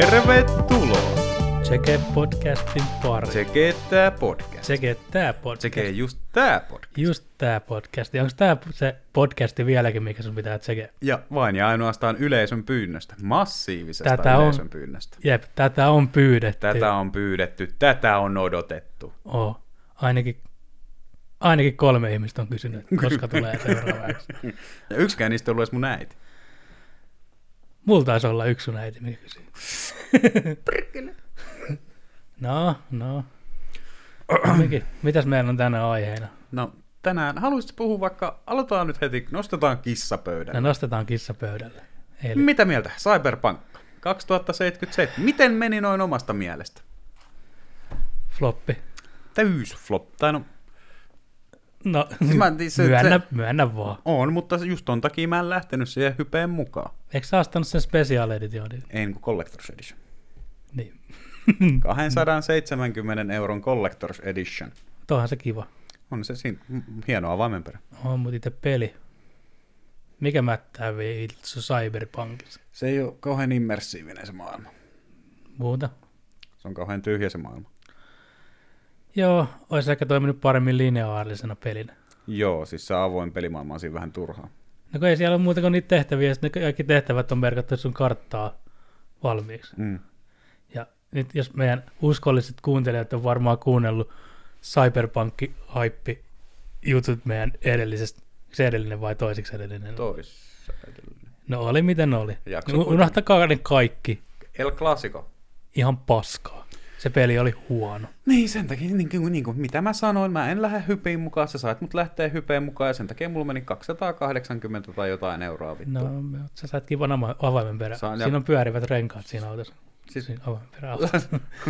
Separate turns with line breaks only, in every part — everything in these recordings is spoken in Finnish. Tervetuloa!
Tseke podcastin pari.
Tseke tää podcast.
Tseke tää podcast.
Tseke just tää podcast.
Just tää podcasti. Onko tää se podcasti vieläkin, mikä sun pitää tseke?
Ja vain ja ainoastaan yleisön pyynnöstä, massiivisesta
Tätä on-
yleisön pyynnöstä.
Jep, tätä on pyydetty.
Tätä on pyydetty, tätä on odotettu.
Oo. Ainakin, ainakin kolme ihmistä on kysynyt, koska tulee seuraavaksi.
Ja yksikään niistä ei ollut edes mun äiti.
Mulla taisi olla yksi sun äiti, mikä kysyi. No, no. Mikä, mitäs meillä on tänään aiheena?
No tänään haluaisit puhua vaikka, aloitetaan nyt heti, nostetaan kissapöydän.
No nostetaan kissa pöydälle. Eli
Mitä mieltä? Cyberpunk 2077. Miten meni noin omasta mielestä?
floppi.
Täys flop. Tai no,
No,
Siis mä- se-
myönnä,
se-
myönnä vaan.
on, mutta just ton takia mä en lähtenyt siihen hypeen mukaan.
Eikö sä ostanut sen special editionin?
En kun Collector's Edition.
Niin.
270 euron Collector's Edition.
Toihan se kiva.
On se siinä m- hieno avaimenperä.
On mut itse peli. Mikä mättää vitsu Cyberpunkissa?
Se ei ole kauhean immersiivinen se maailma.
Muuta.
Se on kauhean tyhjä se maailma.
Joo, olisi ehkä toiminut paremmin lineaarisena pelinä.
Joo, siis se avoin pelimaailma on siinä vähän turhaa.
No kun ei siellä ole muuta kuin niitä tehtäviä, ja sit ne kaikki tehtävät on merkattu sun karttaa valmiiksi.
Mm.
Ja nyt jos meidän uskolliset kuuntelijat on varmaan kuunnellut cyberpunk hype jutut meidän edellisestä, onks se edellinen vai toiseksi edellinen?
Toissa edellinen.
no oli miten oli.
Jakso
No, unohtakaa ne kaikki.
El Clasico.
ihan paskaa. Se peli oli huono.
Niin, sen takia, niin kuin, niin kuin, mitä mä sanoin, mä en lähde hypeen mukaan, sä sait mut lähtee hypeen mukaan, ja sen takia mulla meni 280 tai jotain euroa vittu.
No, me- sä sait kivan ama- avaimen perä.
Saan, ja-
siinä on pyörivät renkaat siinä autossa.
Siis-
Siis... Siinä avaimen perä autossa.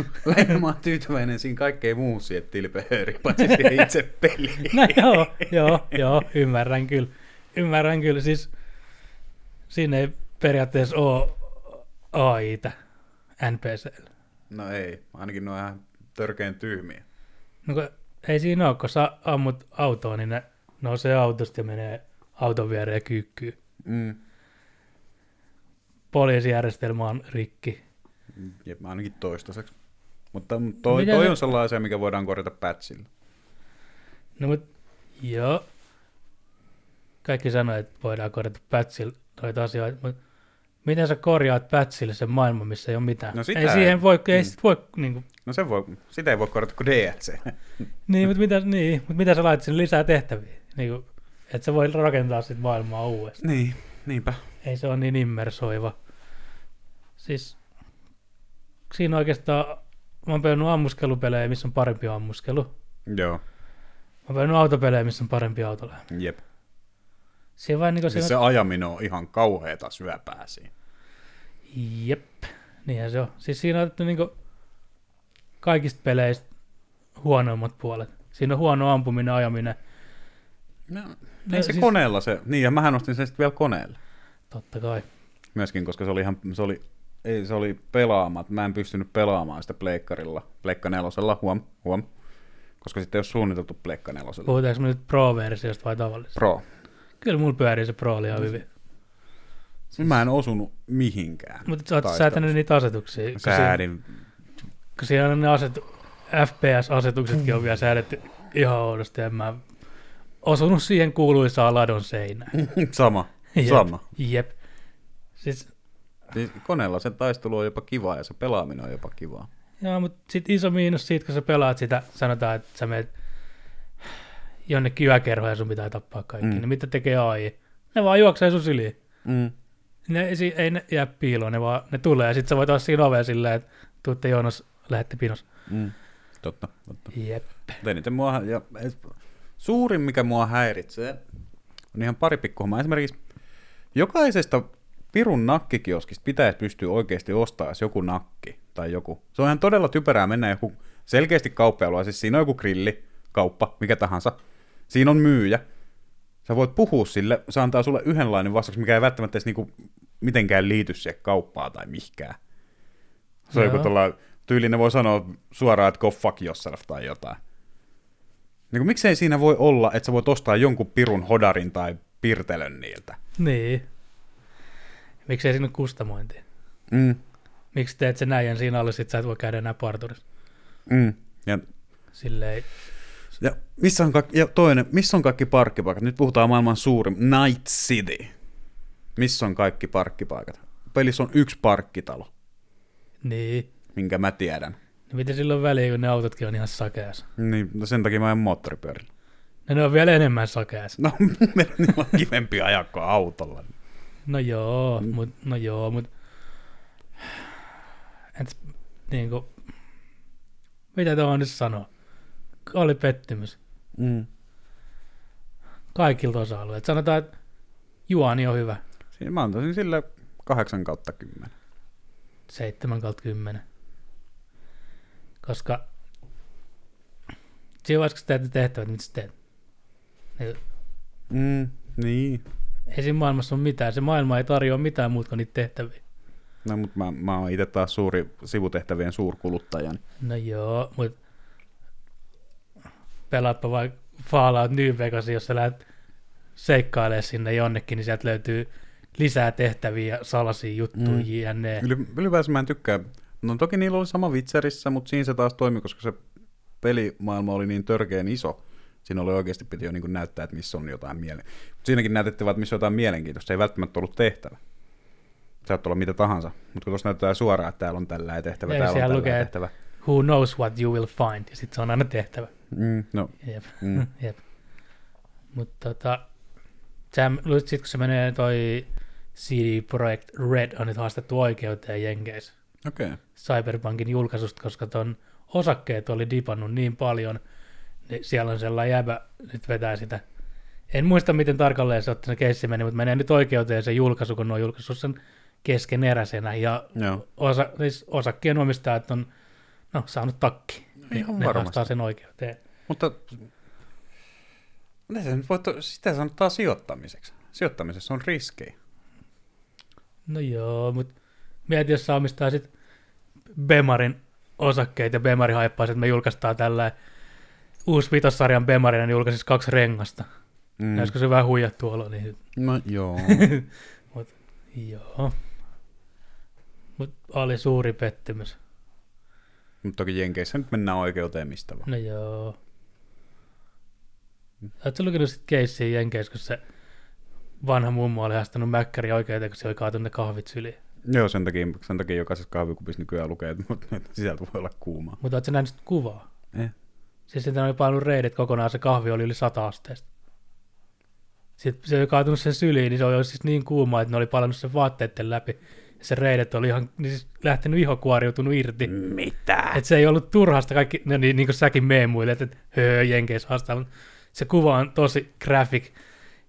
Lähinnä mä oon tyytyväinen siinä kaikkeen muuhun siihen tilpehööriin, paitsi siihen itse peliin.
no joo, joo, joo, ymmärrän kyllä. Ymmärrän kyllä, siis siinä ei periaatteessa ole AIta NPCllä.
No ei, ainakin ne on ihan törkeen tyhmiä.
No, kun ei siinä ole, kun sä ammut autoon, niin ne nousee autosta ja menee auton viereen ja kyykkyy.
Mm.
Poliisijärjestelmä on rikki.
Jep, ainakin toistaiseksi. Mutta toi,
Mitä
toi
se-
on sellainen asia, mikä voidaan korjata patchilla.
No mut, joo. Kaikki sanoi, että voidaan korjata pätsillä noita asioita, mutta miten sä korjaat pätsillä sen maailman, missä ei ole mitään?
No sitä
ei
ei-
siihen voi, ei mm. sit voi niin, kuin,
No sen voi, sitä ei voi korjata kuin DLC.
niin, mutta mitä, niin, mutta mitä sä laitat sinne lisää tehtäviä? Niin kuin, että sä voi rakentaa sit maailmaa uudestaan.
niin, niinpä.
Ei se ole niin immersoiva. Siis siinä oikeastaan mä oon pelannut ammuskelupelejä, missä on parempi ammuskelu. Mä
Joo,
oon pelannut autopelejä, missä on parempi autolla.
jep.
Siinä vaan niin kuin,
Siis se ajaminen on ihan kauheeta syöpää siinä.
Jep, niinhän se on. Siis siinä on otettu niinku kaikista peleistä huonoimmat puolet. Siinä on huono ampuminen, ajaminen.
No, ei
No
se
siis-
koneella se, niin ja mähän ostin sen sitten vielä koneella.
Totta kai.
Myöskin, koska se oli ihan, se oli, ei, se oli pelaamat. Mä en pystynyt pelaamaan sitä pleikkarilla, pleikka nelosella, huom, huom. Koska sitten ei ole suunniteltu pleikka nelosella.
Puhutaanko me nyt pro-versiosta vai tavallisesta?
Pro.
Kyllä mulla pyörii se pro liian hyvin.
Siis... Mä en osunut mihinkään.
Mutta sä oot
taistelussa.
säätänyt niitä asetuksia. kun siinä-
Säädin.
Kun siellä on ne asetu- FPS-asetuksetkin on vielä säädetty ihan oudosti. En mä osunut siihen kuuluisaan ladon seinään.
Sama.
Jep.
Sama.
Jep. Siis
Siis koneella se taistelu on jopa kivaa ja se pelaaminen on jopa kivaa.
Joo, mutta sitten iso miinus siitä, kun sä pelaat sitä, sanotaan, että sä menet jonnekin yökerhoon ja sun pitää tappaa kaikki,
Mm.
mm. niin mitä tekee AI? Ne vaan juoksee sun syliin.
Mm.
Ne, ei si- ei ne jää piiloon, ne vaan ne tulee ja sit sä voit olla siinä oveen silleen, että tuutte jonos, lähette pinos.
Mm. Totta, totta.
Jep.
Mutta Eniten mua, ja suurin mikä mua häiritsee, on ihan pari pikkuhommaa. Esimerkiksi jokaisesta pirun nakkikioskista pitäisi pystyä oikeasti ostaa edes joku nakki tai joku. Se on ihan todella typerää mennä joku selkeästi kauppialua, siis siinä on joku grilli, kauppa, mikä tahansa. Siinä on myyjä. Sä voit puhua sille, se antaa sulle yhdenlainen vastaus, mikä ei välttämättä edes niinku mitenkään liity siihen kauppaan tai mihkään. Se on joku
Joo.
tuolla, tyyli ne voi sanoa suoraan, että go fuck yourself tai jotain. Niin kuin, miksei siinä voi olla, että sä voit ostaa jonkun pirun hodarin tai pirtelön niiltä?
Niin. Miksei sinne kustamointiin?
Mm.
miksi teet se näin, ja siinä oli sit sä et voi käydä enää parturissa.
Mm. Ja,
Silleen,
ja, missä on kaikki, ja toinen, missä on kaikki parkkipaikat? Nyt puhutaan maailman suurin, Night City. Missä on kaikki parkkipaikat? Pelissä on yksi parkkitalo,
niin.
minkä mä tiedän.
Niin Mitä silloin väliä, kun ne autotkin on ihan sakeassa?
Niin, no sen takia mä en moottoripyörillä.
No ne on vielä enemmän sakeassa.
No, niillä on kivempi ajaa kuin autolla.
No joo, mm. mut, no joo, mut... Et, niinku, mitä tuohon nyt sanoa? Oli pettymys
Mm.
kaikilta osa-alueilta. Sanotaan, että juoni on hyvä.
Siinä mä antaisin sille 8 kautta 10.
7 kautta 10. Koska siinä vaiheessa, kun sä teet ne tehtävät, mitä sä teet. Niin,
Mm. Niin.
Ei siinä maailmassa ole mitään. Se maailma ei tarjoa mitään muuta kuin niitä tehtäviä.
No, mutta mä, mä oon itse taas suuri sivutehtävien suurkuluttaja. niin-
No joo, mutta pelaatpa vaikka Fallout New Vegas, jos sä lähdet seikkailemaan sinne jonnekin, niin sieltä löytyy lisää tehtäviä ja salaisia juttuja
Mm.
mm. jne.
Yli, ylipäänsä mä en tykkää. No toki niillä oli sama Witcherissä, mutta siinä se taas toimi, koska se pelimaailma oli niin törkeen iso. Siinä oli oikeasti piti jo niin kuin näyttää, että missä on jotain mielen. Mut siinäkin näytettiin vaan, että missä on jotain mielenkiintoista. Se ei välttämättä ollut tehtävä. Saat olla mitä tahansa, mutta kun tuossa näytetään suoraan, että täällä on tällä tehtävä,
Ei,
täällä on
siellä
tällä
lukee,
tehtävä.
Who knows what you will find, ja sitten se on aina tehtävä.
Mm, no,
Jep.
Mm.
Mm. Jep. Mutta tota, sehän, luulit sit, kun se menee toi CD Projekt Red on nyt haastettu oikeuteen Jenkeissä
okei. Okay.
Cyberpunkin julkaisusta, koska ton osakkeet oli dipannut niin paljon, niin siellä on sellainen jäbä, nyt vetää sitä. En muista, miten tarkalleen se otti se keissi meni, mutta menee nyt oikeuteen se julkaisu, kun ne on julkaissut sen keskeneräisenä, ja
Joo.
osa, siis osakkeen omistajat on no, saanut takki.
ihan
ne
varmasti.
haastaa sen oikeuteen.
Mutta mitä sä nyt voit, sitä sanotaan sijoittamiseksi. Sijoittamisessa on riskejä.
No joo, mutta mieti, jos sä omistaa sit Bemarin osakkeita ja Bemari haippaa, että me julkaistaan tällä uusi vitossarjan Bemarina, niin julkaisisi kaksi rengasta. Mm. Olisiko se vähän huijattu olo, niin
No joo.
joo. Mut oli suuri pettymys.
Mutta toki Jenkeissä nyt mennään oikeuteen mistä vaan.
No joo. Oletko lukenut sit keissiä Jenkeissä, kun se vanha mummo oli haastanut mäkkäri oikeuteen, kun se oli kaatunut ne kahvit syliin?
Joo, sen takia, sen takia jokaisessa kahvikupissa nykyään lukee, että mut nyt sieltä voi olla kuumaa.
Mutta oletko nähnyt sitä kuvaa?
Eh.
Siis sitten oli painunut reidet kokonaan, se kahvi oli yli 100 asteesta. Sitten se oli kaatunut sen syliin, niin se oli ollut siis niin kuuma, että ne oli palannut sen vaatteiden läpi. Ja se reidet oli ihan niin siis lähtenyt iho kuoriutunut irti. Mm.
Mitä?
Että se ei ollut turhasta kaikki, no niin, niin kuin säkin meemuilet, että höö, jenkeissä haastaa. Mut Se kuva on tosi graphic.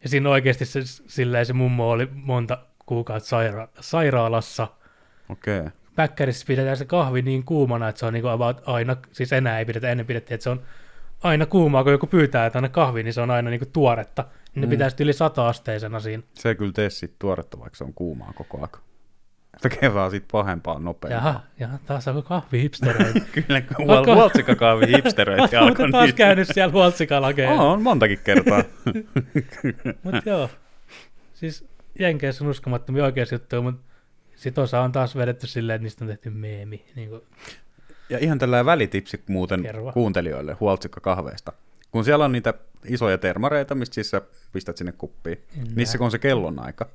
Ja siinä oikeasti se, silleen se mummo oli monta kuukautta saira- sairaalassa.
Okei. Okay.
Päkkärissä pidetään se kahvi niin kuumana, että se on niin about aina, siis enää ei pidetä, ennen pidettiin, että se on aina kuumaa, kun joku pyytää, että anna kahvi, niin se on aina niin kuin tuoretta. Ne mm. pitää sitten yli sata-asteisena siinä.
Se ei kyllä tee sit tuoretta, vaikka se on kuumaa koko ajan. Tekee vaan sit pahempaa nopeammin.
Jaha, jaha, taas alkoi kahvi hipstereitä.
Kyllä, kun huol-
Onko-
huoltsikakaavi hipsteröinti alkoi
Oletko taas
nyt.
käynyt siellä huoltsikalakeilla?
On, montakin kertaa.
Mutta joo, siis Jenkeissä on uskomattomia oikeassa juttuja, mutta sit osa on taas vedetty silleen, että niistä on tehty meemi. Niin kuin,
Ja ihan tällä välitipsi muuten Kerva.
Kerro.
kuuntelijoille huoltsikkakahveista. Kun siellä on niitä isoja termareita, mistä siis sä pistät sinne kuppiin,
Kyllä.
niissä kun on se kellonaika,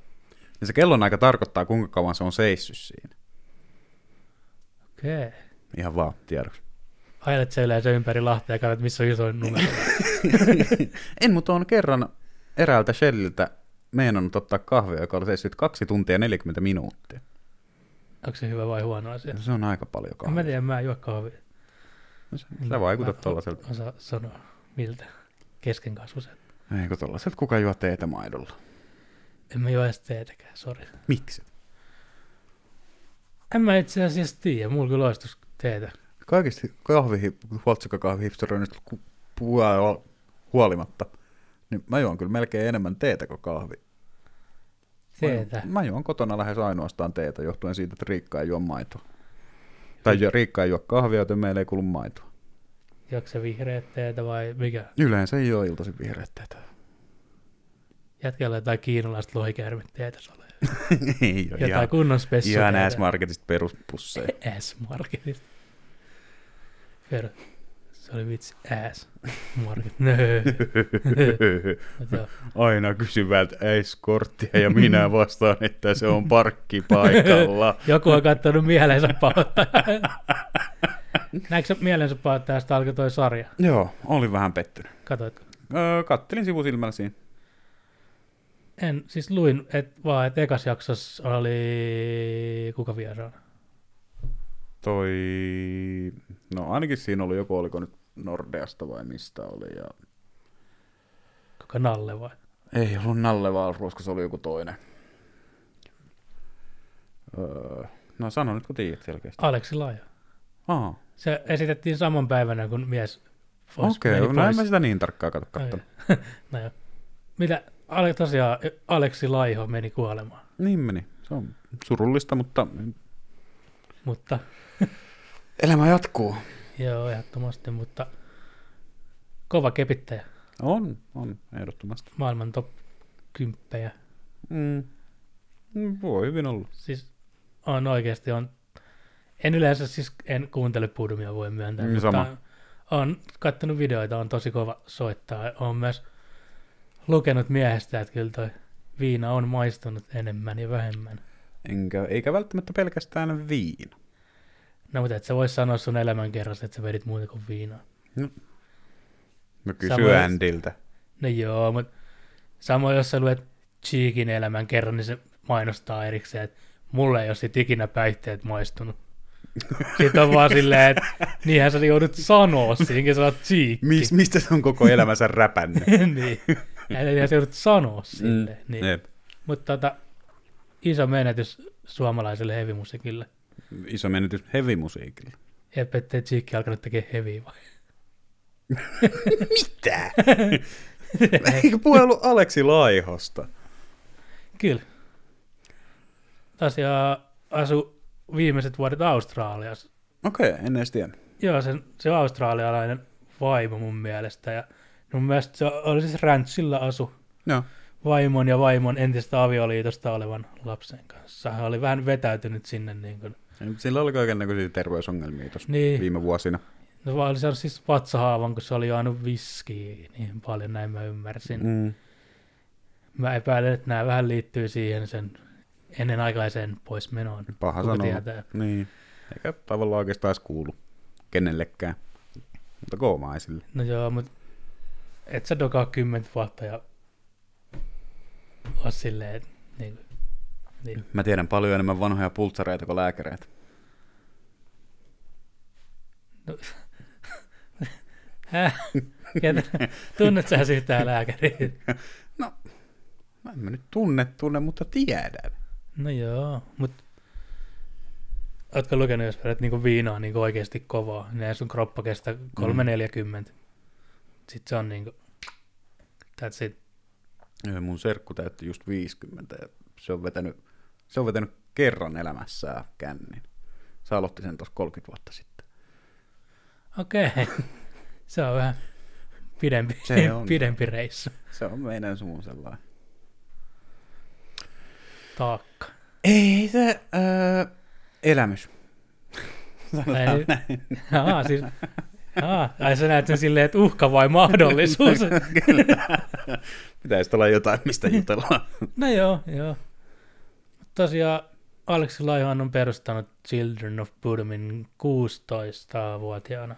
niin se kellonaika tarkoittaa, kuinka kauan se on seissyt siinä.
okei. Okay.
Ihan vaan tiedoksi.
Ajelet sä yleensä ympäri Lahtea ja katsot, missä on isoin numero.
En, mutta on kerran eräältä Shelliltä meinannut ottaa kahvia, joka oli seissyt 2 tuntia ja 40 minuuttia.
Onko se hyvä vai huono asia?
No Se on aika paljon
En mä
kahvia.
tiedä, mä en juo kahvia.
No se- Sä vaikutat tuollaiselta.
Osa sanoa, miltä keskenkasvuiset.
Eikö tuollaiselta kuka juo teetä maidolla?
En mä juo edes teetäkään, sori.
Miksi?
En mä itse asiassa tiedä, mulla kyllä olisi tuossa teetä.
kaikista kahvi, huoltsikakahvihipsteroinnista ku- puhua- huolimatta, niin mä juon kyllä melkein enemmän teetä kuin kahvi. Mä juon-
Teetä.
Mä juon kotona lähes ainoastaan teetä, johtuen siitä, että Riikka ei juo maitoa. Tai jo- Riikka ei juo kahvia, joten meillä ei kulu maitoa.
Juokse vihreät teetä vai mikä?
Yleensä ei ole iltaisin vihreät teetä.
Jätkällä jotain kiinalaista lohikäärmettä ei tässä ole.
ei ole
Jotain
ihan,
kunnon spessuja.
ihan S-Marketista peruspusseja.
S-marketista. Pero, se oli vitsi S-market. Nö. Mut joo.
Aina kysyvät S-korttia ja minä vastaan, että se on parkkipaikalla.
Joku on kattonut mielensä pahoittaa. Näetkö sä mielensä pahoittaa, sitä alkoi toi sarja?
Joo, olin vähän pettynyt.
Katoitko?
Öö, kattelin sivusilmällä siinä.
En, siis luin, et, vaan että ekas jaksossa oli kuka vieraana.
Toi, no ainakin siinä oli joku, oliko nyt Nordeasta vai mistä oli. Ja...
Kuka Nalle vai?
Ei ollut Nalle Valruus, kun se oli joku toinen. Öö, no sano nyt, kun tiedät selkeästi.
Aleksi Laaja.
Aha,
Se esitettiin saman päivänä, kun mies pois-
okei,
meni
okay, no en
pois.
mä sitä niin tarkkaan katso kattonut.
Ai- no joo. Mitä, Ale, tosiaan Aleksi Laiho meni kuolemaan,
Niin meni, se on surullista, mutta
mutta
elämä jatkuu.
joo, ehdottomasti, mutta kova kepittäjä,
On, on, ehdottomasti.
maailman top 10.
Mm. Mm, Voi hyvin olla.
Siis on oikeasti, on, en yleensä siis en kuuntele pudumia, voi myöntää,
Mm,
mm, mutta
sama.
on, on kattonut videoita, on tosi kova soittaa, on myös lukenut miehestä, että kyllä toi viina on maistunut enemmän ja vähemmän.
Enkä, eikä välttämättä pelkästään viina.
No mutta et sä vois sanoa sun elämän kerrasta, että sä vedit muuta kuin viinaa.
No kysy
Samoin-
Andiltä.
No joo, mutta samoin jos sä luet Cheekin elämän kerran, niin se mainostaa erikseen, että mulle ei ole sit ikinä päihteet maistunut. Sitten on vaan silleen, että niinhän sä joudut sanoa siinä, kun sä oot Cheekki.
Mis, mistä se on koko elämänsä räpännyt?
niin. Ja niinhän sä joudut sanoa sille. Mm, niin.
Jep.
Mutta tota, iso menetys suomalaiselle hevimusikille.
Iso menetys hevimusiikille.
Jep, ettei Cheekki alkanut tekemään heviä vai?
Mitä? Eikö puhe ollut Aleksi Laihosta?
Kyllä. Tosiaan asu viimeiset vuodet Australiassa.
Okei, okay, en edes tiedä.
Joo, sen, se australialainen vaimo mun mielestä. Ja mun mielestä se oli siis ranchilla asu
No.
vaimon ja vaimon entistä avioliitosta olevan lapsen kanssa. Hän oli vähän vetäytynyt sinne. Niin, kuin,
Sillä oli kaikenlaisia terveysongelmia tuossa
niin
viime vuosina.
no, vaan oli saanut siis vatsahaavan, kun se oli juonut viskiä niin paljon, näin mä ymmärsin. Mm.
Mm.
Mä epäilen, että nämä vähän liittyy siihen sen ennenaikaiseen poismenoon.
Paha
Kuka
sanoa.
tietää?
Niin. Eikä tavallaan oikeastaan edes kuulu kenellekään. Mutta koomaisille.
No joo, mutta et sä dokaa kymmentä vuotta ja ole silleen, että niin, kuin- niin.
Mä tiedän paljon enemmän vanhoja pultsareita kuin lääkäreitä.
Häh? Ketä? Tunnet sä yhtään lääkäriä?
Mä en mä nyt tunne, tunne, mutta tiedän.
No joo, mutta ootko lukenut, jos vedät niinku viinaa niinku oikeasti kovaa, niin ei sun kroppa kestää
Mm.
340. Mm. Sitten se on niinku, that's it.
Joo, Mun serkku täytti just 50 ja se on vetänyt, se on vetänyt kerran elämässään kännin. Se aloitti sen tuossa 30 vuotta sitten.
Okei, okay. se on vähän pidempi,
Se on.
pidempi reissu.
Se on meidän suun sellainen.
Taakka.
Ei se öö, elämys. Sanotaan
Ei.
näin.
Aa, siis, aa, ai sä näet sen silleen, että uhka vai mahdollisuus.
Pitäisi olla jotain, mistä jutellaan.
No joo, joo. Mut Tosiaan Aleksi Laihohan on perustanut Children of Budomin 16-vuotiaana.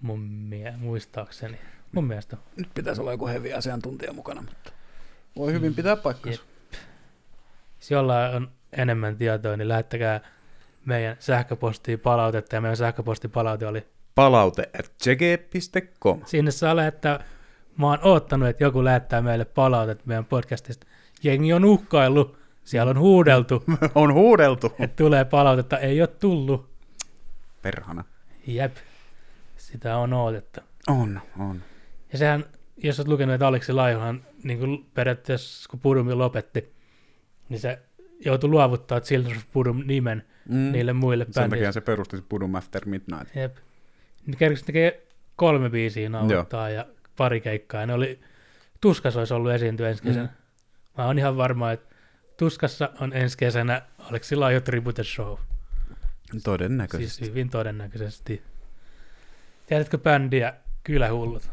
Mun mie- muistaakseni. Mun mielestä.
Nyt pitäisi olla joku hevi asiantuntija mukana, mutta voi hyvin pitää paikkansa.
Jos jollain on enemmän tietoa, niin lähettäkää meidän sähköpostiin palautetta. Ja meidän sähköpostipalaute oli...
Palaute at jg.com.
Sinne saa lähettää... Mä oon oottanut, että joku lähettää meille palautetta meidän podcastista. Jengi on uhkaillut. Siellä on huudeltu,
on huudeltu.
että tulee palautetta. Ei ole tullut.
Perhana.
Jep, sitä on odotettu.
On, on.
Ja sehän, jos olet lukenut, että Aleksi Laihohan niin kuin periaatteessa, kun Pudumi lopetti, niin se joutui luovuttaa Children of Pudum nimen
Mm.
mm. niille muille
Sen takia
bändille.
se perusti se Pudum After Midnight.
Jep. Niin kerkesi tekee kolme biisiä nauhoittaa ja pari keikkaa. Ja ne oli Tuskas olisi ollut esiintyä ensi kesänä.
Mm.
Mä oon ihan varma, että Tuskassa on ensi kesänä Aleksilla jo tribute show.
Todennäköisesti.
Siis hyvin todennäköisesti. Tiedätkö bändiä Kylähullut?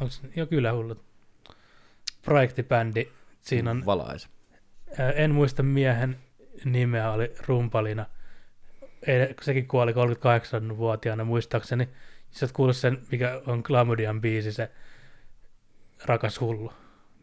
Onks, jo Kylähullut. Projektibändi. Siinä on,
Valaise.
ää, en muista miehen nimeä, oli rumpalina. Ei- Sekin kuoli 38-vuotiaana muistaakseni. Sä oot kuullut sen, mikä on Klamydian biisi, se Rakas hullu.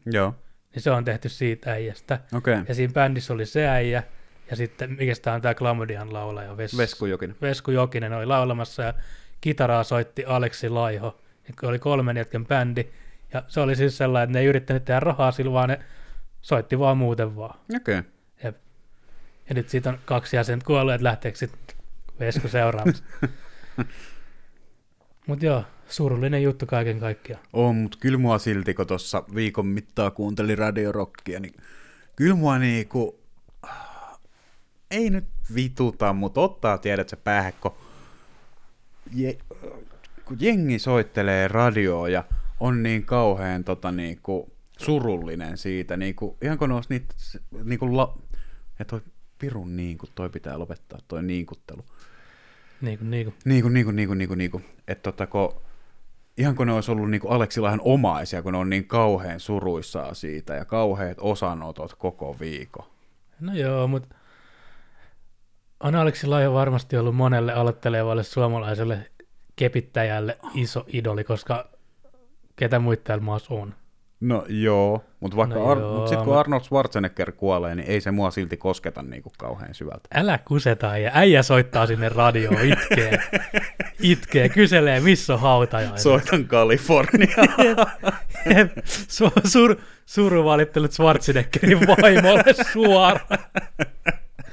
Joo,
Niin se on tehty siitä äijästä.
okei. Okay.
Ja siinä bändissä oli se äijä, ja sitten mikä tämä on tämä Klamydian laulaja, Ves-
Vesku Jokinen.
Vesku Jokinen oli laulamassa ja kitaraa soitti Aleksi Laiho, joka oli kolmen jätken bändi. Ja se oli siis sellainen, että ne ei yrittänyt tehdä rahaa sillä, vaan ne soitti vaan muuten vaan.
Okei. Okay.
Jep. Ja nyt siitä on kaksi jäsentä kuollut, että lähteekö sitten Vesku seuraamassa. Mutta joo, surullinen juttu kaiken kaikkiaan.
On, mutta kyllä mua silti, kun tuossa viikon mittaa kuuntelin radiorockia, niin kyllä mua niinku, ei nyt vituta, mutta ottaa tiedät se päähän, kun, je, kun jengi soittelee radioa ja on niin kauhean tota, niinku, surullinen siitä, niinku, ihan kun olisi niitä, s- niinku, la, ja toi pirun niinku, toi pitää lopettaa, toi niinkuttelu.
Niin kuin, niin kuin.
Niin kuin, niin kuin, niin kuin, niin kuin, niin kuin. Että tota, kun, ihan kun ne olisi ollut niin kuin Aleksilahan omaisia, kun ne on niin kauhean suruissaan siitä ja kauheat osanotot koko viikon.
No joo, mutta on Aleksi Laiho varmasti ollut monelle aloittelevalle suomalaiselle kepittäjälle iso idoli, koska ketä muita täällä maassa on.
No joo, mutta vaikka
No
no Ar-
joo,
mut sit, kun
mut-
Arnold Schwarzenegger kuolee, niin ei se mua silti kosketa niin kuin kauhean syvältä.
Älä kuseta ja äijä soittaa sinne radioon, No itkee, itkee, kyselee missä on hautajainen.
Soitan Kaliforniaan.
Su- sur, suruvalittelut Schwarzeneggerin vaimolle suoraan.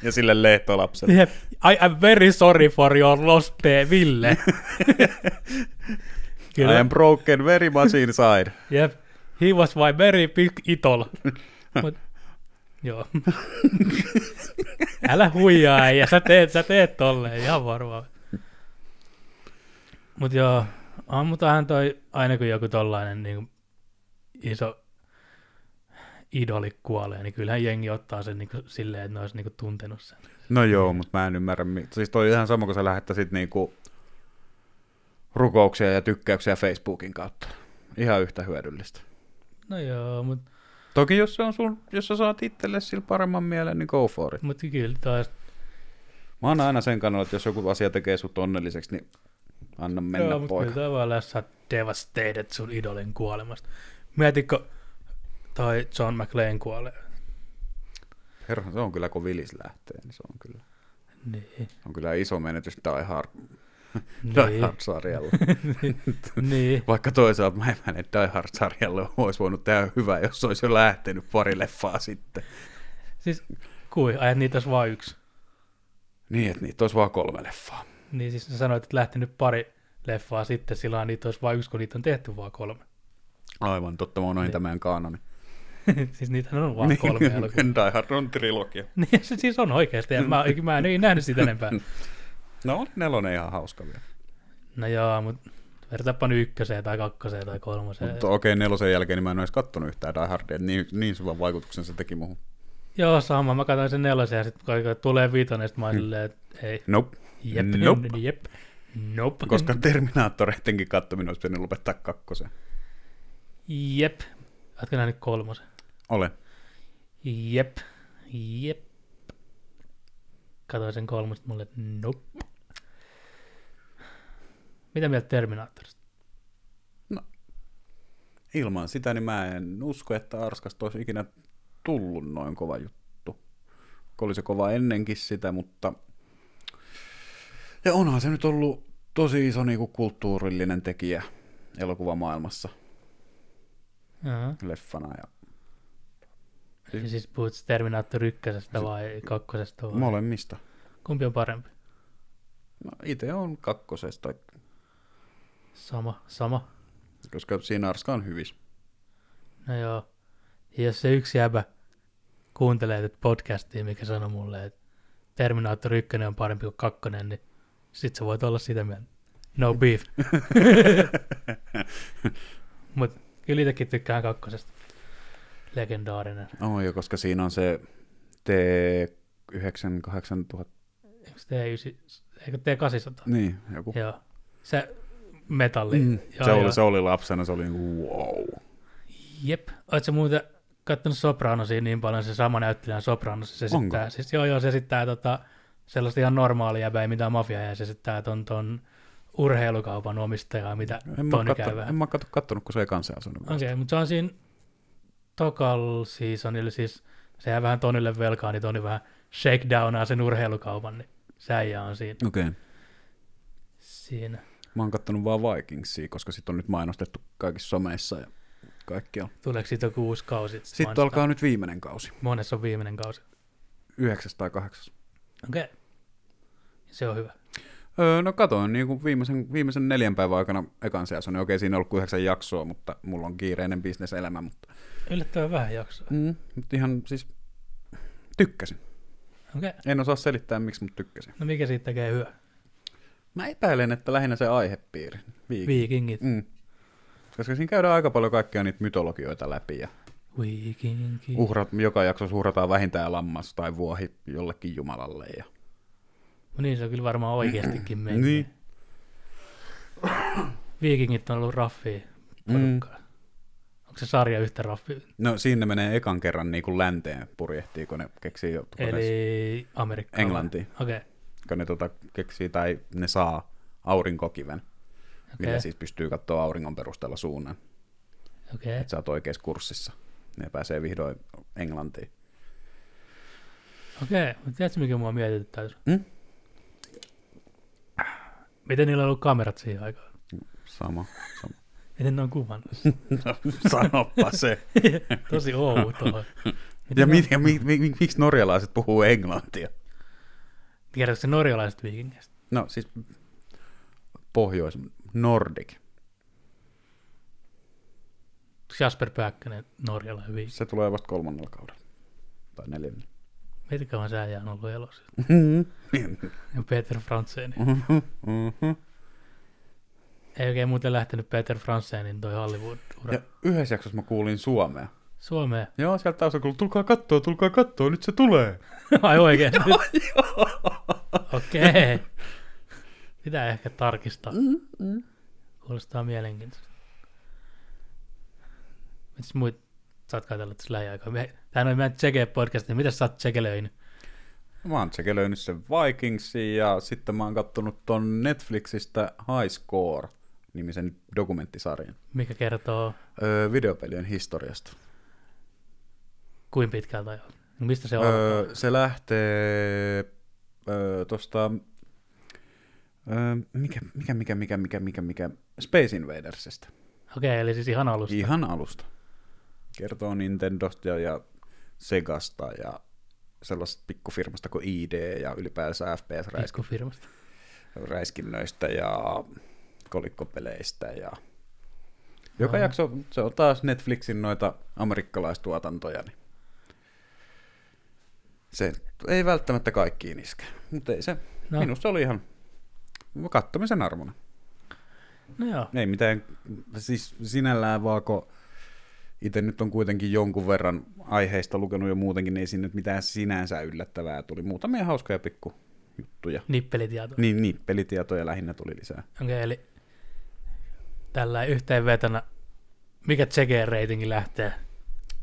ja sille lehtolapselle.
Jep. I am very sorry for your lost day, Ville.
I am broken very much inside.
Jep, he was my very big idol. Mut, joo. Älä huijaa ja sä teet, sä teet tolleen, ihan varmaan. Mut joo, ammutahan toi aina kun joku tollainen niin iso idoli kuolee, niin kyllähän jengi ottaa sen niin silleen, että ne olisi niin tuntenut sen.
No joo, mutta mä en ymmärrä. mi- Siis toi on ihan sama, kun sä lähettäisit niinku rukouksia ja tykkäyksiä Facebookin kautta. Ihan yhtä hyödyllistä.
No joo, mut,
Toki jos, se on sun, jos sä saat itselle sillä paremman mielen, niin go for it.
mut kyllä taas,
Mä oon aina sen kannalla, että jos joku asia tekee sut onnelliseksi, niin anna mennä
joo,
joo,
mut
poika.
kyllä toi voi olla, sä oot devastated sun idolin kuolemasta. Mietitkö, toi John McLean kuolee.
Herran, se on kyllä, kun vilis lähtee, niin se on kyllä,
Niin.
on kyllä iso menetys Die Hard, Die
Niin.
Hard-sarjalla.
niin.
Vaikka toisaalta mä en mene Die Hard-sarjalle, olisi voinut tehdä hyvää, jos se olisi jo lähtenyt pari leffaa sitten.
Siis kui, ajat niitä olisi vain yksi.
Niin, että niitä olisi vaan kolme leffaa.
Niin siis sä sanoit, että lähtenyt pari leffaa sitten, sillä niitä olisi vain yksi, kun niitä on tehty vaan kolme.
Aivan totta, mä unohdin niin. tämän kaanoni.
siis niitä on vaan
Niin.
kolme elokuvaa.
Die Hard on trilogia.
Niin se siis on oikeasti, ja mä, mä en niin nähnyt sitä enempää.
No oli nelonen ihan hauska vielä.
No joo, mutta vertaapa nyt ykköseen tai kakkoseen tai kolmoseen.
Mutta okei, nelosen jälkeen niin mä en ole edes kattonut yhtään Die Hardia, että niin, niin syvän vaikutuksen se teki muuhun.
Joo, sama. Mä katsoin sen nelosen ja sitten kun tulee viitonen, sitten mä oon silleen, että ei.
Nope.
Jep,
Hmm. Nope.
jep. Nope.
Koska Terminaattoreidenkin kattominen olisi pitänyt lopettaa kakkosen.
Jep. Oletko nähnyt kolmosen?
Ole.
Jep, jep. Katoin sen kolmosta mulle, että nope. Mitä mieltä Terminaattorista?
Ilman sitä niin mä en usko, että Arskasta olisi ikinä tullut noin kova juttu. Oli se kova ennenkin sitä, mutta... Ja onhan se nyt ollut tosi iso niin kuin kulttuurillinen tekijä elokuvamaailmassa
Aha.
leffana. Ja
Ja siis puhut Terminaattor ykkösestä vai kakkosesta vai?
molemmista.
Kumpi on parempi?
No, itse on kakkosesta,
Sama, sama.
koska siinä Arska on hyvissä.
No joo. Ja jos se yksi jäbä kuuntelee tätä podcastia, mikä sanoi mulle, että Terminaattor 1 on parempi kuin kakkonen, niin sit sä voit olla sitä mieltä. No beef. Mut Kyllä itsekin tykkään kakkosesta. Legendaarinen.
Oh, joo, koska siinä on se T98000,
Eikö T9, eikö T800?
niin, joku.
Joo. Se metalli.
Mm.
Joo,
Se,
joo.
oli, se oli lapsena, se oli niinku wow.
Jep. Oletko muuten kattonut Sopranosia niin paljon, se sama näyttelijä Sopranos, se
Onko?
esittää, siis, joo, joo, se esittää tota, sellaista ihan normaalia jäbää, ei mitään mafiaa, ja se esittää ton, ton urheilukaupan omistajaa, mitä
En mä,
Toni
katso,
käy
en
vähän.
mä katso, kattonut, kun se niin ei kanssa asunut.
Okei, okay, mutta se on siinä tokal seasonilla, siis se jää vähän Tonille velkaa, niin Toni vähän shakedownaa sen urheilukaupan, niin säijä on siinä.
Okei. Okay.
siinä.
Mä oon kattonut vaan Vikingsia, koska sit on nyt mainostettu kaikissa someissa ja kaikkialla.
Tuleeko siitä joku uusi kausi? Sit
Sitten
mainostaa.
alkaa nyt viimeinen kausi,
Monessa on viimeinen kausi.
9 tai 8.
Okei. Okay. Se on hyvä.
Öö, no katoin niin kuin viimeisen, viimeisen neljän päivän aikana ekan season. Okei, siinä on ollut kuin yhdeksän jaksoa, mutta mulla on kiireinen bisneselämä. Mutta,
Yllättävän vähän jaksoa.
mm, mutta ihan siis tykkäsin.
Okei. Okay.
En osaa selittää, miksi, mutta tykkäsin.
No mikä siitä tekee hyvä?
Mä epäilen, että lähinnä se aihepiiri. Viik-
Vikingit.
mm. Koska siinä käydään aika paljon kaikkia niitä mytologioita läpi ja
Vikingit.
uhrat, joka jaksossa uhrataan vähintään lammas tai vuohi jollekin jumalalle. Ja...
No Niin se on kyllä varmaan oikeastikin mennyt.
Niin.
Vikingit on ollut raffia
Mm.
porukkaa. Onko se sarja yhtä raffi?
No siinä ne menee ekan kerran niin kuin länteen purjehtii, kun ne keksii jo- kun ne-
Eli Amerikka.
Englantiin.
Okei. Okay.
kun ne tota, keksii tai ne saa aurinkokiven, okay. millä
Okei.
siis pystyy katsoa auringon perusteella suunnan,
Okei.
että sä oot oikeassa kurssissa. Ne pääsee vihdoin Englantiin.
Okei. Mutta tiedätkö mikä mua mietityttää? tässä?
Mm?
Miten niillä on ollut kamerat siihen aikaan?
Sama. sama.
Miten ne on kuvannut?
No, sanoppa se.
Tosi outoa.
ja
ne on-
mi, ja mi, mi, mi, miksi norjalaiset puhuu englantia?
Tiedätkö se norjalaiset vikingeistä?
No siis pohjois, nordic.
Jasper Pääkkönen, norjalainen viikingi.
Se tulee vasta kolmannella kaudella. Tai neljännellä.
Miten kauan sä jää ollut elossa?
Mhm.
Ja Peter Frantzeni.
Mhm.
Ei oikein muuten lähtenyt Peter Frantzenin toi Hollywood-ura.
ja yhdessä jaksossa mä kuulin suomea.
Suomeen.
Joo, sieltä taas on kuullut, tulkaa kattoo, tulkaa kattoo, nyt se tulee.
Ai oikeesti? Okei. Pitää ehkä tarkistaa. Kuulostaa mielenkiintoista. Mitäs muut sä oot katsellut tässä lähiaikaa? Me- Tähän on meidän Tseke podcast, niin mitä sä oot tsekelöinyt?
Mä oon tsekelöinyt sen Vikingsin ja sitten mä oon kattonut ton Netflixistä High Score nimisen dokumenttisarjan
Mikä kertoo,
öö, videopelien historiasta.
kuin pitkältä jo? Mistä se on?
Öö, se lähtee öö, tosta, öö, mikä, mikä, mikä, mikä, mikä, mikä, mikä, Space Invadersista.
Okei, eli siis ihan alusta.
Ihan alusta. Kertoo Nintendosta ja, ja Segasta ja sellaisesta pikkufirmasta kuin ID ja ylipäänsä FPS-räisky
Pikkufirmasta.
räiskinnöistä ja kolikkopeleistä. Ja... Joka
Joo.
jakso, se on taas Netflixin noita amerikkalaistuotantoja, niin se ei välttämättä kaikkiin iske, mutta ei se. No.
No.
Minusta oli ihan kattomisen arvona.
No joo.
Ei mitään, siis sinällään vaan kun itse nyt on kuitenkin jonkun verran aiheista lukenut jo muutenkin, niin ei siinä nyt mitään sinänsä yllättävää tuli. Muutamia hauskoja pikkujuttuja.
Nippelitietoa.
Niin, niin, pelitietoja lähinnä tuli lisää.
Okei, eli tällä yhteenvetona, mikä Tsegeen reitingi lähtee?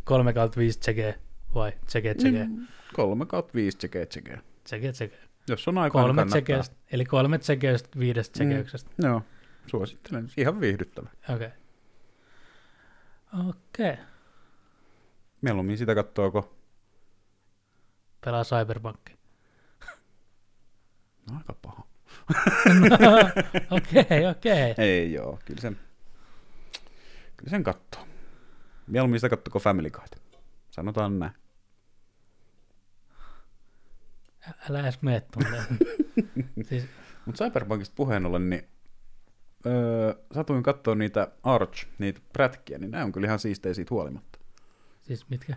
3 kautta 5 Tsegee vai Tsegee Tsegee?
Niin, kolme kautta viisi tsekeä tsekeä.
Tsegee Tsegee.
Jos on aikaa,
Kolme
niin kannattaa.
Tsegeestä, eli kolme Tsegeestä viidestä Tsegeyksestä.
Joo, suosittelen. Ihan viihdyttävä.
Okei. Okei.
Mieluummin sitä kattoako.
Pelaa Cyberpunk.
No aika paha.
Okei, okei.
Ei joo, kyllä sen, kyllä sen kattoo. Mieluummin sitä kattoako Family Guide. Sanotaan näin.
Ä- Älä edes mene tuonne. siis,
Mutta Cyberpunkista puheen ollen, niin öö, satuin katsoa niitä Arch, niitä prätkiä, niin nämä on kyllä ihan siistejä siitä huolimatta.
siis mitkä?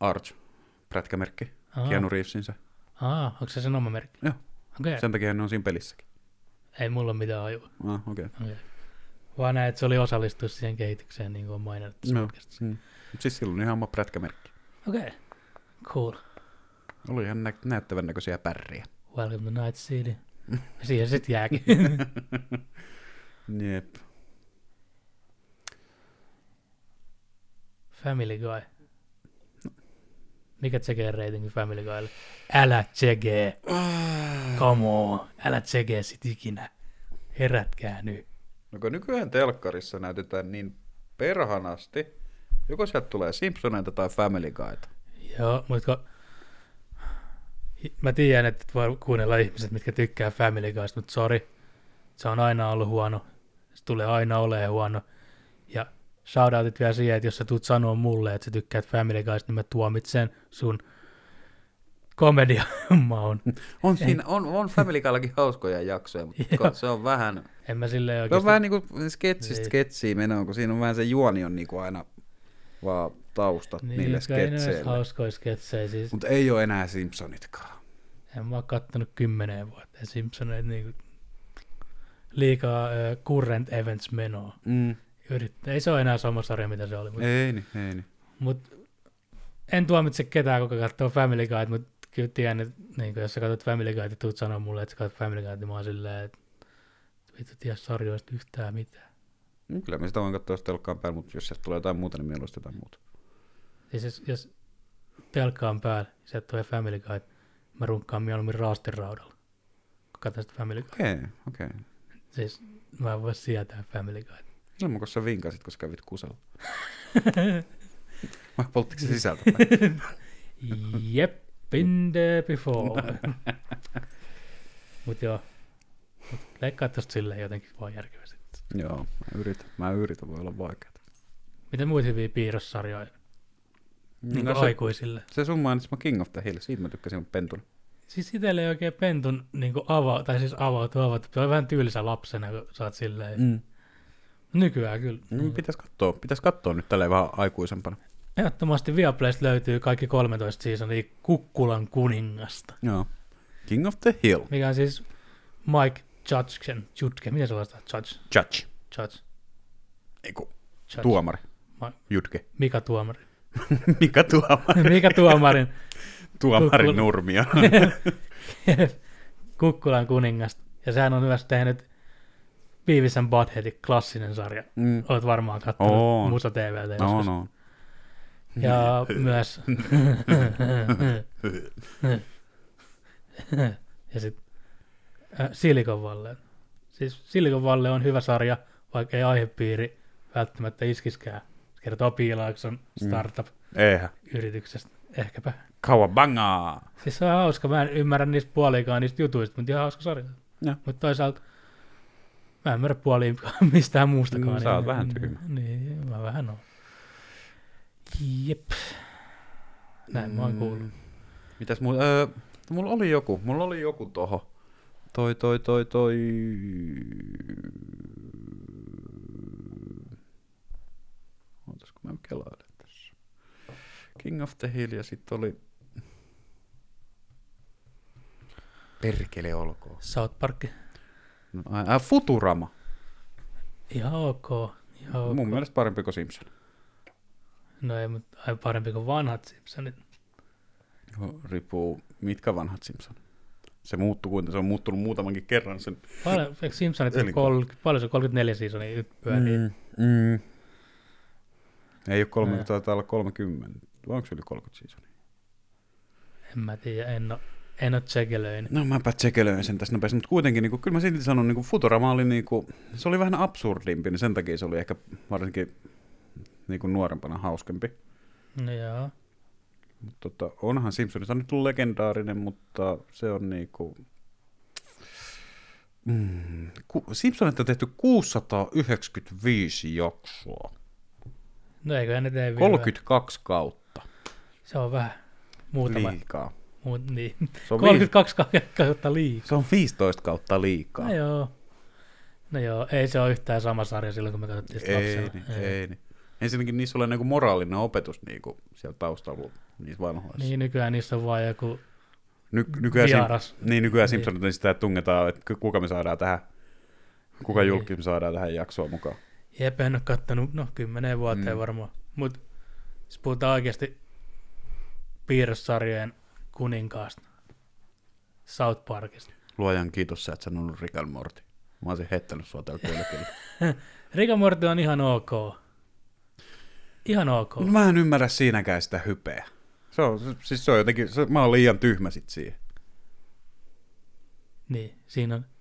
Arch, prätkämerkki,
Aa.
Keanu Reevesin se.
Aa, onko se sen oma merkki?
Joo,
Okei.
sen takia ne on siinä pelissäkin.
Ei mulla ole mitään ajua.
Ah, okei. Okay.
Okei. Vaan näin, että se oli osallistunut siihen kehitykseen, niin kuin on maininnut tässä
No.
podcastissa.
Mm. Mut siis silloin ihan oma prätkämerkki.
Okei, okay. cool.
Oli ihan nä- näyttävän näköisiä pärriä.
Welcome to Night City. Ja siihen sitten jääkin.
Jep.
Family Guy. Mikä tsekee ratingi Family Guylle? Älä tsekee. Come on. Älä tsekee sit ikinä. Herätkää nyt.
No kun nykyään telkkarissa näytetään niin perhanasti, joko sieltä tulee Simpsoneita tai Family Guyta.
Joo, mutta mä tiedän, että voi kuunnella ihmiset, mitkä tykkää Family Guysta, mutta sori, se on aina ollut huono, se tulee aina olemaan huono. Ja shoutoutit vielä siihen, että jos sä tuut sanoa mulle, että sä tykkäät Family Guysta, niin mä tuomitsen sun komediamaun.
On, siinä, on, on Family Guyllakin hauskoja jaksoja, mutta se on vähän...
En mä silleen
Se on
oikeasti...
vähän niin kuin sketsistä
Niin.
sketsiä menoa, kun siinä on vähän se juoni on niin kuin aina vaan taustat niin, niille
kai ne olisi
sketseille.
hauskoja sketsejä, siis
Mutta ei ole enää Simpsonitkaan.
en mä oon kattonut kymmeneen vuoteen Simpsoneita niin liikaa uh, current events menoa.
Mm.
yrittää. Ei se ole enää sama sarja, mitä se oli. Mutta
Ei niin, ei niin.
mut, en tuomitse ketään, kuka katsoo Family Guide, mutta kyllä tiedän, että niin jos sä katsot Family Guide ja tuut sanoa mulle, että sä katsot Family Guide, niin mä oon silleen, että vittu tiedä sarjoista yhtään mitään.
Mm, Kyllä mä sitä voin katsoa jos telkkaan päällä, mutta jos sieltä tulee jotain muuta, niin mieluusti jotain muuta.
Siis jos, jos telkka on päällä, niin sieltä tulee Family Guide, mä runkkaan mieluummin raastiraudalla, kun katson sitä Family Guide.
Okei, okay, okei. Okay.
Siis mä en voi sietää Family Guide.
Ilman, kun sä vinkasit, kun sä kävit kusella. Vai polttiko se sisältä?
Jep, been there before. Mut joo, Mut leikkaa tosta silleen jotenkin vaan järkevästi.
Joo, mä yritän. Mä yritän, voi olla vaikeeta.
Mitä muita hyviä piirrossarjoja niin
No
no,
se,
aikuisille?
se sun mainitsi, mä King of the Hill, siitä mä tykkäsin, mutta pentun.
Siis itselle ei oikein pentun niin avautu, tai siis avautu, avautu. Se on vähän tylsä lapsena, kun sä oot silleen.
Mm.
Nykyään kyllä.
Mm. Pitäis katsoa, pitäis katsoa nyt tälleen vähän aikuisempana.
Ehdottomasti Viaplaysta löytyy kaikki 13 seasonia Kukkulan kuningasta,
Joo. King of the Hill.
mikä on siis Mike Judgen, Judge, miten se vastaa? Judge,
Judge.
Judge,
Eiku,
Judge.
tuomari.
Ma-
Judge.
Mika Tuomari.
Mikä tuomari?
Mikä Tuomarin
tuomari
Kukul-
Nurmia.
Kukkulan kuningasta. Ja sehän on myös tehnyt Beavis and Buttheadin klassinen sarja.
mm.
Olet varmaan katsonut
Oon.
Musa TVltä
No,
joskus.
no.
Ja myös... ja sitten Silikon Valle. Siis Silikon Valle on hyvä sarja, vaikka ei aihepiiri välttämättä iskiskään. Se kertoo
Mm.
Piilaakson startup-yrityksestä.
Eihän.
Ehkäpä.
Kawabangaa.
Siis se on hauska. Mä en ymmärrä niistä puoliikaan niistä jutuista, mutta ihan hauska sarja.
Joo.
Mutta toisaalta mä en ymmärrä puoliinkaan mistään muustakaan.
Mm, sä oot
Niin-
vähän tyhmä.
Niin, mä vähän oon. Jep. Näin mä oon
Mm.
kuullut.
Mitäs muuta? Öö, mulla oli joku. Mulla oli joku toho. Toi, toi, toi, toi. Ootas, kun mä kelailen tässä. King of the Hill ja sit oli... Perkele olkoon.
South Park.
No, äh, Futurama.
Ihan ok. Ihan ok.
Mun mielestä parempi kuin Simpson.
No ei, mutta ai parempi kuin vanhat Simpsonit.
Joo, Riippuu, mitkä vanhat Simpson. Se muuttuu kuitenkin, se on muuttunut muutamankin kerran sen.
Paljon, eikö Simpsonit on
Eli-
30, paljon se on 34 seasonia nyt pyörii. Mm.
mm. Niin. Ei ole 30,
Nää.
taitaa olla 30. Vai Onko se yli siis? 30 seasonia?
En mä tiedä, en oo, en oo tsekelöinyt.
No mäpä tsekelöin sen tässä nopeasti, mutta kuitenkin niin kuin, kyllä mä silti sanon, niin kuin Futurama oli, niin kuin, se oli vähän absurdimpi, niin sen takia se oli ehkä varsinkin niin kuin nuorempana hauskempi.
No joo.
Mut Tota, onhan Simpsonista nyt tullut legendaarinen, mutta se on niinku... Mm, ku, Simpsonista on tehty 695 jaksoa.
No eikö ne tee vielä?
32 kautta.
Se on vähän. Muutama.
Liikaa.
Muut, niin.
Se on, viis,
32 kautta liikaa.
se on 15 kautta liikaa.
No joo. No joo, ei se ole yhtään sama sarja silloin, kun me katsottiin sitä
ei,
lapsena.
niin, ei. Niin. Ensinnäkin niissä on niinku moraalinen opetus niinku siellä taustalla niissä vanhoissa.
Niin, nykyään niissä on vaan joku
Ny, nykyään, Sim,
vieras.
niin, nykyään
Niin.
Simpsonit niin. sitä tungetaan, että kuka me saadaan tähän, kuka julkki me saadaan tähän jaksoon mukaan.
Jep, en ole kattonut, no kymmeneen vuoteen
Mm.
mm. varmaan. Mutta jos puhutaan oikeasti piirrossarjojen kuninkaasta, South Parkista.
Luojan kiitos, sä et sanonut Rick and Morty. Mä olisin heittänyt sua tällä kylkillä.
Rick and Morty on ihan ok. Ihan ok.
No mä en ymmärrä siinäkään sitä hypeä. Se on, se- siis se on jotenkin, se, mä oon liian tyhmä sit siihen.
Niin, siinä on.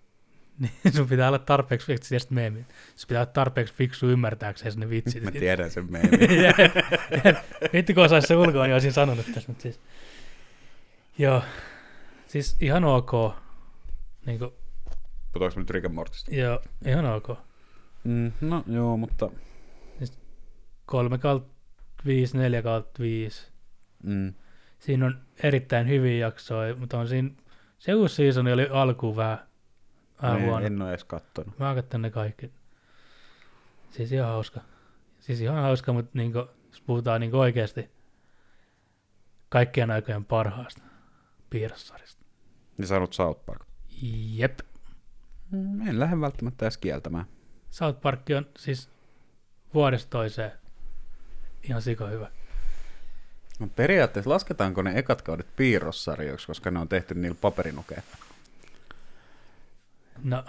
Niin, sun pitää olla tarpeeksi fiksu, tiedät meemi. Sun pitää olla tarpeeksi fiksu ymmärtääksesi ne vitsit.
Mä tiedän sen meidän.
Vittu kun osaisi se ulkoa, niin olisin sanonut tässä, mutta siis. Joo, siis ihan ok. Niin kuin,
Putoinko mä nyt Rick and Mortista?
joo, ihan ok.
Mm, no joo, mutta...
3 kautta 5, 4 kautta 5.
Mm.
Siinä on erittäin hyviä jaksoja, mutta on siinä, se uusi seasoni oli alkuun vähän, vähän
Mä en,
huono.
Niin, en oo edes kattonut.
Mä katson ne kaikki. Siis ihan hauska. Siis ihan hauska, mutta niin kuin, jos puhutaan niin oikeasti kaikkien aikojen parhaasta piirrossarjasta.
Niin sanot South Park.
Jep.
Mm, en lähde välttämättä edes kieltämään.
South Park on siis vuodesta toiseen ihan sika hyvä.
No periaatteessa lasketaanko ne ekat kaudet piirrossarjoiksi, koska ne on tehty niillä paperinukeilla?
No,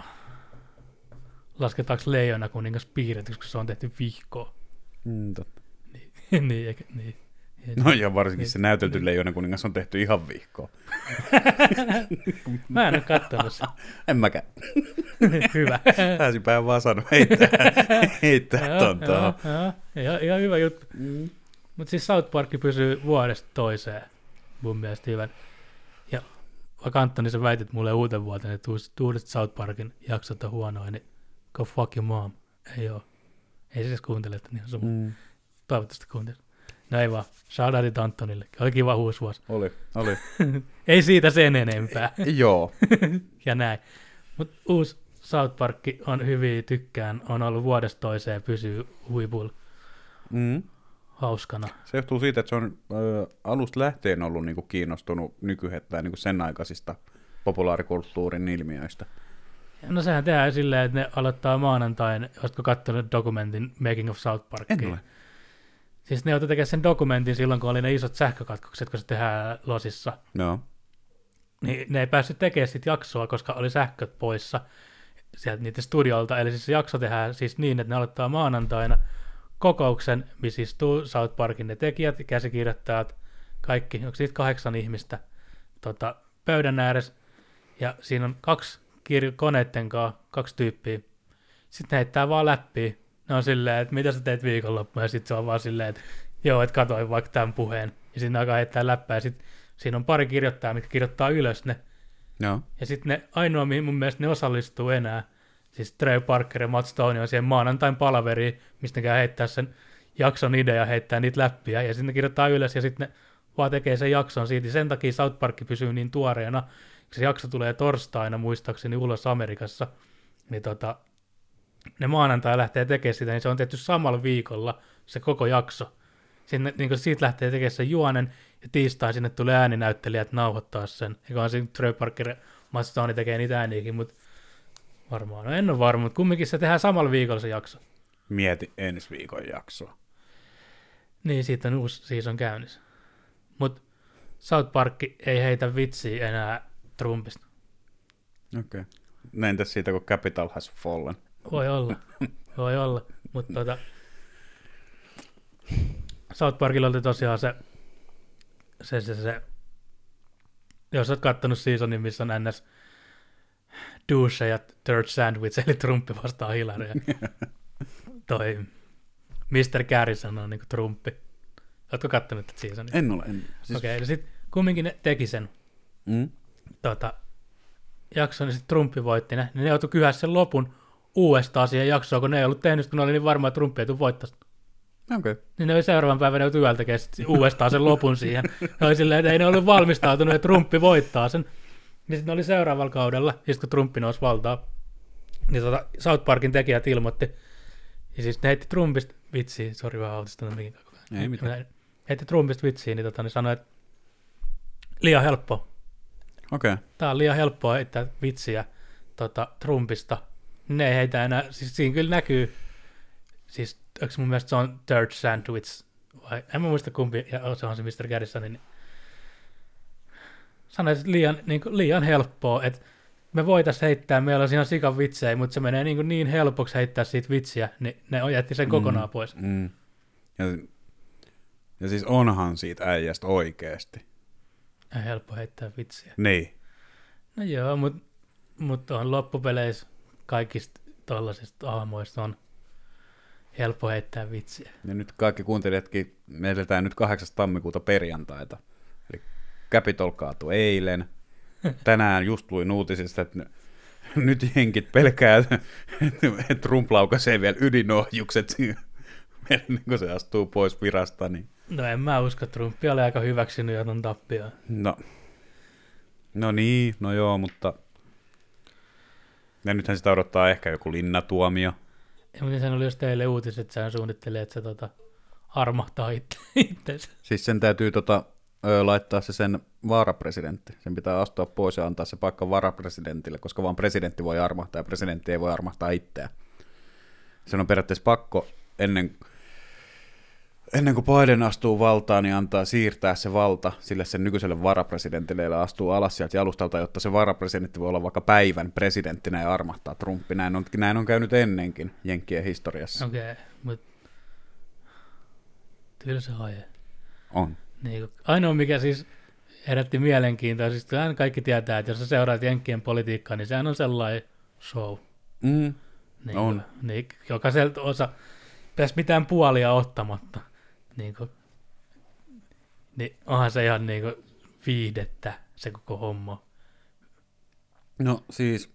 lasketaanko leijona kuningas piirretyksi, kun se on tehty vihkoa?
Mm, totta.
niin, eikä, niin.
No ja varsinkin se näytelty leijona kuningas on tehty ihan vihkoa.
Mä en ole katsonut sitä.
En mäkään.
hyvä.
Pääsinpäin vaan sanoa, heittää, heittää
Joo,
ton tuohon.
joo, joo. Ihan- Ihan hyvä juttu.
Mm.
Mutta siis South Park pysyy vuodesta toiseen mun mielestä hyvän. Ja vaikka Antoni sä väitit mulle uuden vuoteen, että uus- uudet South Parkin jaksot on huonoja, niin go fuck your mom. Ei oo. Ei se siis kuuntele, että niin on sama.
Mm.
Toivottavasti kuuntele. No ei vaan. Shoutoutit Antonille. Oli kiva uusi vuosi.
Oli, oli.
Ei siitä sen enempää.
Joo.
ja näin. Mutta uusi South Park on hyviä, tykkään. On ollut vuodesta toiseen, pysyy huipulla
Mm.
hauskana.
Se johtuu siitä, että se on ö, alusta lähtien ollut niinku kiinnostunut nykyhetkään niinku sen aikaisista populaarikulttuurin ilmiöistä.
No sehän tehdään silleen, että ne aloittaa maanantain, oletko katsonut dokumentin Making of South Park?
En ole.
Siis ne otetaan tekemään sen dokumentin silloin, kun oli ne isot sähkökatkokset, kun se tehdään losissa.
No.
Niin ne ei päässyt tekemään sitä jaksoa, koska oli sähköt poissa sieltä niiden studiolta. Eli siis se jakso tehdään siis niin, että ne aloittaa maanantaina kokouksen, missä istuu South Parkin ne tekijät, käsikirjoittajat, kaikki, onko siitä kahdeksan ihmistä tota, pöydän ääressä. Ja siinä on kaksi kir- koneiden kanssa, kaksi tyyppiä. Sitten ne heittää vaan läppiä. Ne on silleen, että mitä sä teit viikonloppuna, ja sitten se on vaan silleen, että joo, että katoin vaikka tämän puheen. Ja sitten ne alkaa heittää läppää, ja sitten siinä on pari kirjoittajaa, mitkä kirjoittaa ylös ne.
Joo.
Ja sitten ne ainoa, mihin mun mielestä ne osallistuu enää, siis Trey Parker ja Matt Stone on siihen maanantain palaveriin, mistä ne käy heittää sen jakson idea, heittää niitä läppiä, ja sitten ne kirjoittaa ylös, ja sitten ne vaan tekee sen jakson siitä. Sen takia South Park pysyy niin tuoreena, kun se jakso tulee torstaina muistaakseni ulos Amerikassa, niin tota, ne maanantai lähtee tekemään sitä, niin se on tehty samalla viikolla se koko jakso. Sinne, niin kuin siitä lähtee tekemään se juonen, ja tiistain sinne tulee ääninäyttelijät nauhoittaa sen. Eikä on siinä Trey Parker Matt Stone tekee niitä ääniäkin, mutta varmaan, no en ole varma, mutta kumminkin se tehdään samalla viikolla se jakso.
Mieti ensi viikon jaksoa.
Niin, siitä on uusi season käynnissä. Mutta South Park ei heitä vitsiä enää Trumpista.
Okei. Okay. No Entäs siitä, kun Capital has fallen?
Voi olla, voi olla, mutta tota, South Parkilla oli tosiaan se, se, se, se, jos oot kattonut seasonin, missä on ns. douche ja third sandwich, eli Trumpi vastaa Hillaryä. Toi Mr. Carey sanoo niin Trumpi. Ootko kattonut tätä seasonia?
En ole. En. Siis,
Okei, okay, eli sitten kumminkin ne teki sen
mm?
tota, jakson, niin sitten Trumpi voitti ne, niin ne joutui kyhää sen lopun uudestaan siihen jaksoon, kun ne ei ollut tehnyt, kun ne oli niin varma, että Trumpi ei tule voittaa.
Okei. Okay.
Niin ne oli seuraavan päivänä joutui yöltä tekemään sit uudestaan sen lopun siihen. Ne oli silleen, että ei ne ollut valmistautunut, että Trumpi voittaa sen. Niin sitten ne oli seuraavalla kaudella, ja sitten kun Trumpi nousi valtaa, niin tota, South Parkin tekijät ilmoitti, ja siis ne heitti Trumpista vitsiä, sori vähän autistana mikin koko ajan.
Ei mitään.
Ne Heitti Trumpista vitsiä, niin tota, ne sanoi, että liian helppoa,
Okei. Okay.
Tää on liian helppoa heittää vitsiä tota, Trumpista. Ne ei heitä enää, siis siinä kyllä näkyy Siis onko mun mielestä se on Third Sandwich? Vai, en mä muista kumpi, ja se on se Mr. Garrisonin. Sanoisin, että liian, niin kuin, liian helppoa, että me voitaisiin heittää, meillä on ihan sikan vitsejä, mutta se menee niin, kuin niin helpoksi heittää siitä vitsiä, niin ne on jätti sen kokonaan pois.
Mm. Ja, ja siis onhan siitä äijästä oikeasti.
Ei helppo heittää vitsiä.
Niin.
No joo, mutta mut on loppupeleissä kaikista tuollaisista aamoista on helppo heittää vitsiä.
Ja nyt kaikki kuuntelijatkin, me eletään nyt 8. tammikuuta perjantaita. Eli Capitol kaatui eilen. Tänään just luin uutisista, että n- nyt jenkit pelkää, että että Trump laukaisee vielä ydinohjukset ennen kuin se astuu pois virasta. Niin.
No en mä usko, Trumpi oli aika hyväksynyt ja ton tappioon.
No. no niin, no joo, mutta... Ja nythän sitä odottaa ehkä joku linnatuomio.
Ja miten sen oli jos teille uutiset, että sehän suunnittelee, että se tota, armahtaa itse, itsensä.
Siis sen täytyy tota, ö, laittaa se sen vaarapresidentti. Sen pitää astua pois ja antaa se paikka varapresidentille, koska vaan presidentti voi armahtaa ja presidentti ei voi armahtaa itseään. Sen on periaatteessa pakko ennen, ennen kuin Biden astuu valtaan, niin antaa siirtää se valta sille sen nykyiselle varapresidentille, joka astuu alas sieltä jalustalta, jotta se varapresidentti voi olla vaikka päivän presidenttinä ja armahtaa Trumpi. Näin on, näin on käynyt ennenkin Jenkkien historiassa.
Okei, okay, mutta tylsä aihe.
On.
Niin, kun- ainoa mikä siis herätti mielenkiintoa, siis kyllähän kaikki tietää, että jos sä seuraat Jenkkien politiikkaa, niin sehän on sellainen show.
Mm.
Niin,
On.
kuin- Niin, jokaiselta osa, pitäisi mitään puolia ottamatta. Niin, kuin, niin onhan se ihan niin kuin viihdettä, se koko homma.
No siis,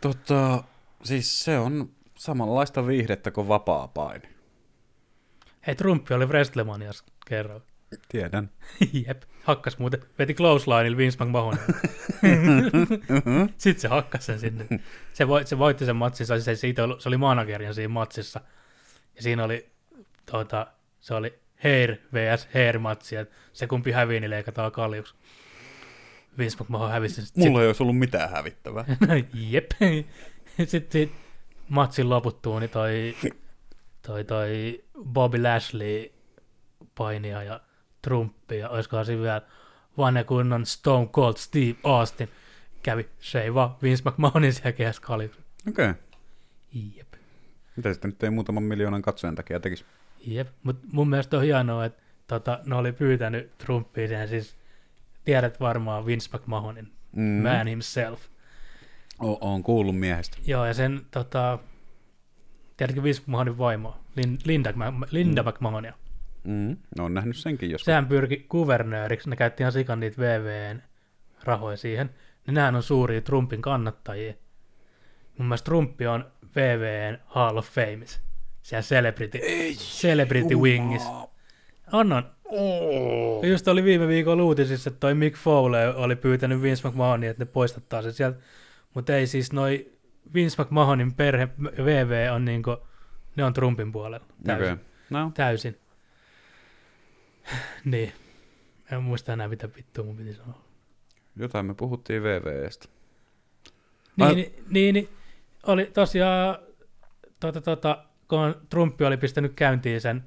tota, siis se on samanlaista viihdettä kuin vapaa paini.
Hei, Trumpi oli Wrestlemaniassa kerran.
Tiedän.
Jep, hakkas muuten. Veti close lineilla Vince McMahon. Sitten se hakkas sen sinne. Se, voit, se voitti sen matsin, se, oli- se, siitä oli, se oli managerin siinä matsissa. Ja siinä oli, tota, se oli hair vs. hair matsi, että se kumpi hävii, niin leikataan kaljuksi. Vince McMahon hävisi sen.
Mulla ei olisi ollut mitään hävittävää.
Sit, jep. Sitten sit, matsin loputtua, niin toi, toi, toi Bobby Lashley painia ja Trumpi ja olisikohan siinä vielä vanha kunnon Stone Cold Steve Austin kävi seivaa Vince McMahonin siellä kehässä kaljuksi.
Okei. Okay.
Jep.
Mitä sitten nyt ei muutaman miljoonan katsojan takia tekisi?
Jep, mutta mun mielestä on hienoa, että tota, ne oli pyytänyt Trumpia siihen, siis tiedät varmaan Vince McMahonin,
Mm.
man himself.
O- oon kuullut miehestä.
Joo, ja sen, tota, tiedätkö Vince McMahonin vaimo, Lin- Linda, Mac- Linda McMahonia.
Mm. No on nähnyt senkin joskus.
Sehän pyrki kuvernööriksi, ne käytti ihan sikan niitä VVn rahoja siihen. Niin nämähän on suuria Trumpin kannattajia. Mun mielestä Trump on VVn Hall of Fames. Siellä Celebrity, celebrity Wingis. On, on.
Oh.
Ja Just oli viime viikolla uutisissa, että toi Mick Foley oli pyytänyt Vince McMahonia, että ne poistattaa se sieltä. Mutta ei siis noi Vince McMahonin perhe VV on niinku, ne on Trumpin puolella. Täysin.
Okei. Okay. No,
Täysin. niin. En muista enää mitä vittua mun piti sanoa.
jotain me puhuttiin VVstä. Ai-
Niin, niin, niin, niin oli tosiaan, tota, tota, kun Trump oli pistänyt käyntiin sen,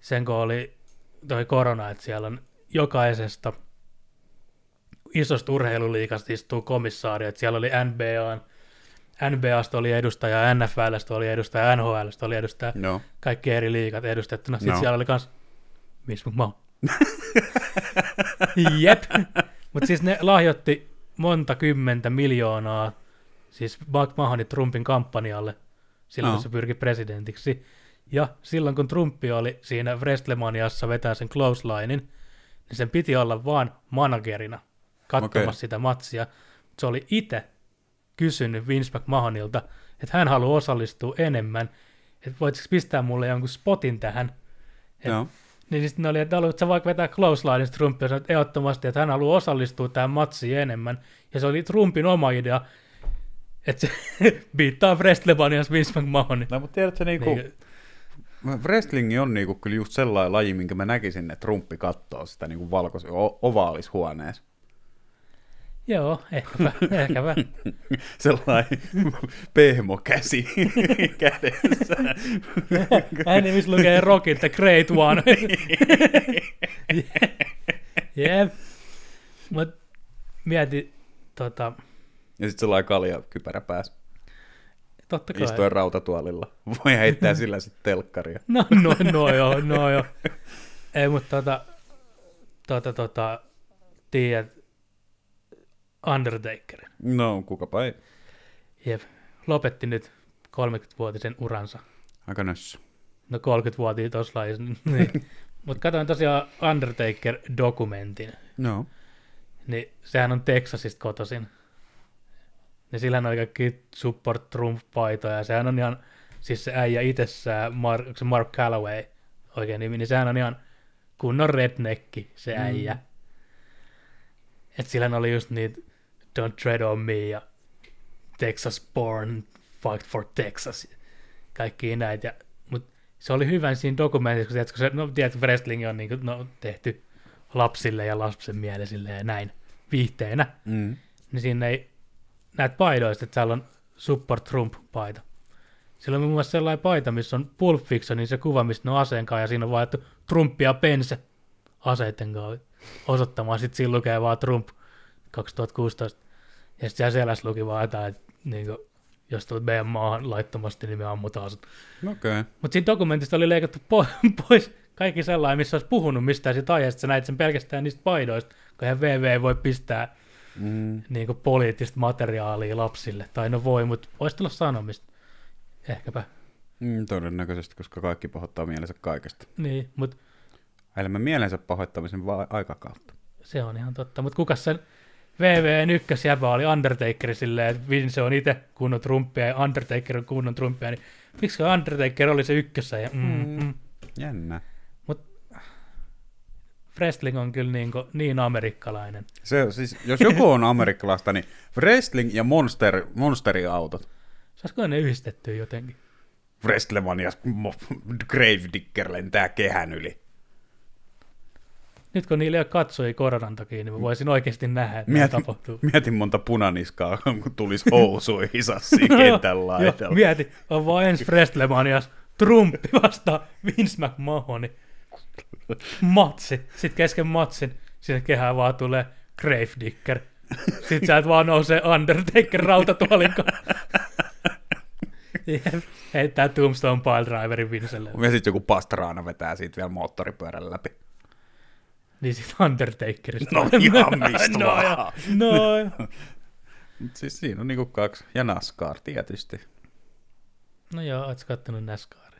sen kun oli toi korona, että siellä on jokaisesta isosta urheiluliikasta istuu komissaari, että siellä oli NBA, NBAsta oli edustaja, NFLstä oli edustaja, NHLstä oli edustaja,
Joo.
kaikki eri liikat edustettuna. Sitten
No.
siellä oli kans Vince McMahon. Jep. Mutta siis ne lahjoitti monta kymmentä miljoonaa siis McMahonin Trumpin kampanjalle silloin,
No.
kun se pyrki presidentiksi. Ja silloin, kun Trump oli siinä Wrestlemaniassa vetää sen close linein, niin sen piti olla vaan managerina katsomassa
Okei.
sitä matsia. Se oli itse kysynyt Vince McMahonilta, että hän haluaa osallistua enemmän, että voitko pistää mulle jonkun spotin tähän. Et,
Joo.
Niin sitten ne oli, että haluatko sä vaikka vetää close lineista Trumpia, sanoi, että ehdottomasti, että hän haluaa osallistua tähän matsiin enemmän. Ja se oli Trumpin oma idea, että se biittaa Wrestlemanias Vince McMahonin.
No, mutta tiedätkö, niinku,
Niin,
Wrestling on niinku kyllä just sellainen laji, minkä mä näkisin, että Trumpi kattoo sitä niinku valkoisen o- ovaalishuoneessa.
Joo, ehkäpä, ehkäpä.
Sellainen pehmo käsi kädessä.
Hänen niin, missä lukee Rocky the Great One. Jep. Mut mietin, tota,
ja sitten sellainen kalja kypärä päässä.
totta kai.
Istuen rautatuolilla. Voi heittää sillä sitten telkkaria.
No, no, no joo, no joo. Ei, mutta tota, tota, tota, tiedät Undertakerin.
No, kukapa ei.
Jep, lopetti nyt 30-vuotisen uransa.
Aika nössö.
No 30-vuotiaat tuossa lajissa. Niin. Mutta katsoin tosiaan Undertaker-dokumentin,
No.
niin sehän on Texasista kotoisin. Niin sillä on kaikki support Trump-paitoja, ja sehän on ihan, siis se äijä itsessään, Mark, onko se Mark Calloway oikein nimi, niin sehän on ihan kunnon rednecki, se äijä. Mm. Et sillä oli just niitä Don't Tread on Me ja Texas Born, Fight for Texas, kaikki näitä. Ja, mut se oli hyvän siinä dokumentissa, kun, tiedätkö, se, no, tiedätkö, wrestling on niin kuin, no, tehty lapsille ja lapsen mielisille ja näin viihteenä,
Mm.
niin siinä ei näet paidoista, että täällä on Support Trump-paita. Sillä on muun muassa sellainen paita, missä on Pulp Fictionin se kuva, missä ne on aseen kanssa, ja siinä on vaettu Trumpia pense aseiden kanssa osoittamaan. Sitten siinä lukee vaan Trump 2016. Ja sitten siellä selässä luki vaan jotain, että niin kuin, jos tulet meidän maahan laittomasti, niin me ammutaan sut.
Okei. Okay.
Mutta siinä dokumentista oli leikattu po- pois kaikki sellainen, missä olisi puhunut mistään siitä aiheesta. Sä näit sen pelkästään niistä paidoista, kun eihän VV ei voi pistää
Mm.
niin kuin poliittista materiaalia lapsille. Tai no voi, mutta voisi tulla sanomista. Ehkäpä.
Mm, todennäköisesti, koska kaikki pahoittaa mielensä kaikesta.
Niin, mutta
Elämme mielensä pahoittamisen va- aikakautta.
se on ihan totta. Mutta kuka sen VVN ykkösjäbä oli Undertaker silleen, että Vince on itse kunnon trumpia ja Undertaker on kunnon trumpia, niin miksi Undertaker oli se ykkössä? Ja, mm, mm.
Jännä.
Wrestling on kyllä niin, kuin, niin amerikkalainen.
Se, on siis, jos joku on amerikkalaista, niin wrestling ja monster, monsteriautot.
Saisiko ne yhdistettyä jotenkin?
Wrestlemania Gravedigger lentää kehän yli.
Nyt kun niillä ei ole katsojia koronan takia, niin mä voisin oikeasti nähdä, että mitä
Mietin,
tapahtuu.
mietin monta punaniskaa, kun tulisi housuihin sassi kentän
Joo,
laidalla.
mieti, on vaan ensi Wrestlemanias Trumpi vastaan Vince McMahoni. Matsi. Sitten kesken matsin sinne kehään vaan tulee Gravedigger. Sitten sä et vaan nousee Undertaker rautatuolin kanssa. Jep, Heittää Tombstone Piledriverin Vincelle.
Ja sitten joku pastraana vetää siitä vielä moottoripyörän läpi.
Niin sit Undertakerista.
No ihan mistä
no,
vaan.
ja- no, ja-
Mut siis siinä on niinku kaksi. Ja NASCAR tietysti.
no joo, ootko kattonut Nascaria?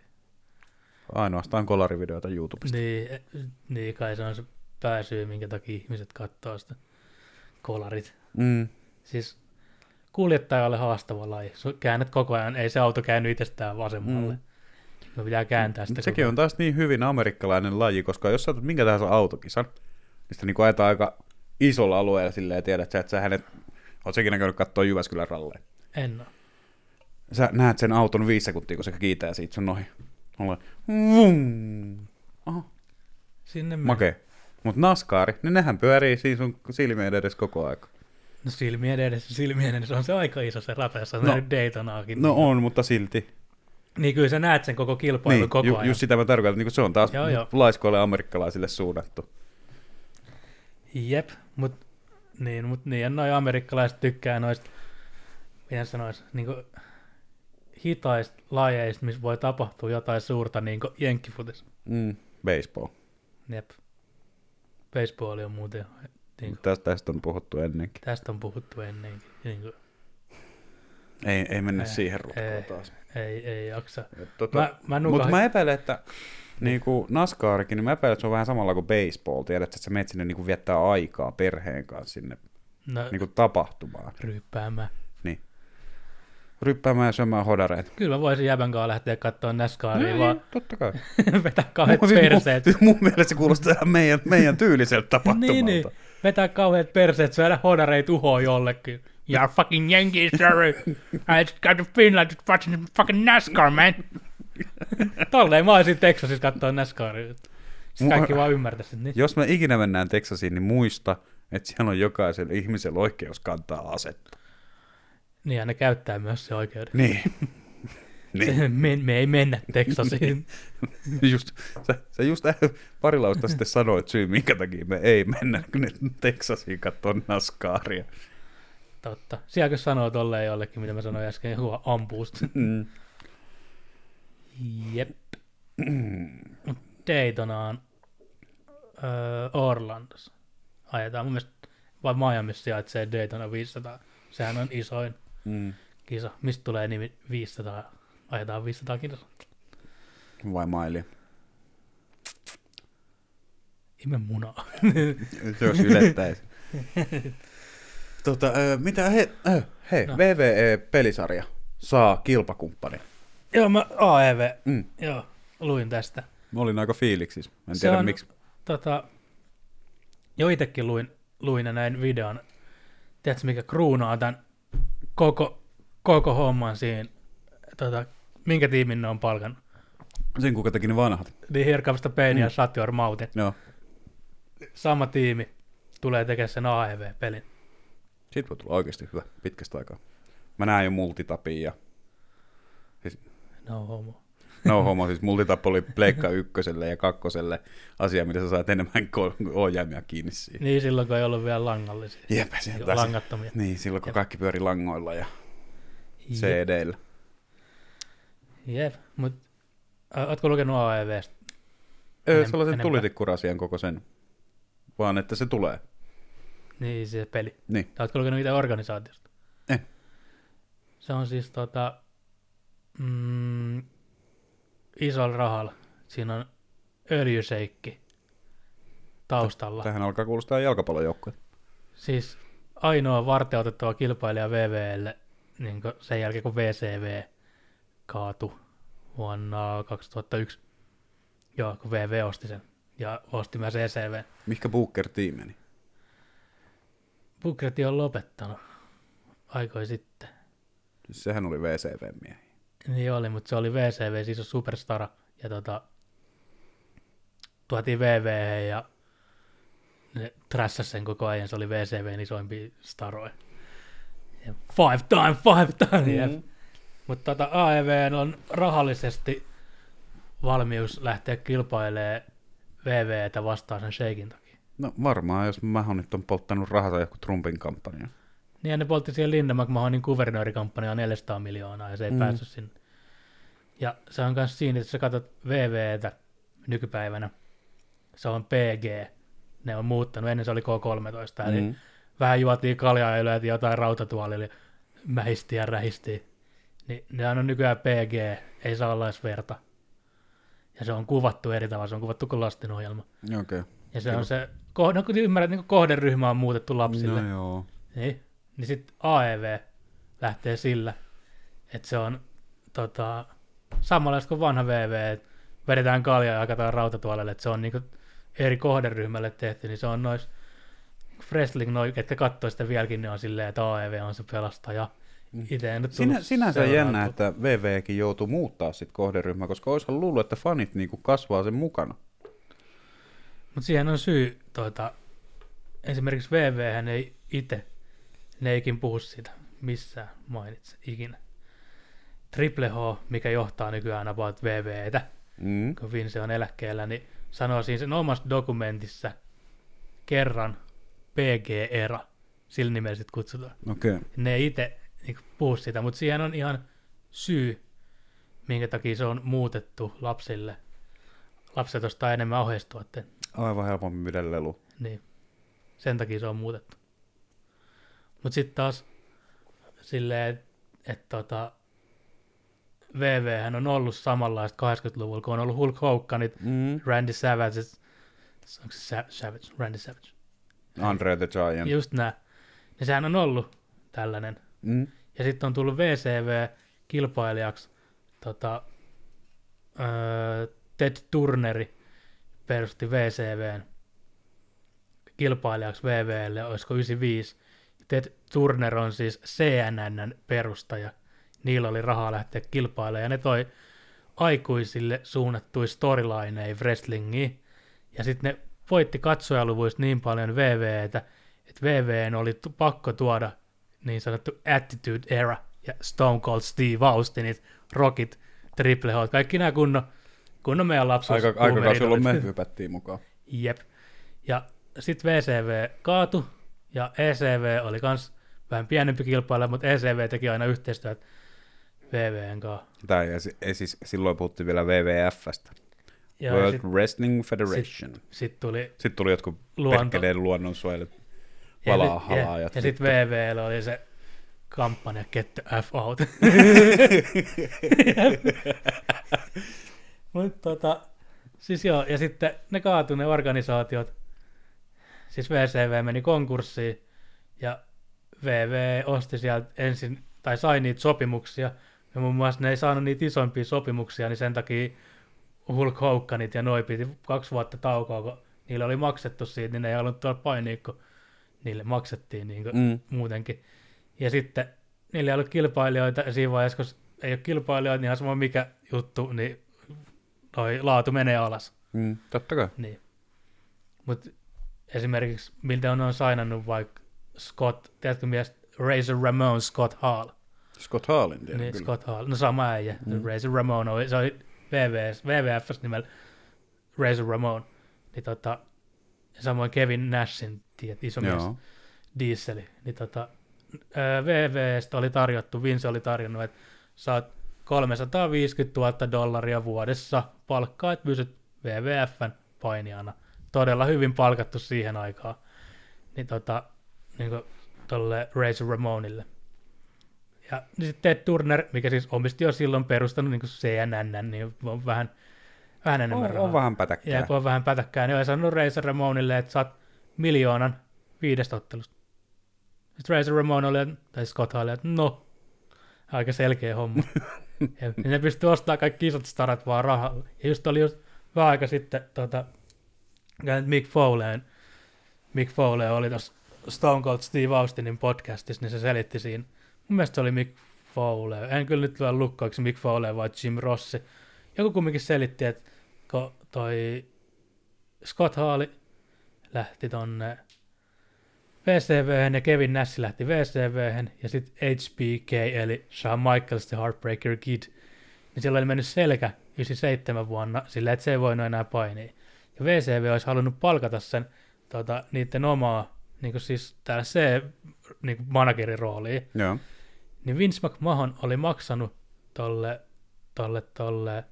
Ainoastaan kolarivideoita YouTubesta.
Niin, eh, niin, kai se on se pääsyy, minkä takia ihmiset katsoo sitä kolarit.
Mm.
Siis kuljettajalle haastava laji. Su- Käännät koko ajan, ei se auto käänny itsestään vasemmalle. Mm. No pitää kääntää sitä.
Mutta sekin on taas niin hyvin amerikkalainen laji, koska jos sä otat minkä tahansa autokisan, niin sitä niinku ajetaan aika isolla alueella silleen, ja tiedät sä, että sä hänet, oot säkin näkynyt katsoa Jyväskylän ralleen.
En oo.
Sä näet sen auton viisi sekuntia, kun se kiitää siitä sun ohi. Mulla vum. Aha,
Sinne mä...
makee. Mm. Mut naskaari, niin nehän pyörii siinä sun silmien edes koko aika.
No silmien edessä, silmien edessä on se aika iso se rata, jossa on
No.
no. Daytonaakin.
No on, mutta silti.
Niin kyllä sä näet sen koko kilpailun
Niin,
koko
ju,
ajan.
just sitä mä tarkoitan, niin kun se on taas
Joo, joo.
laiskoille amerikkalaisille suunnattu.
Jep, mut niin, mut niin, ja noi amerikkalaiset tykkää noista, miten sanois, niinku hitaista lajeista, missä voi tapahtua jotain suurta niinku jenkkifutis.
Mm, baseball.
Jep. Baseball on muuten, niinku,
Tästä, tästä on puhuttu ennenkin.
tästä on puhuttu ennenkin. Niinku,
Ei, ei mennä
Ei,
siihen
ei.
rutkoon taas.
ei, ei jaksa.
Et Tota,
Mä, mä
Mutta
nukahin.
mä epäilen, että niin kuin NASCARkin, niin mä epäilen, että se on vähän samalla kuin baseball. Tiedät, että sä menet sinne niin kuin viettää aikaa perheen kanssa sinne
no,
niin kuin tapahtumaan.
ryppäämään.
Niin. Ryppäämään ja syömään hodareet.
Kyllä mä voisin jäbän kanssa lähteä katsomaan
No
Nascaria, vaan
totta kai.
vetää kauheat
Mun- siis
perseet.
Mun, mun mielestä se kuulostaa ihan meidän, meidän tyyliseltä tapahtumalta.
Niin, niin. Vetää kauheat perseet, syödä hodareita tuhoa jollekin. Mm. You're fucking Yankees, sorry. I just got to Finland just watching fucking NASCAR, man. Tolleen mä olisin Texasissa katsoa NASCAria. Sitten
Mua-
kaikki vaan ymmärtäisi, että niin.
Jos me ikinä mennään Texasiin, niin muista, Että siellä on jokaisella ihmisellä oikeus kantaa asetta.
Niin ja ne käyttää myös se oikeuden.
Niin. niin.
Se, me, me ei mennä Texasiin.
Just, sä, sä just äh, pari lausta sitten sanoit syy, minkä takia me ei mennä nyt Texasiin katsomaan naskaaria.
Totta. Sielläkö sanoo tolleen jollekin, mitä mä sanoin äsken, huo ampuu sit.
Mm.
Jep. Mut Daytona on öö, Orlandossa. Ajetaan mun mielestä, vai Miamissa sijaitsee Daytona 500. Sehän on isoin
Mm.
kisa. Mistä tulee nimi 500? Ajetaan 500 kilsaa.
Vai maili.
Ime munaa.
Se olisi ylettäisi. tota, ö, mitä he, ö, hei,
No.
no. VVE-pelisarja saa kilpakumppani.
Joo, mä AEV.
Mm.
Joo, luin tästä.
Mä olin aika fiiliksissä. Mä en
Se
tiedä
on-
miksi.
Tota, jo itsekin luin, luin ja näin videon. Tiedätkö, mikä kruunaa tämän koko, koko homman siinä? Tota, minkä tiimin ne on palkannut?
Sen kuka teki ne vanhat.
The Here Comes the Pain mm. ja
Mm.
Shut Your Mouth.
Joo.
Sama tiimi tulee tekemään sen E AEV-pelin.
Siitä voi tulla oikeasti hyvä pitkästä aikaa. Mä näen jo multitapin ja... Siis,
No homo.
no homo, siis multitap oli pleikka ykköselle ja kakkoselle asia, mitä sä saat enemmän ko- ohjaimia kiinni siihen.
Niin silloin, kun ei ollut vielä langallisia.
Jep, se
Ei ole
taisi-
Langattomia.
Niin, silloin kun
Jep.
kaikki pyöri langoilla ja
Jep,
CD-llä.
jep. mut ä, ootko lukenut E AEVstä?
Öö,
Enem-
sellaisen
enempää.
tulitikkurasian koko sen, vaan että se tulee.
Niin se peli.
Niin. Eh,
Oletko lukenut itse organisaatiosta?
En.
Se on siis tota, mm, isolla rahalla. Siinä on öljyseikki taustalla.
Tähän alkaa kuulostaa jalkapallojoukkue.
Siis ainoa varten otettava kilpailija VVlle niin sen jälkeen, kun VCV kaatu vuonna 2001. Joo, kun VV osti sen. Ja osti myös E ECV.
Mihkä Booker T meni?
Bukreti on lopettanut aikoi sitten.
Siis sehän oli VCV-miehiä.
Niin oli, mutta se oli VCV, siis on superstara. Ja tota, tuotiin VV ja ne trässäs sen koko ajan. Se oli VCVn isoimpia staroja. Ja five time, five time. Jep. Mutta tota, AEV on rahallisesti valmius lähteä kilpailemaan VVtä vastaan sen sheikin takia.
No varmaan, jos Mahonit on polttanut rahansa joku Trumpin kampanjan.
Niin ja ne poltti siihen Linda McMahonin kuvernöörikampanjaa 400 miljoonaa ja se ei mm.
Mm.
päässyt sinne. Ja se on myös siinä, että jos sä katsot VVtä nykypäivänä, se on PG. Ne on muuttanut, ennen se oli K13, eli mm. vähän juotiin kaljaa ja lyötiin jotain rautatuolille, mähisti ja rähisti. Niin ne on nykyään PG, ei saa olla edes verta. Ja se on kuvattu eri tavalla, se on kuvattu kuin lastenohjelma.
Okei. Okay.
Ja se
Joo.
on se, ko- no kun ymmärrät, niin kohderyhmä on muutettu lapsille.
No joo.
Niin, niin sitten AEV lähtee sillä, että se on tota, samanlaista kuin vanha VV, että vedetään kaljaa ja hakataan rautatuolelle, että se on niinku eri kohderyhmälle tehty, niin se on nois Frestling, noi, ketkä katsoo sitä vieläkin, ne on silleen, että AEV on se pelastaja. Itse en nyt tullut
Sinä, sinänsä
seuraa-
jännä, että VVkin joutuu muuttaa sit kohderyhmää, koska oishan luullut, että fanit niinku kasvaa sen mukana.
Mutta siihen on syy, tota, esimerkiksi VV hän ei itse, ne eikin puhu sitä missään mainitse ikinä. Triple H, mikä johtaa nykyään about VVtä,
Mm.
kun Vince on eläkkeellä, niin sanoo siinä sen omassa dokumentissa kerran PG-era, sillä nimellä sit kutsutaan.
Okei. Okay.
Ne ei itse niin puhu sitä, mutta siihen on ihan syy, minkä takia se on muutettu lapsille. Lapset ostaa enemmän oheistuotteita.
Aivan helpompi myydä lelu.
Niin. Sen takia se on muutettu. Mutta sitten taas silleen, että tota, VV hän on ollut samanlaista 80-luvulla, kun on ollut Hulk Hoganit,
Mm.
Randy Savage, onko se Sa- Savage, Randy Savage,
Andre the Giant.
just nää. Niin sehän on ollut tällainen.
Mm.
Ja sitten on tullut VCV-kilpailijaksi tota, öö, Ted Turneri perusti VCVn kilpailijaksi VVlle, olisiko 95. Ted Turner on siis CNNn perustaja. Niillä oli rahaa lähteä kilpailemaan ja ne toi aikuisille suunnattui storylineja wrestlingiin. Ja sitten ne voitti katsojaluvuista niin paljon VVtä, että VVN oli tu- pakko tuoda niin sanottu Attitude Era ja Stone Cold Steve Austinit, Rockit, Triple H, kaikki nämä kunnon, kunnon meidän lapsuus.
Aika, aikakausi, jolloin me
kuumenidolit.
hypättiin mukaan.
Jep. Ja sitten VCV kaatu, ja ECV oli kans vähän pienempi kilpailija, mutta ECV teki aina yhteistyötä VVN kanssa.
Tai ei, ei siis, silloin puhuttiin vielä WWFstä,
Ja
World
sitten
Wrestling Federation. Sit,
sit tuli
sitten tuli jotkut
Luonto-
Luonto. perkeleen luonnonsuojelijat,
Ja
valaa
sit- ja-
halaajat.
Ja sitten VVL oli se kampanja Get the F out. Mutta tota, siis joo, ja sitten ne kaatui ne organisaatiot. Siis VCV meni konkurssiin ja VV osti sieltä ensin, tai sai niitä sopimuksia. Ja muun muassa ne ei saanut niitä isompia sopimuksia, niin sen takia Hulk Hoganit ja noi piti kaksi vuotta taukoa, kun niille oli maksettu siitä, niin ne ei ollut tuolla painia, kun niille maksettiin niin kuin
Mm.
muutenkin. Ja sitten niillä ei ollut kilpailijoita, ja siinä vaiheessa, kun ei ole kilpailijoita, niin ihan sama mikä juttu, niin toi laatu menee alas.
Mm, totta kai.
Niin. Mutta esimerkiksi miltä on, on sainannut vaikka Scott, tiedätkö mies Razor Ramon Scott Hall?
Scott Hallin tiedän
Niin,
kyllä.
Scott Hall. No sama äijä. Mm. Razor Ramon oli, se oli VVS, VVFs nimellä Razor Ramon. Niin tota, ja samoin Kevin Nashin, tiedät, iso mies,
Joo.
Dieseli. Niin tota, ö, VVSstä oli tarjottu, Vince oli tarjonnut, että saat 350 000 dollaria vuodessa palkkaa, että pysyt VVFn painijana. Todella hyvin palkattu siihen aikaan. Niin tota, niin kuin tolle Razor Ramonille. Ja sitten Ted Turner, mikä siis omisti jo silloin perustanut niin CNN, niin on vähän, vähän enemmän
On,
rahaa.
on vähän pätäkkää.
Jep, on vähän pätäkkää. Ne on sanonut Razor Ramonille, että saat miljoonan viidestä ottelusta. Sitten Razor Ramon oli, tai Scott oli, että no, aika selkeä homma. Jep, niin ne pystyy ostamaan kaikki isot starat vaan rahalla. Ja just oli just vähän aika sitten tota, käynyt Mick Foley. Mick Foley oli tuossa Stone Cold Steve Austinin podcastissa, niin se selitti siinä. Mun mielestä se oli Mick Foley. En kyllä nyt lyö lukkoa, onko se Mick Foley vai Jim Rossi. Joku kumminkin selitti, että kun toi Scott Hall lähti tonne VCV ja Kevin Nash lähti VCV ja sitten HBK eli Shawn Michaels The Heartbreaker Kid, niin sillä oli mennyt selkä 97 vuonna sillä, että se ei voinut enää painia. Ja VCV olisi halunnut palkata sen tota, niiden omaa, niin kuin siis täällä se niin kuin managerin rooliin,
Joo.
niin Vince McMahon oli maksanut tolle, tolle, tolle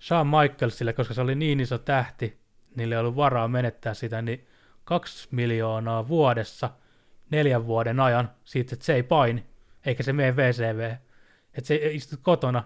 Shawn Michaelsille, koska se oli niin iso tähti, niillä ei ollut varaa menettää sitä, niin kaksi miljoonaa vuodessa neljän vuoden ajan siitä, että se ei paini, eikä se mene VCV. Että se istut kotona.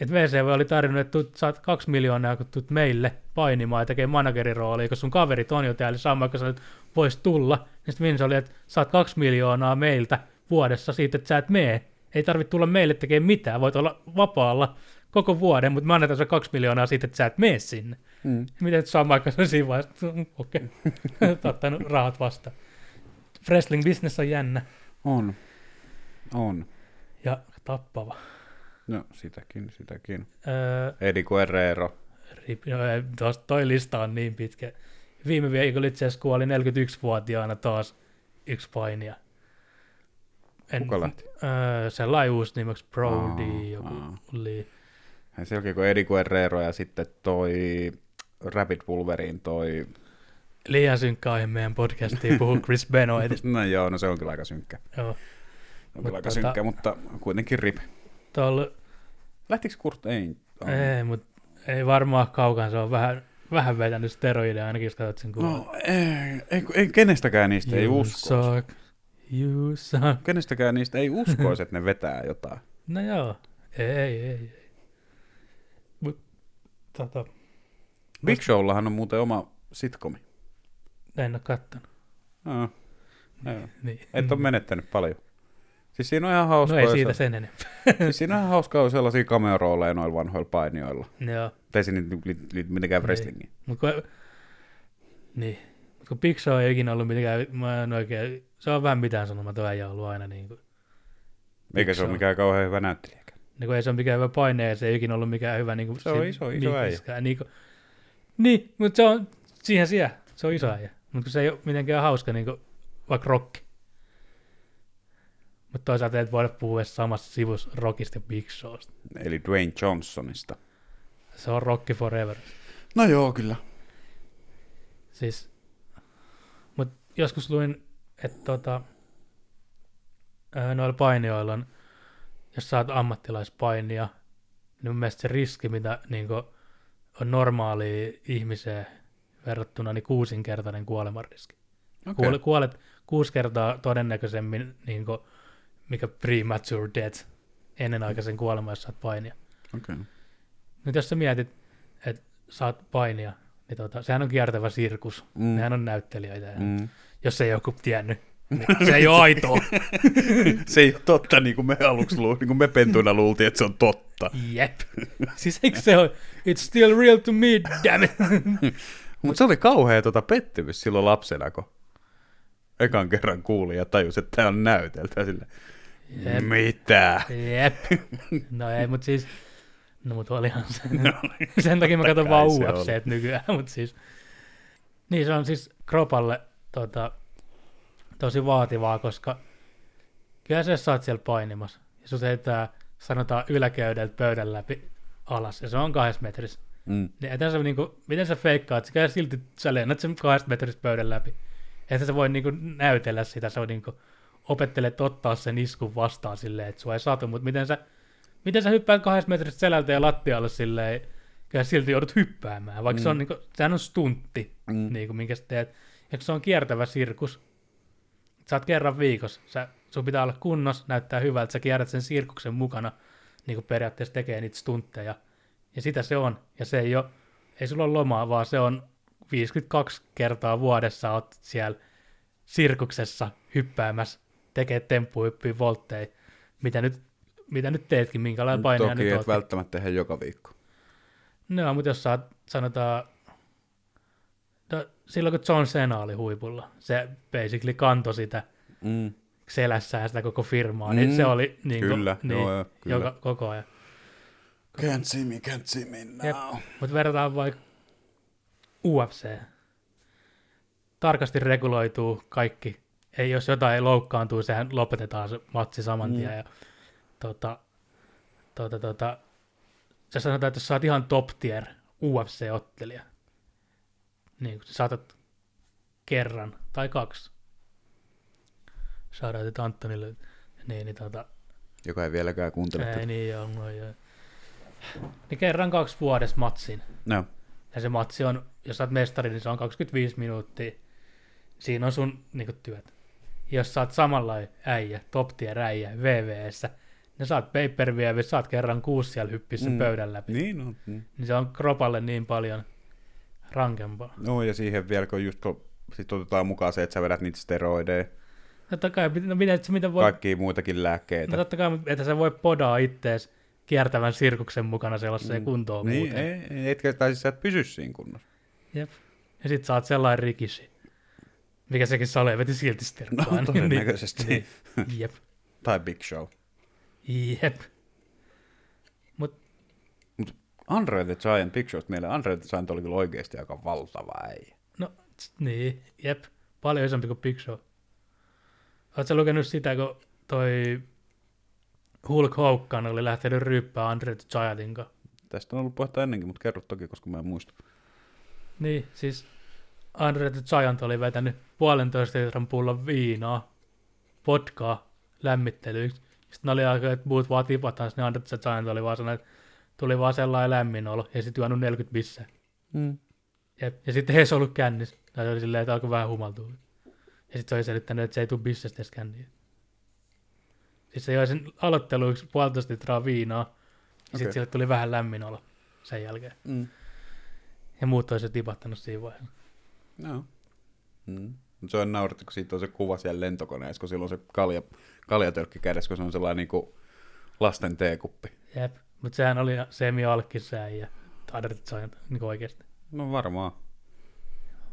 Että VCV oli tarjonnut, että tuut, saat kaksi miljoonaa, kun tuut meille painimaan ja tekee managerin roolia, kun sun kaverit on jo täällä, Shawn Michaels oli, että voisi tulla. Niin sitten Vince oli, että saat kaksi miljoonaa meiltä vuodessa siitä, että sä et mee. Ei tarvitse tulla meille tekemään mitään, voit olla vapaalla koko vuoden, mutta me annetaan sulle kaksi miljoonaa siitä, että sä et mene sinne.
Mm.
Miten nyt Shawn Michaels on siinä vaiheessa, "Mm, okei, okay. ottanut rahat vasta. Wrestling business on jännä
On. On.
ja tappava.
No, sitäkin, sitäkin.
Öö,
Edi Guerrero.
rip- no, ei, tos, toi lista on niin pitkä. Viime viikolla itse asiassa kuoli 41-vuotiaana taas yksi painija.
Kuka lähti?
Öö, se laiuus nimeksi Brody,
Aa,
joku
aa.
oli.
Sen jälkeen kun Edi Guerrero ja sitten toi Rapid Wolverine toi...
Liian synkkä aihe meidän podcastiin puhuu Chris Benoitista.
No joo, no se on kyllä aika synkkä.
Joo.
Se on kyllä aika
tota-
synkkä, mutta kuitenkin rip.
Tuolla
Lähtikö Kurt? Ei. Oh.
Ei, mutta ei varmaan kaukaan. Se on vähän, vähän vetänyt steroideja ainakin, jos katsot sen kuvan.
No ei, ei, kun- ei, kenestäkään niistä ei
You
uskoisi.
suck. You suck.
Kenestäkään niistä ei uskoisi, että ne vetää jotain.
No joo. Ei, ei, ei. Mut, tota,
Big Showllahan on muuten oma sitkomi.
en ole kattonut.
No, no,
Niin.
et ole menettänyt paljon. Siis siinä on ihan hauskaa.
No ei
jos-
siitä sen enempää.
Siis siinä on ihan hauskaa on sellaisia cameo-rooleja noilla vanhoilla painijoilla.
joo.
Tai se nyt liittyy liit, mitenkään
Niin.
wrestlingiin.
Mut kun, niin. Mut kun Pixar ei ikinä ollut mitenkään, mä en oikein, se on vähän mitään sanomaton äijä ollut aina niin kuin,
Eikä se
Miksi
ole
on?
mikään kauhean hyvä näyttelijä.
niin kuin ei se ole mikään hyvä paine ja se ei ikinä ollut mikään hyvä niin kuin,
Se on iso- iso äijä.
Niinku-
Mm.
Niin, kuin, niin mutta se on, siihen siellä, se on iso äijä. Mutta se ei ole mitenkään hauska, niin kuin, vaikka rock. Mutta toisaalta et voida puhua edes samassa sivussa rockista ja Big Showsta.
Eli Dwayne Johnsonista.
Se on rock forever.
No joo, kyllä.
Siis, mut joskus luin, että tota, ää, noilla painijoilla on, jos sä oot ammattilaispainia, niin mun mielestä se riski, mitä niin on normaali ihmiseen verrattuna, niin kuusinkertainen kuolemanriski.
Okei.
Kuole, kuolet kuusi kertaa todennäköisemmin, niin kuin, mikä premature death, ennenaikaisen kuolema, jos sä oot painija.
Okay.
Nyt jos sä mietit, että saat painia, niin tota, sehän on kiertävä sirkus. Mm. Nehän on näyttelijöitä. Mm.
Mm.
Jos ei joku tiennyt, niin se ei ole aitoa.
Se ei ole totta, niin kuin me aluksi lu- niin kuin me pentuina luultiin, että se on totta.
Jep. Siis eikö se ole, it's still real to me, damn it.
Mutta se oli kauhea tota pettymys silloin lapsena, kun ekan kerran kuuli ja tajus, että tämä on näyteltä sille.
Jep.
Mitä?
Jep. No ei, mutta siis, no mutta olihan se.
oli.
Sen takia mä
Totta
katson
kai
vaan
se
UFC nykyään, mutta siis. Niin se on siis kropalle tota, tosi vaativaa, koska kyllä sä saat siellä painimassa. Ja sun heitetään, sanotaan yläköydeltä pöydän läpi alas, ja se on kahdessa metrissä.
Mm.
Niin ethän sä, niinku, miten sä feikkaat, sä silti sä lennät sen kahdesta metristä pöydän läpi. Ethän sä voi niinku näytellä sitä, sä niinku opettelet ottaa sen iskun vastaan silleen, että sua ei saatu, mutta miten sä, miten sä hyppään kahdesta metristä selältä ja lattialle silleen, kyllä sä silti joudut hyppäämään, vaikka mm. se on niinku, sehän on stuntti, mm. niinku, minkä sä teet. Ja kun se on kiertävä sirkus, sä oot kerran viikossa, sä, sun pitää olla kunnossa, näyttää hyvältä, sä kierrät sen sirkuksen mukana, niin kuin periaatteessa tekee niitä stuntteja. Ja sitä se on, ja se ei ole, ei sulla ole lomaa, vaan se on 52 kertaa vuodessa oot siellä sirkuksessa hyppäämässä, tekee temppuhyppyä, voltteja, mitä nyt, mitä nyt teetkin, minkälainen paine
Toki
nyt
et
oot.
välttämättä tehdä joka viikko.
No, mutta jos saat, sanotaan, no, silloin kun John Cena oli huipulla, se basically kantoi sitä
Mm.
selässään sitä koko firmaa,
Mm.
niin se oli niin kuin,
Kyllä,
niin,
joo, joo, kyllä.
Joka, koko ajan.
Can't see me, can't see me
Jep. Mutta verrataan vaikka UFC. Tarkasti reguloituu kaikki. Ei, jos jotain loukkaantuu, sehän lopetetaan se matsi saman tien. Ja, tota, tota, tota, se sanotaan, että jos sä oot ihan top tier UFC-ottelija, niin kun sä saatat kerran tai kaksi. Shoutoutit Antonille. Niin, niin tota,
Joka ei vieläkään kuuntele.
ei,
tätä.
niin joo, no joo. Niin kerran kaksi vuodessa matsin.
No.
Ja se matsi on, jos sä oot mestari, niin se on 25 minuuttia. Siinä on sun niin kuin, työt. Jos sä oot samanlainen äijä, top tier äijä, VVS, niin sä oot pay per view, sä oot kerran kuusi siellä hyppissä mm. pöydän läpi.
Niin on. Mm.
Niin se on kropalle niin paljon rankempaa.
No ja siihen vielä, kun just kun sit otetaan mukaan se, että sä vedät niitä steroideja,
Totta kai, pit- no mitä, mitä voi,
kaikkia muitakin
no
lääkkeitä.
totta kai, että sä voi podaa ittees kiertävän sirkuksen mukana sellaiseen mm. kuntoon
niin,
muuten.
ei, ei- etkä, tai siis sä et pysy siinä kunnossa.
Jep. Ja sit saat sellainen rikisi, mikä sekin sale veti silti stirkkaan.
No, todennäköisesti.
niin, niin. Jep.
Tai Big Show.
Jep. Mut
Andre the Giant, Big Showsta mieleen, Andre the Giant oli kyllä oikeasti aika valtava äijä.
no, tss, niin, jep. Paljon isompi kuin Big Show. Oletko lukenut sitä, kun toi Hulk Hogan oli lähtenyt ryyppää Andre the Giantin kanssa?
Tästä on ollut puhetta ennenkin, mutta kerro toki, koska mä en muista.
Niin, siis Andre the Giant oli vetänyt puolentoista litran pullon viinaa, vodkaa, lämmittelyksi. Sitten ne oli aika, että muut vaan tipataan, niin Andre the Giant oli vaan sanonut, että tuli vaan sellainen lämmin olo, ja sitten juonut 40 bissää.
Mm.
Ja, ja sitten he ollut kännissä. Tai se oli silleen, että alkoi vähän humaltua. Ja sitten se oli selittänyt, että se ei tule bissestä edes känniin. Siis se joi sen aloitteluksi puolitoista litraa viinaa. Ja okay.
Okei.
sitten sille tuli vähän lämmin olo sen jälkeen.
Mm.
Ja muut olisi jo tipahtanut siinä vaiheessa.
No. Mm. Mut Se on naurettu, kun siitä on se kuva siellä lentokoneessa, kun silloin se kalja, kaljatölkki kädessä, kun se on sellainen niin kuin lasten teekuppi.
Jep. Mutta sehän oli semi alkkisään ja Adert Giant niin oikeasti.
No varmaan.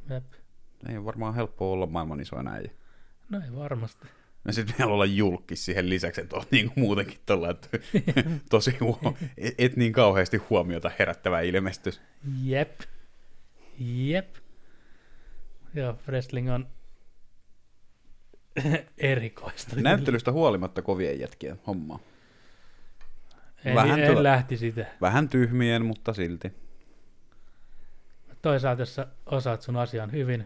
Jep.
Ei ole varmaan helppoa olla maailman isoin äijä.
No ei varmasti.
No sitten vielä olla julkis siihen lisäksi, että on niinku muutenkin tolla, että tosi huo, et, et niin kauheasti huomiota herättävä ilmestys.
Jep. Jep. Joo, wrestling on erikoista.
Näyttelystä huolimatta kovien jätkien hommaa.
en,
vähän
en
tuo-
lähti sitä.
Vähän tyhmien, mutta silti.
Toisaalta, jos sä osaat sun asian hyvin,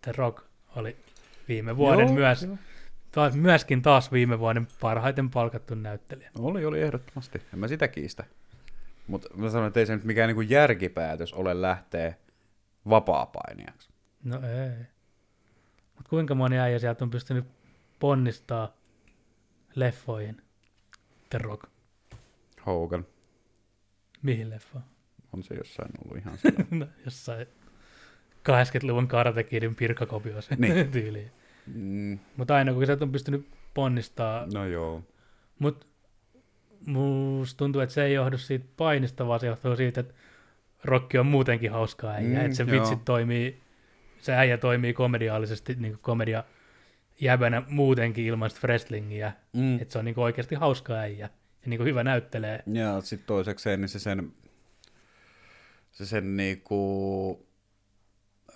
The Rock oli viime vuoden
Joo,
joo, myös,
joo.
taas, myöskin taas viime vuoden parhaiten palkattu näyttelijä.
Oli, oli ehdottomasti. En mä sitä kiistä. Mutta mä sanon, että ei se nyt mikään niinku järkipäätös ole lähteä vapaapainijaksi.
No ei. Mutta kuinka moni äijä sieltä on pystynyt ponnistaa leffoihin? The Rock.
Hogan
Mihin leffaan?
on se jossain ollut ihan siellä.
no, jossain 80-luvun kartekirjan pirkakopioissa
Niin.
niin. tyyliin.
Mm,
Mutta aina kun sieltä on pystynyt ponnistaa
no joo.
Mutta musta tuntuu, että se ei johdu siitä painista, vaan se johtuu siitä, että rokki on muutenkin hauskaa äijä.
Mm,
Mm, että se
joo.
vitsi toimii, se äijä toimii komediaalisesti, niin kuin komedia jäbänä muutenkin ilman sitä wrestlingiä.
Mm. Mm.
Mm. Että se on niin oikeasti hauska äijä ja niin hyvä näyttelee.
Ja sitten toisekseen niin se sen, se sen niinku,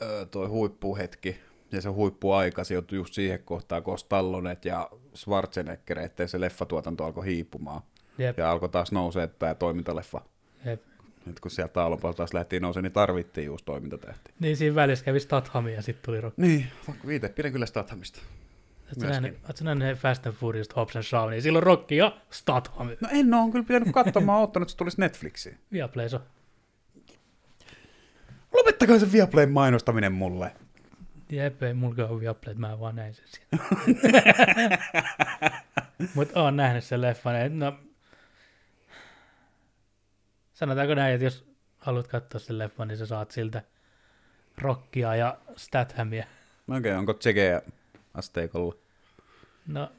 ö, toi huippuhetki ja se huippuaika sijoittui just siihen kohtaan, kun Stallonet ja Schwarzenegger, ettei se leffatuotanto alkoi hiipumaan.
Jep,
Ja alkoi taas nousee tämä toimintaleffa.
jep.
Nyt kun sieltä alopalta taas lähti nousemaan, niin tarvittiin just toimintatähti.
Niin siinä välissä kävi Stathamia ja sitten tuli rokki.
Niin, fuck viite, pidän kyllä Stathamista.
Oletko
Myöskin.
nähnyt, ootko nähnyt ne Fast and Furious Hobbs and Shaw, niin silloin rokki ja Statham.
No en oo kyllä pitänyt katsoa, mä oon ottanut, että se tulisi Netflixiin.
Viaplay se on.
Lopettakaa se Viaplayn mainostaminen mulle.
Jep, ei mullakaan ole Viaplay, mä vaan näin sen siellä. Mutta oon nähnyt sen leffan, et no... Sanotaanko näin, että jos haluat katsoa sen leffan, niin sä saat siltä rockia ja Stathamia.
No Okei, okay, onko tsekejä asteikolla?
No,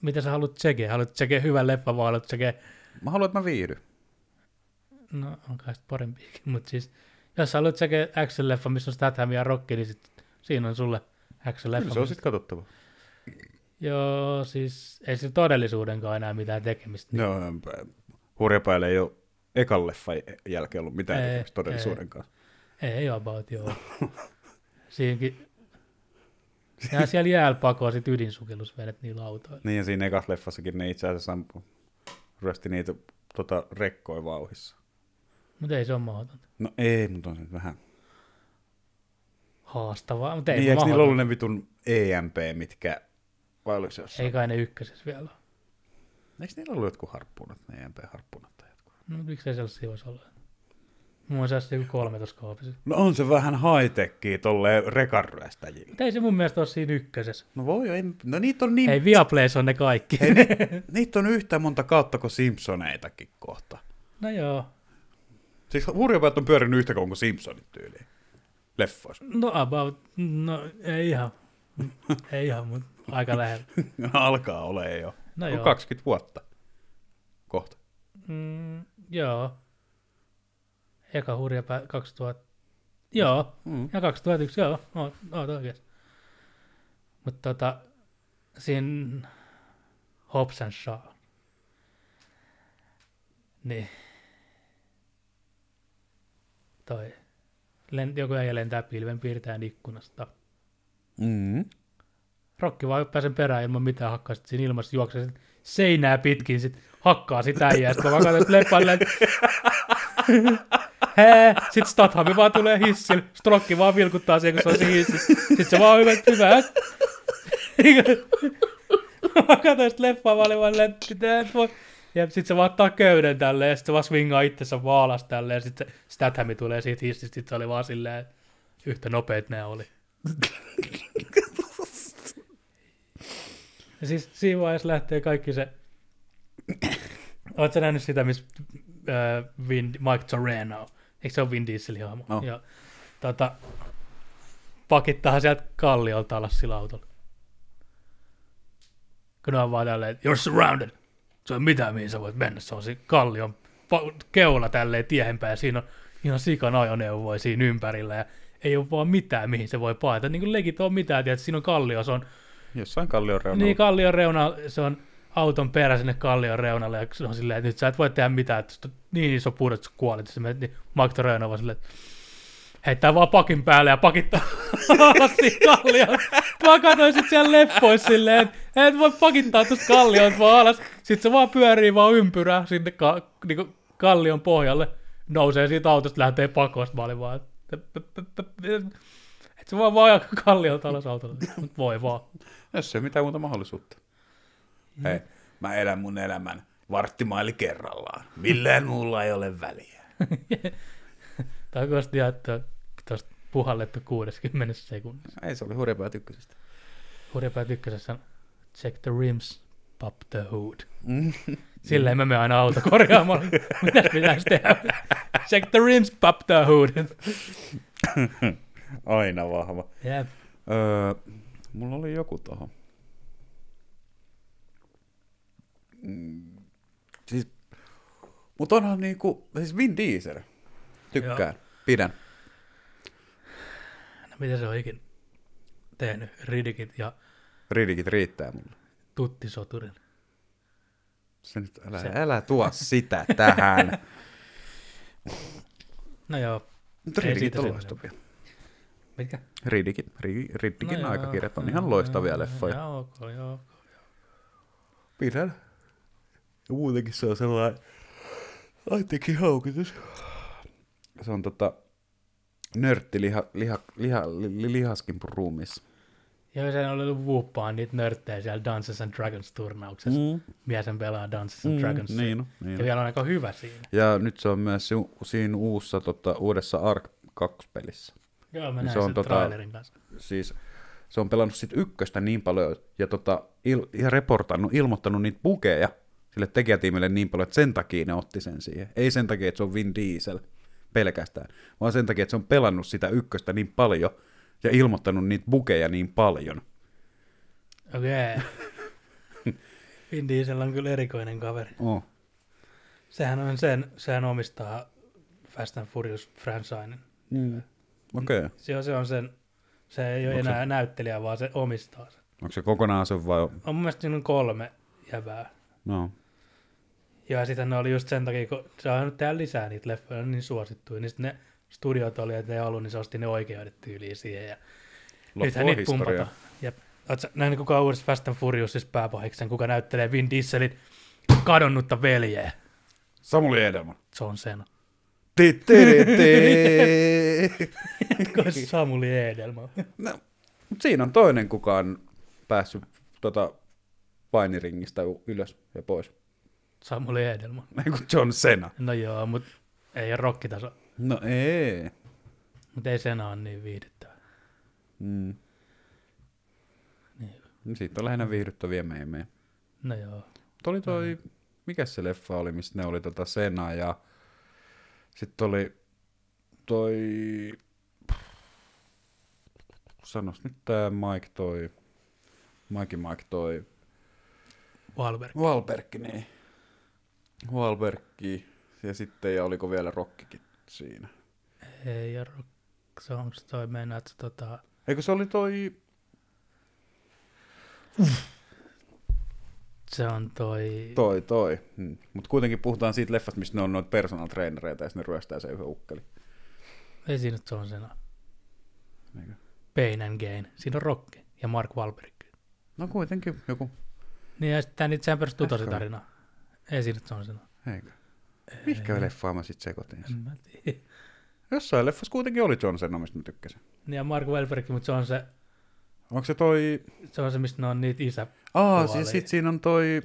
mitä sä haluat tsekeä? Haluat tsekeä hyvän leffan vai haluat tsekeä...
Mä haluan, että mä viihdyn.
No, on kai sitten parempiakin, mutta siis... Jos sä haluat tsekeä X-leffa, missä on Statham ja rocki, niin sit siinä on sulle
Kyllä se
X-leffa.
on sitten katsottava.
Joo, siis ei sillä todellisuudenkaan enää mitään tekemistä.
No, hurjapäillä ei ole ekan leffan jälkeen ollut mitään
Ei,
tekemistä todellisuuden kanssa.
Ei about, joo. Siinkin. Nehän siellä jäällä pakoo sit ydinsukellusvedet niillä autoilla.
Niin ja siinä ekassa leffassakin ne itse asiassa ampuu. Ryösti niitä tota, rekkoja vauhissa.
Mutta ei se ole mahdotonta.
No ei, mutta on se nyt vähän.
Haastavaa, mutta ei
niin,
niin,
eikö niillä
mahdotonta.
ollut ne vitun EMP, mitkä... Vai oliko se jossain?
Ei kai ne ykkösessä vielä ole.
Eikö niillä ollut jotkut harppuunat, ne EMP-harppuunat tai jotkut?
No, mut miksei sellaisia voisi olla? Mulla on sellaisia joku 13 koopisia.
No on se vähän high-techia tolleen rekanryöstäjille.
Mutta ei se mun mielestä ole siinä ykkösessä.
No voi jo, ei, no niitä on niin
Hei, Viaplays on ne kaikki.
Hei, ni, niitä on yhtä monta kautta kuin Simpsoneitakin kohta.
No joo,
Siis hurjapäät on pyörinyt yhtä kauan kuin Simpsonit tyyliin. Leffois.
no about, no ei ihan, ei ihan, mutta aika lähellä.
No, alkaa ole jo.
No
on
joo.
20 vuotta. Kohta.
Mm, joo. Eka hurja pä- 2000. Joo.
Mm.
Ja 2001, joo. Oot, oot oikeassa. Mutta tota, siinä Hobbs and Shaw. Niin. Toi. Len, joku äijä lentää pilven piirtäen ikkunasta.
Mm.
Mm-hmm. Rokki vaan hyppää sen perään ilman mitään, hakkaa sit siinä ilmassa, juoksee sit seinää pitkin, sit hakkaa sitä äijää, sit mä vaan katsoin, että leppaille, että hää, sit Stathami vaan tulee hissille, sit Rokki vaan vilkuttaa siihen, kun se on siinä hississä, sit se vaan on hyvä, että hyvä, että- mä katsoin sit leffaa, mä olin vaan silleen, että mitä et voi, ja sit se vaan ottaa köyden tälleen, ja sit se vaan swingaa itsensä vaalas tälleen, ja sit se Stathami tulee siitä hissistä, sit se oli vaan silleen, että yhtä nopeet nämä oli. Ja siis siinä vaiheessa lähtee kaikki se... Oletko sä nähnyt sitä, missä äh, Vin, Mike Torrano, eikö se ole Vin Dieselin hahmo?
On.
Joo. Tota, pakittaa sieltä kalliolta alas sillä autolla. Kun ne on vaan tälleen, että you're surrounded. Se on mitään, mihin sä voit mennä. Se on se kallion pa- keula tälleen tiehen päin. Siinä on ihan sikan ajoneuvoja siinä ympärillä ja ei ole vaan mitään, mihin se voi paeta. Niin kuin legit on mitään, tiedät, siinä on kallio, se on
Jossain kallion reunalla.
niin, kallion reuna, se on auton perä sinne kallion reunalle, ja se on silleen, että nyt sä et voi tehdä mitään, että susta on niin iso puhdas, että sä kuolet, ja sä menet, niin Mark Torreano on vaan silleen, että heittää vaan pakin päälle ja pakittaa alasti kallion. Mä katsoin sit siellä leppois silleen, että et voi pakittaa tuosta kallion vaan alas. Sitten se vaan pyörii vaan ympyrää sinne ka- niinku kallion pohjalle. Nousee siitä autosta, lähtee pakosta. Mä olin vaan, että se vaan vaan kalliolta alas autolla. Mut voi vaan.
Jos ei ole mitään muuta mahdollisuutta. Hei, mä elän mun elämän varttimaili kerrallaan. Millään muulla ei ole väliä.
Takosti jaettua tuosta puhallettu 60 sekunnissa.
Ei, se oli hurjapää tykkösestä.
Hurjapäät ykkösessä on check the rims, pop the hood.
Mm.
Silleen mä menen aina auto korjaamaan. Mitäs pitäisi tehdä? Check the rims, pop the hood.
Aina vahva.
Jep.
Öö, mulla oli joku tuohon. Siis, mut onhan niinku, siis Vin Diesel. Tykkään, pidän.
No, mitä se on ikinä tehnyt? Ridikit ja
Ridikit riittää mulle.
tuttisoturin.
Se nyt, älä, se. älä tuo sitä tähän.
No joo.
Nyt
Ei
Ridikit
siitä
on
sen
loistavia.
Mitkä?
Ridikit, ri, Ridikin
joo,
no aikakirjat on
joo,
ihan loistavia
joo,
leffoja.
No, Joo, ok, joo.
Pidän. Ja muutenkin se on sellainen aittikin haukitus. Se on tota nörtti liha, liha, liha, li, lihaskin ruumis.
Joo, se on ollut vuuppaan niitä nörttejä siellä Dances and Dragons turnauksessa. Mm. Mies sen pelaa Dances and Dragons.
Niin, on,
Mm. Ja
niin. on.
vielä on aika hyvä siinä.
Ja nyt se on myös si- siinä uussa, tota, uudessa Ark 2 pelissä.
Joo, mä
Niin
näin
se on
sen
tota-
trailerin kanssa.
Siis se on pelannut sit ykköstä niin paljon ja, tota, il, ja reportannut, ilmoittanut niitä bugeja sille tekijätiimille niin paljon, että sen takia ne otti sen siihen. Ei sen takia, että se on Vin Diesel pelkästään, vaan sen takia, että se on pelannut sitä ykköstä niin paljon ja ilmoittanut niitä bugeja niin paljon.
Okei. Vin Diesel on kyllä erikoinen kaveri.
Oh.
Sehän on sen, sehän omistaa Fast and Furious franchiseen.
Mm. Okei. Okay.
Se, on- se on sen, se ei ole
Onko se-
enää näyttelijä, vaan se omistaa sen.
Onko se kokonaan se vai...
On mun mielestä siinä on kolme jävää.
No.
Ja sitten ne oli just sen takia, kun se on nyt tehdä lisää niitä leffoja, ne on niin suosittuja, niin sitten ne studiot oli, että ei ollut, niin se osti ne oikeudet tyyliin siihen. Ja nythän
niin
niitä pumpataan. Jep. Oletko nähnyt kuka on uudessa Fast and Furiousissa pääpahiksen, kuka näyttelee Vin Dieselin kadonnutta veljeä?
Samuli Edelman.
Se on sen.
Ti, ti, ti, ti.
Samuli Edelman.
No, mut siinä on toinen, kuka on päässyt tota, painiringistä u- ylös ja pois.
Samuli Edelman.
Ei kun John Cena.
No joo, mutta ei ole rokkitaso.
No ei.
Mutta ei sen ole niin viihdyttävä.
Mm.
Niin.
No, Siitä on lähinnä viihdyttäviä meemejä.
No joo.
Mut oli toi, mm. mikä se leffa oli, missä ne oli tota Sena ja sitten oli toi, sanos nyt tää Mike toi, Mike Mike toi,
Wahlberg.
Wahlberg, niin. Wahlberg. Ja sitten, ja oliko vielä Rockikin siinä?
Ei ole rock... Se onko toi meinaat, se tota...
Eikö se oli toi...
Se on toi... To-
Toi, toi. Hmm. Mutta kuitenkin puhutaan siitä leffasta, missä ne on noita personal trainereita ja sitten ne ryöstää sen yhden ukkeli.
ei siinä nyt se on sen.
Eikö?
Pain and Gain. Siinä on Rocky ja Mark Wahlberg.
No kuitenkin joku.
Niin ja sitten nyt sehän perustuu
Ehkä
tosi tarinaan. Ei siinä nyt se on sen.
Eikö? Mikä leffaa mä sit sekoitin?
En mä tiedä.
Jossain leffassa kuitenkin oli John Cena, mistä mä tykkäsin.
Niin ja Mark Wahlberg, mutta se on se,
Onko se toi...
se on se, mistä ne on niitä isä.
Aa,
Kuoli.
siis sit siinä on toi...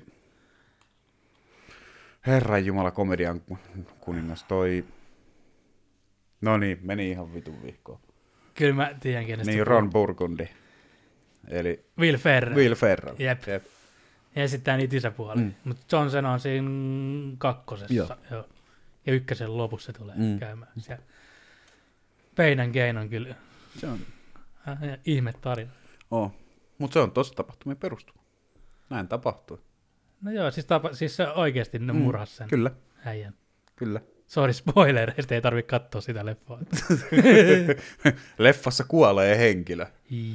Herran Jumala komedian ku- kuningas, toi... No niin, meni ihan vitun vihkoon.
Kyllä mä tiedän, kenestä
Niin,
se on.
Ron Burgundy. Eli
Will Ferrell.
Will Ferrell.
Jep.
Jep.
Ja sitten niitä isäpuoli.
Mm.
Mm. Mutta John Cena on siinä kakkosessa.
Joo.
Joo. Joo. Ja ykkösen lopussa se tulee
Mm.
mm. käymään siellä. Peinän keino on kyllä
Se on.
äh, ihme tarina.
Oh. Mutta se on tosi tapahtumia perustuu. Näin tapahtui.
No joo, siis, tapa, siis se oikeasti ne
Mm,
murhas sen
Kyllä,
äijän.
kyllä.
Sori spoilereista, ei tarvitse katsoa sitä leffaa.
Leffassa kuolee henkilö.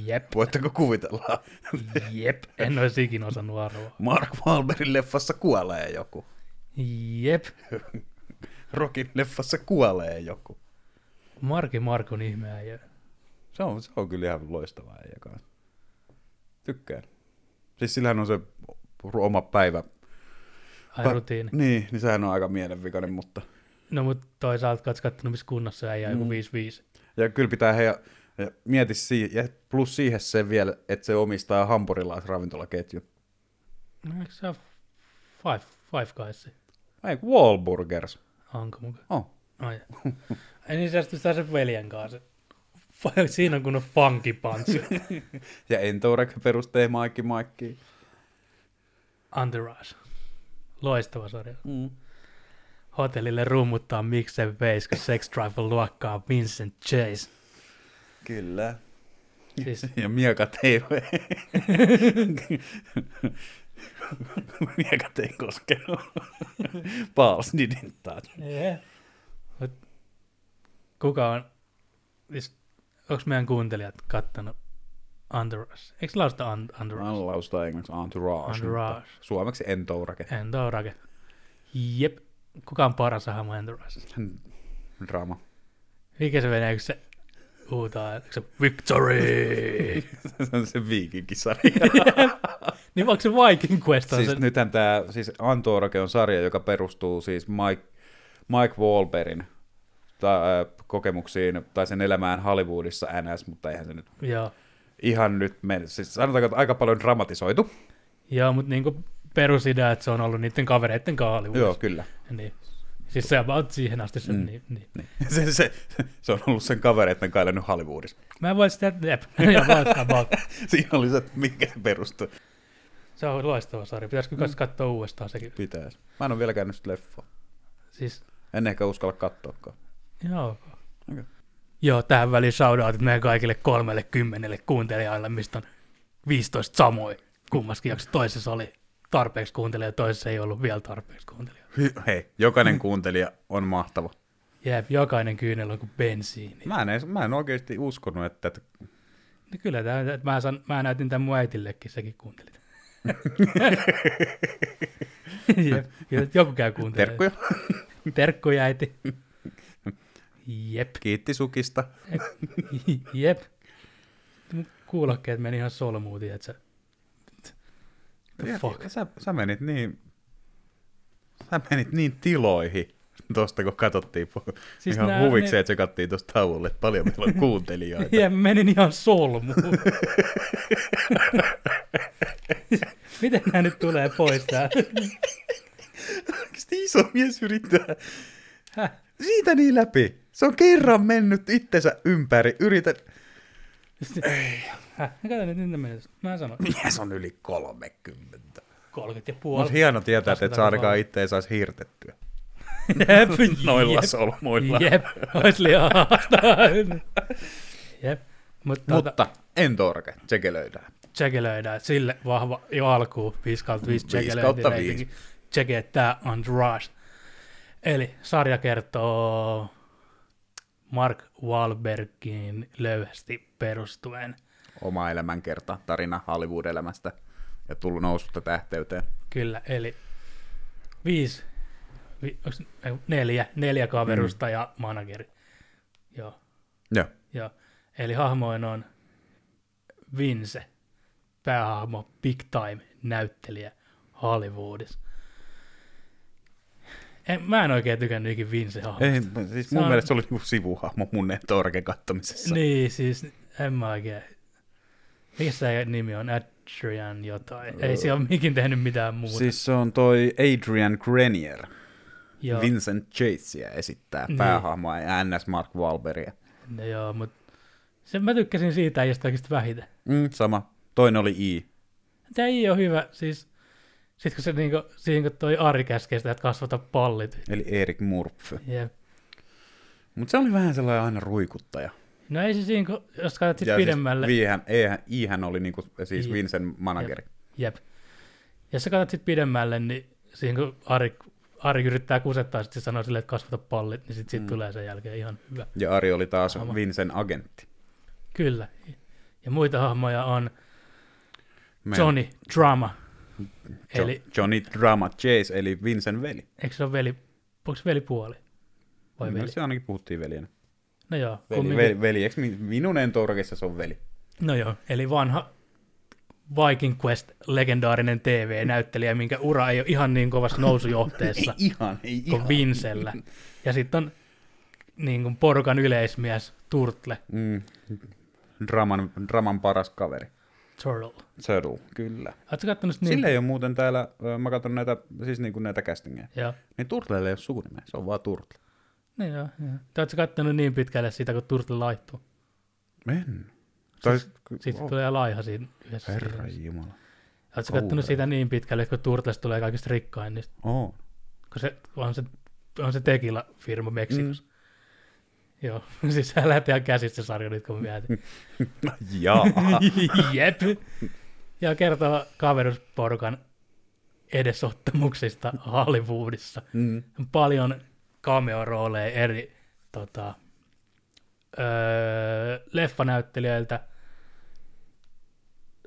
jep,
Voitteko kuvitella?
jep, en olisi ikinä osannut arvoa.
Mark Wahlbergin leffassa kuolee joku.
Jep,
Rokin leffassa kuolee joku.
Marki Markun ihmeä. Ja...
Se on, se on kyllä ihan loistava äijä kanssa. Tykkään. Siis sillähän on se oma päivä.
Ai rutiini.
Niin, niin sehän on aika mielenvikainen, mutta...
No mutta toisaalta katso kattonut, missä kunnossa äijä on
Mm.
joku 5-5.
Ja kyllä pitää heidän... Ja mieti si- ja plus siihen se vielä, että se omistaa hampurilaisravintolaketjun.
No eikö se ole Five, five Guys?
Ei, Wahlburgers.
Onko muka?
Oh.
Ai. Ei niin se sitten saa sen veljen kanssa. Fa- Siinä on kunnon funky punch.
Ja Entourek perustee Maikki Maikkiin.
Entourage. Loistava sarja.
Mm.
Hotellille rummuttaa Miksen veis, kun Sex Drive luokkaa Vincent Chase.
Kyllä.
Siis
Ja miekat ei... miekat ei niin koskenut. Paus didn't touch.
Yeah. Mut kuka on, siis, onko meidän kuuntelijat kattanut Entourage? Eikö se lausta Un- Entourage?
Mä laustan englanniksi entourage. mutta
Entourage.
Suomeksi entourake.
Entourage. Jep. Kuka on paras hahmo Entourage?
Drama.
Mikä se menee, kun se huutaa, onko se Victory?
se on se viikinkisarja.
niin onko se Viking Quest? On
siis
se,
se... nythän tämä siis Antorake on sarja, joka perustuu siis Mike, Mike Wahlbergin ta, äh, kokemuksiin tai sen elämään Hollywoodissa NS, mutta eihän se nyt
Joo.
ihan nyt mene. Siis sanotaanko, että aika paljon dramatisoitu.
Joo, mutta niinku perusidea, että se on ollut niiden kavereiden kanssa
Joo,
Hollywoodissa.
kyllä.
Niin. Siis se about siihen asti se, mm. niin, niin.
Niin. Se, se, se, on ollut sen kavereiden kanssa nyt Hollywoodissa.
Mä en voi sitä, jep, Joo, about, about.
Siinä oli se, että mikä se perustuu.
Se on loistava sarja. Pitäisikö mm. katsoa uudestaan sekin?
Pitäisi. Mä en ole vielä käynyt sitä leffaa.
Siis,
En ehkä uskalla katsoakaan.
joo.
Okei.
Joo, tähän väliin shoutoutit meidän kaikille kolmelle kymmenelle kuuntelijalle, mistä on 15 samoin. Kummaskin jakso toisessa oli tarpeeksi kuuntelija, toisessa ei ollut vielä tarpeeksi kuuntelija.
Hei,
Mm.
jokainen kuuntelija on mahtava.
Jep, jokainen kyynel on kuin bensiini.
Mä en, edes- mä en oikeasti uskonut, että, että
No kyllä, tää, tää- mä, san, mä näytin tämän mun äitillekin, sekin kuuntelit. Jep, kyllä, joku käy kuuntelemaan.
terkkuja.
Terkkuja, äiti. Jep.
Kiitti sukista.
Jep. Mut Kuulokkeet meni ihan solmuun, tiedätkö? The
Ja-
fuck?
Sä, sä, menit niin, sä menit niin tiloihin tuosta, kun katsottiin siis
Siis
ihan
nää-
huvikseen,
ne-
että se katsottiin tuosta tauolle, että paljon meillä on kuuntelijoita.
Jep, menin ihan solmuun. Miten nämä nyt tulee pois tää?
Oikeasti iso mies yrittää
Häh?
siitä niin läpi. Se on kerran mennyt itsensä ympäri. Yritä...
Häh? Kato nyt, nyt ne meni. Mä sanon
Mies on yli 30.
30 ja
Olisi
puoli.
hieno tietää, että et sä
Lasketaanko
ainakaan
vaan?
itse ei saisi hirtettyä.
Jep,
Noilla
jep.
solmuilla.
Jep, olisi liian haastaa. Jep, tota- mutta, mutta.
Mutta en torke, tsekelöidään.
tsekelöidään sille vahva jo alkuun 5 kautta 5
Viisi
tsekelöinti.
kautta
reitingi. Tsekee tää Entourage. Eli sarja kertoo Mark Wahlbergin löyhästi perustuen.
Oma elämänkerta, tarina Hollywood-elämästä ja tullut noususta tähteyteen.
Kyllä, eli viisi, vi, onks, ei, neljä, neljä kaverusta mm. ja manageri. Joo.
Joo.
Joo. Eli hahmoin on Vince, päähahmo, big time näyttelijä Hollywoodissa. En, mä en oikein tykännyt ikin Vince hahmosta.
Ei, mä- siis
Se
mun
on-
mielestä se oli niinku sivuhahmo mun torken kattomisessa.
Niin, siis en mä oikein. Mikä se nimi on? Adrian jotain. Ei se ole mikin tehnyt mitään muuta.
Siis se on toi Adrian Grenier,
joo,
Vincent Chaseä esittää
Niin.
päähahmoa ja NS Mark Wahlbergia.
no, joo, mut sen mä tykkäsin siitä jostakin oikeastaan vähiten.
Mm, sama. Toinen oli I.
Tämä ei ole hyvä, siis sit kun se niinku, siinä kun toi Ari käskee sitä, että kasvata pallit.
Eli Erik Murphy.
Jep.
Mutta se oli vähän sellainen aina ruikuttaja.
No ei se siinä, kun, jos katsot sit
Ja
pidemmälle.
Siis Viihän, eihän, Ihän oli niinku, siis
I.
Vincent manageri.
Jep. Jos sä katsot sit pidemmälle, niin siinä kun Ari, Ari yrittää kusettaa, sitten se sanoo silleen, että kasvata pallit, niin sit, sit mm. tulee sen jälkeen ihan hyvä.
Ja Ari oli taas
Sama.
Vincent agentti.
Kyllä. Ja muita hahmoja on
Meillä-
Johnny Drama.
Jo-
Eli,
Johnny Drama Chase, eli Vincent veli.
eikö se ole veli, onko se velipuoli? Vai
No,
veli?
se ainakin puhuttiin veljenä.
No joo,
Veli,
kumminkin.
veli, veljeksi mi- minun entouragissa se on veli.
No joo, eli vanha Viking Quest legendaarinen TV-näyttelijä, minkä ura ei ole ihan niin kovassa
Ei
nousujohteessa
ihan, ei
kuin
ihan.
Vinsellä. Ja sitten on niin kuin porukan yleismies Turtle,
Mm. Draman, draman paras kaveri.
Turtle.
Turtle, kyllä.
Oletko katsonut
Niin.
niin?
Sillä ei ole muuten täällä, ö, mä katson näitä, siis niin kuin näitä castingeja,
Joo.
niin Turtlella ei ole sukunimeä, se on vaan Turtle.
Niin joo, joo. Te ootko kattonut niin pitkälle sitä, kun Turtle laittuu?
Men. Tai, siis-
Sitten oh. tulee laiha siinä yhdessä.
Herra jumala.
Oletko kattonut
kauheeta.
sitä niin pitkälle, kun Turtles tulee kaikista rikkain, niin
Oo.
kun se on se, on se Tekila-firma Meksikossa. Mm. Joo, siis hän lähtee ihan käsistä se sarja nyt, kun me mietin.
Jaa.
Jep. Ja kertoo kaverusporukan edesottamuksista Hollywoodissa.
mm.
Paljon cameo-rooleja eri tota, öö, leffanäyttelijöiltä,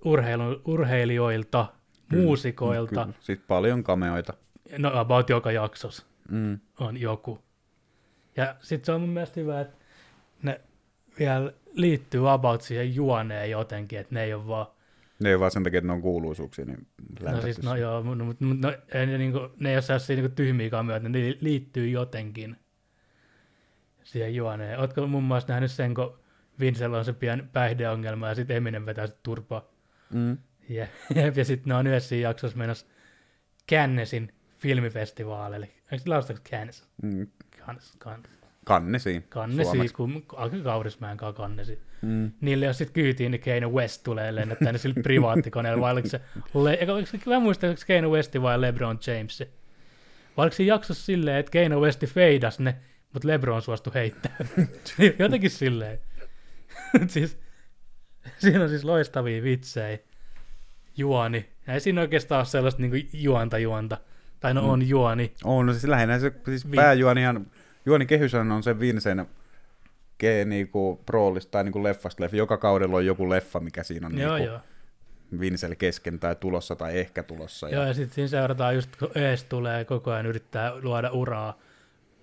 urheilu, urheilijoilta, muusikoilta.
Kyllä. Siis paljon kameoita.
No about joka jaksossa
Mm.
on joku. Ja sitten se on mun mielestä hyvä, että ne vielä liittyy about siihen juoneen jotenkin, että ne ei ole vaan
Ne ei vaan sen takia, että ne on kuuluisuuksia, niin
No siis, no joo, mutta mut, mut, no, ei ne, niinku, ne ei ole sellaisia niinku, tyhmiä kamioita, ne li- liittyy jotenkin siihen juoneen. Ootko mun mielestä nähnyt sen, kun Vincel on se pian päihdeongelma ja sitten Eminem vetää sit turpaa.
mm.
Ja, ja sitten ne on yhdessä siinä jaksossa menossa Cannesin filmifestivaalille. Eikö se lausutaanko Cannes?
Mm.
Cannes, Cannes.
Kannesi.
Kannesi,
Suomeksi.
kun Aki Kaurismäen kanssa kannesi.
Mm.
Niille jos sitten kyytiin, niin Kane West tulee lennättää ne sillä privaattikoneella, vai oliko se, le, eikä, oliko se mä en muista, oliko se Kane West vai LeBron James. Vai oliko se jaksossa silleen, että Kane West feidas ne, mutta LeBron suostui heittää. Jotenkin silleen. siis, siinä on siis loistavia vitsejä. Juoni. Ja ei siinä oikeastaan ole sellaista niin juonta juonta. Tai no on juoni.
On, no siis lähinnä se siis
Vi-
pääjuonihan, juoni kehyshän on se Vincen ke, niinku, roolista tai niinku leffasta leffa. Joka kaudella on joku leffa, mikä siinä on
Joo,
niinku,
joo.
Vincel kesken tai tulossa tai ehkä tulossa.
Joo, ja sitten siinä seurataan just, kun Ees tulee koko ajan yrittää luoda uraa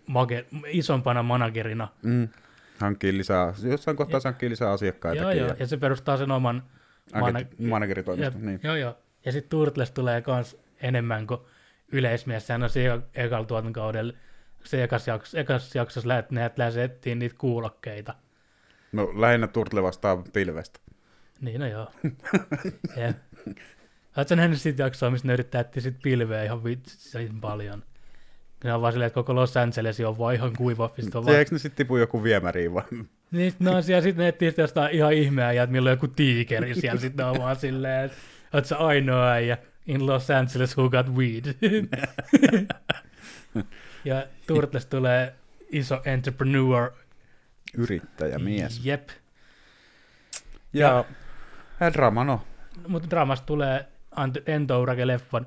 mage, isompana managerina.
Mm. Hankkii lisää, jossain kohtaa se hankkii lisää asiakkaita.
Joo, joo, ja se perustaa sen oman mana-
Manageritoimisto,
jep,
niin.
Joo, joo. Ja sitten Turtles tulee kans enemmän kuin yleismies. Sehän on se eka- ekalla tuotantokaudella, se ekas jaksossa, ekas jaksossa lähet, ne läsettiin niitä kuulokkeita.
No lähinnä Turtle vastaa pilvestä.
Niin, no joo. Jep. Oletko nähnyt siitä jaksoa, missä ne yrittää etsiä sit pilveä ihan vitsin paljon? Ne on vaan silleen, että koko Los Angeles on vaan ihan kuiva. sit on
Se,
vaan
eikö ne sitten tipu joku viemäriin vai?
Niin sit ne on siellä, sit ne etsii sitä jostain ihan ihmeä ja että milloin joku tiikeri siellä, sit ne on vaan silleen, että oot sä ainoa äijä in Los Angeles who got weed. ja Turtles tulee iso entrepreneur.
Yrittäjä mies.
Jep.
Ja, ja Dramano.
Mutta dramasta tulee Ant- Entourage leffan.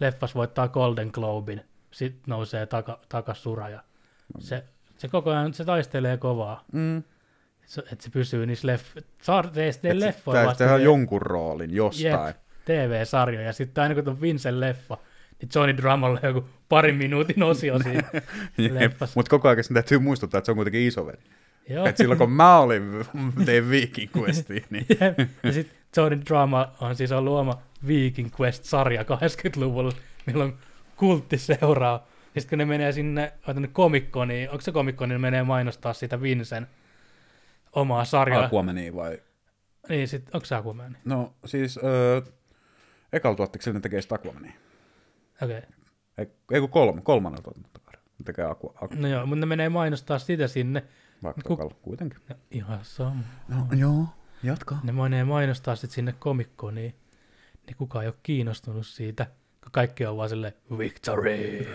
Leffas voittaa Golden Globin. Sitten nousee taka, takas sura ja se, se koko ajan se taistelee kovaa.
Mm.
Se, että se pysyy niissä leff- saa- teistä
Että
leffoilla.
se-
vasta
Tehdään
vielä-
jonkun roolin jostain.
Jep, TV-sarja. Ja sitten aina kun on Vincen leffa, niin Johnny Drummond on joku parin minuutin osio siinä leffassa.
Mutta koko ajan sen täytyy muistuttaa, että se on kuitenkin isoveli.
Joo.
Et silloin kun mä olin, tein Viking Questia, niin
Jep. ja sitten Johnny Drama on siis ollut oma Viking Quest-sarja 80-luvulla, milloin kultti seuraa. Ja sitten kun ne menee sinne, otan nyt komikkoniin, onko se komikkoni, niin menee mainostaa sitä Vincen omaa sarjaa.
Aquamania vai?
Niin, sit, onko se Aquaman?
No siis, öö, ekalla tuottiksella ne tekee sitä Aquamania.
Okei. Okay.
Ei ei kun kolme, kolmannen tuotantokauden. Ne tekee Aqua, Aqua
No joo, mutta ne menee mainostaa sitä sinne.
vaikka
Ku-
Ku... kuitenkin.
No, ihan sama.
No joo, jatkaa.
ne menee mainostaa sitten sinne komikkoon, niin, niin kukaan ei ole kiinnostunut siitä, kun kaikki on vaan silleen, victory!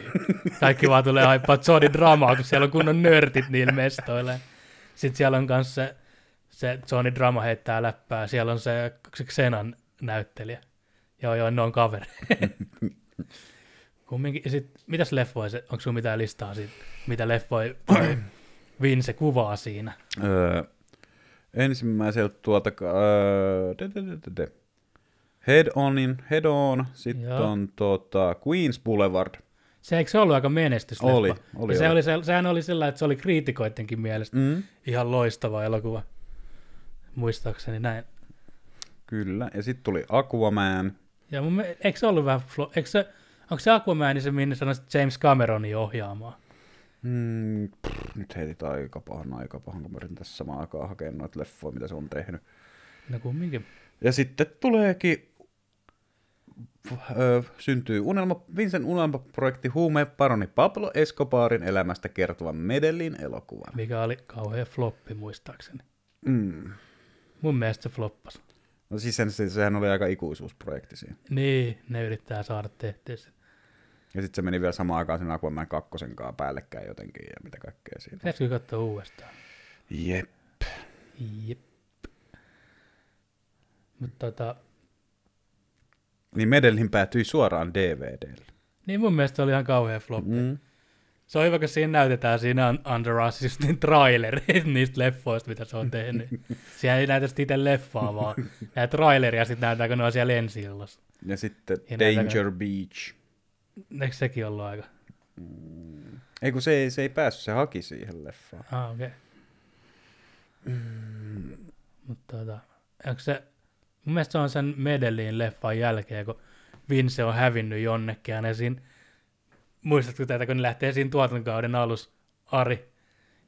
kaikki vaan tulee haippaa Johnny Dramaa, kun siellä on kunnon nörtit niillä mestoilla. Sitten siellä on myös se, se Johnny Drama heittää läppää, siellä on se, se Xenan näyttelijä. Joo, joo, ne on kaveri. Kumminkin, ja sit, mitäs leffoja se, onko sulla mitään listaa siitä, mitä leffoja toi Vince kuvaa siinä?
Öö, ensimmäiseltä tuolta, öö, de, de, de, de, de. Head Onin, Head On, sitten
Joo.
on tota, Queens Boulevard,
Se eikö se ollut aika menestysleffa?
Oli, oli,
ja se
oli.
oli. se, sehän oli sillä, että se oli kriitikoidenkin mielestä mm.
Mm.
ihan loistava elokuva. Muistaakseni näin.
Kyllä, ja sitten tuli Aquaman.
Ja mun, mie- eikö se ollut vähän, flo, eikö se, onko se Aquaman, niin se minne sanoisit James Cameronin ohjaamaa?
Mm, pff, nyt heitit aika pahan, aika pahan, kun mä yritin tässä samaan aikaan hakea noita leffoja, mitä se on tehnyt.
No kumminkin.
Ja sitten tuleekin, ö, syntyy unelma, Vincent Unelma-projekti Huume Paroni Pablo Escobarin elämästä kertovan Medellin elokuvan.
Mikä oli kauhea floppi muistaakseni.
Mm.
Mun mielestä se floppasi.
No siis sen, se- sehän oli aika ikuisuusprojekti siinä.
Niin, ne yrittää saada tehtyä sen.
Ja sitten se meni vielä samaan aikaan sen Aquaman kakkosenkaan päällekkäin jotenkin ja mitä kaikkea siinä.
Pitäisikö katsoa uudestaan?
Jep.
Jep. Mutta tota,
Niin Medellin päätyi suoraan DVDlle.
niin mun mielestä se oli ihan kauhea floppi.
Mm.
Se on hyvä, kun siinä näytetään siinä Un- Under Assistin trailerit niistä leffoista, mitä se on tehnyt. Siellä ei näytä sitä itse leffaa, vaan näitä traileria sitten näytetään, kun ne on siellä ensi illassa.
Ja sitten
Ja näitä-
Danger Beach.
Eikö sekin ollut aika?
Ei kun se ei, se ei päässyt, se haki siihen leffaan.
Ah, okei. Okay. Mutta tota, onko se, mun mielestä se on sen Medellin leffan jälkeen, kun Vince on hävinnyt jonnekin, ja ne siinä, muistatko tätä, kun ne lähtee siinä tuotantokauden alus Ari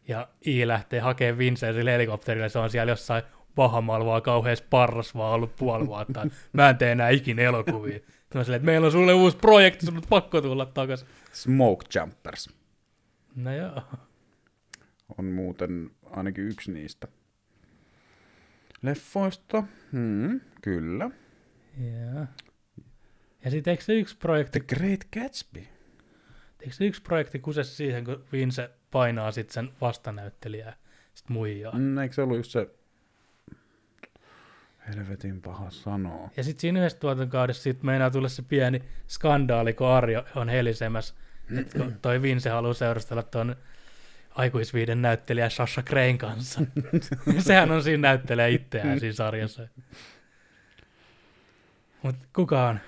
ja I lähtee hakemaan Vinceä sillä helikopterilla, se on siellä jossain Bahamalla vaan kauheassa parras vaan ollut puoli vuotta. että Mä en tee enää ikinä elokuvia. Mä silleen, että meillä on sulle uusi projekti, sun on pakko tulla takas.
Smoke Jumpers
No joo.
on muuten ainakin yksi niistä leffoista. Hmm, kyllä.
Joo. Ja sitten eikö se yksi projekti
The Great Gatsby.
Eikö se yksi projekti kuse siihen, kun Vince painaa sit sen vastanäyttelijää, sit muijaa? Mm.
Mm, eikö se ollut just se... Helvetin paha sanoa.
Ja sitten siinä yhdessä tuotantokaudessa sit meinaa tulla se pieni skandaali, kun Arjo on helisemässä, että kun toi Vince haluaa seurustella tuon aikuisviiden näyttelijä Sasha Crane kanssa. Sehän on siinä näyttelee itseään siinä sarjassa. Mutta kuka on,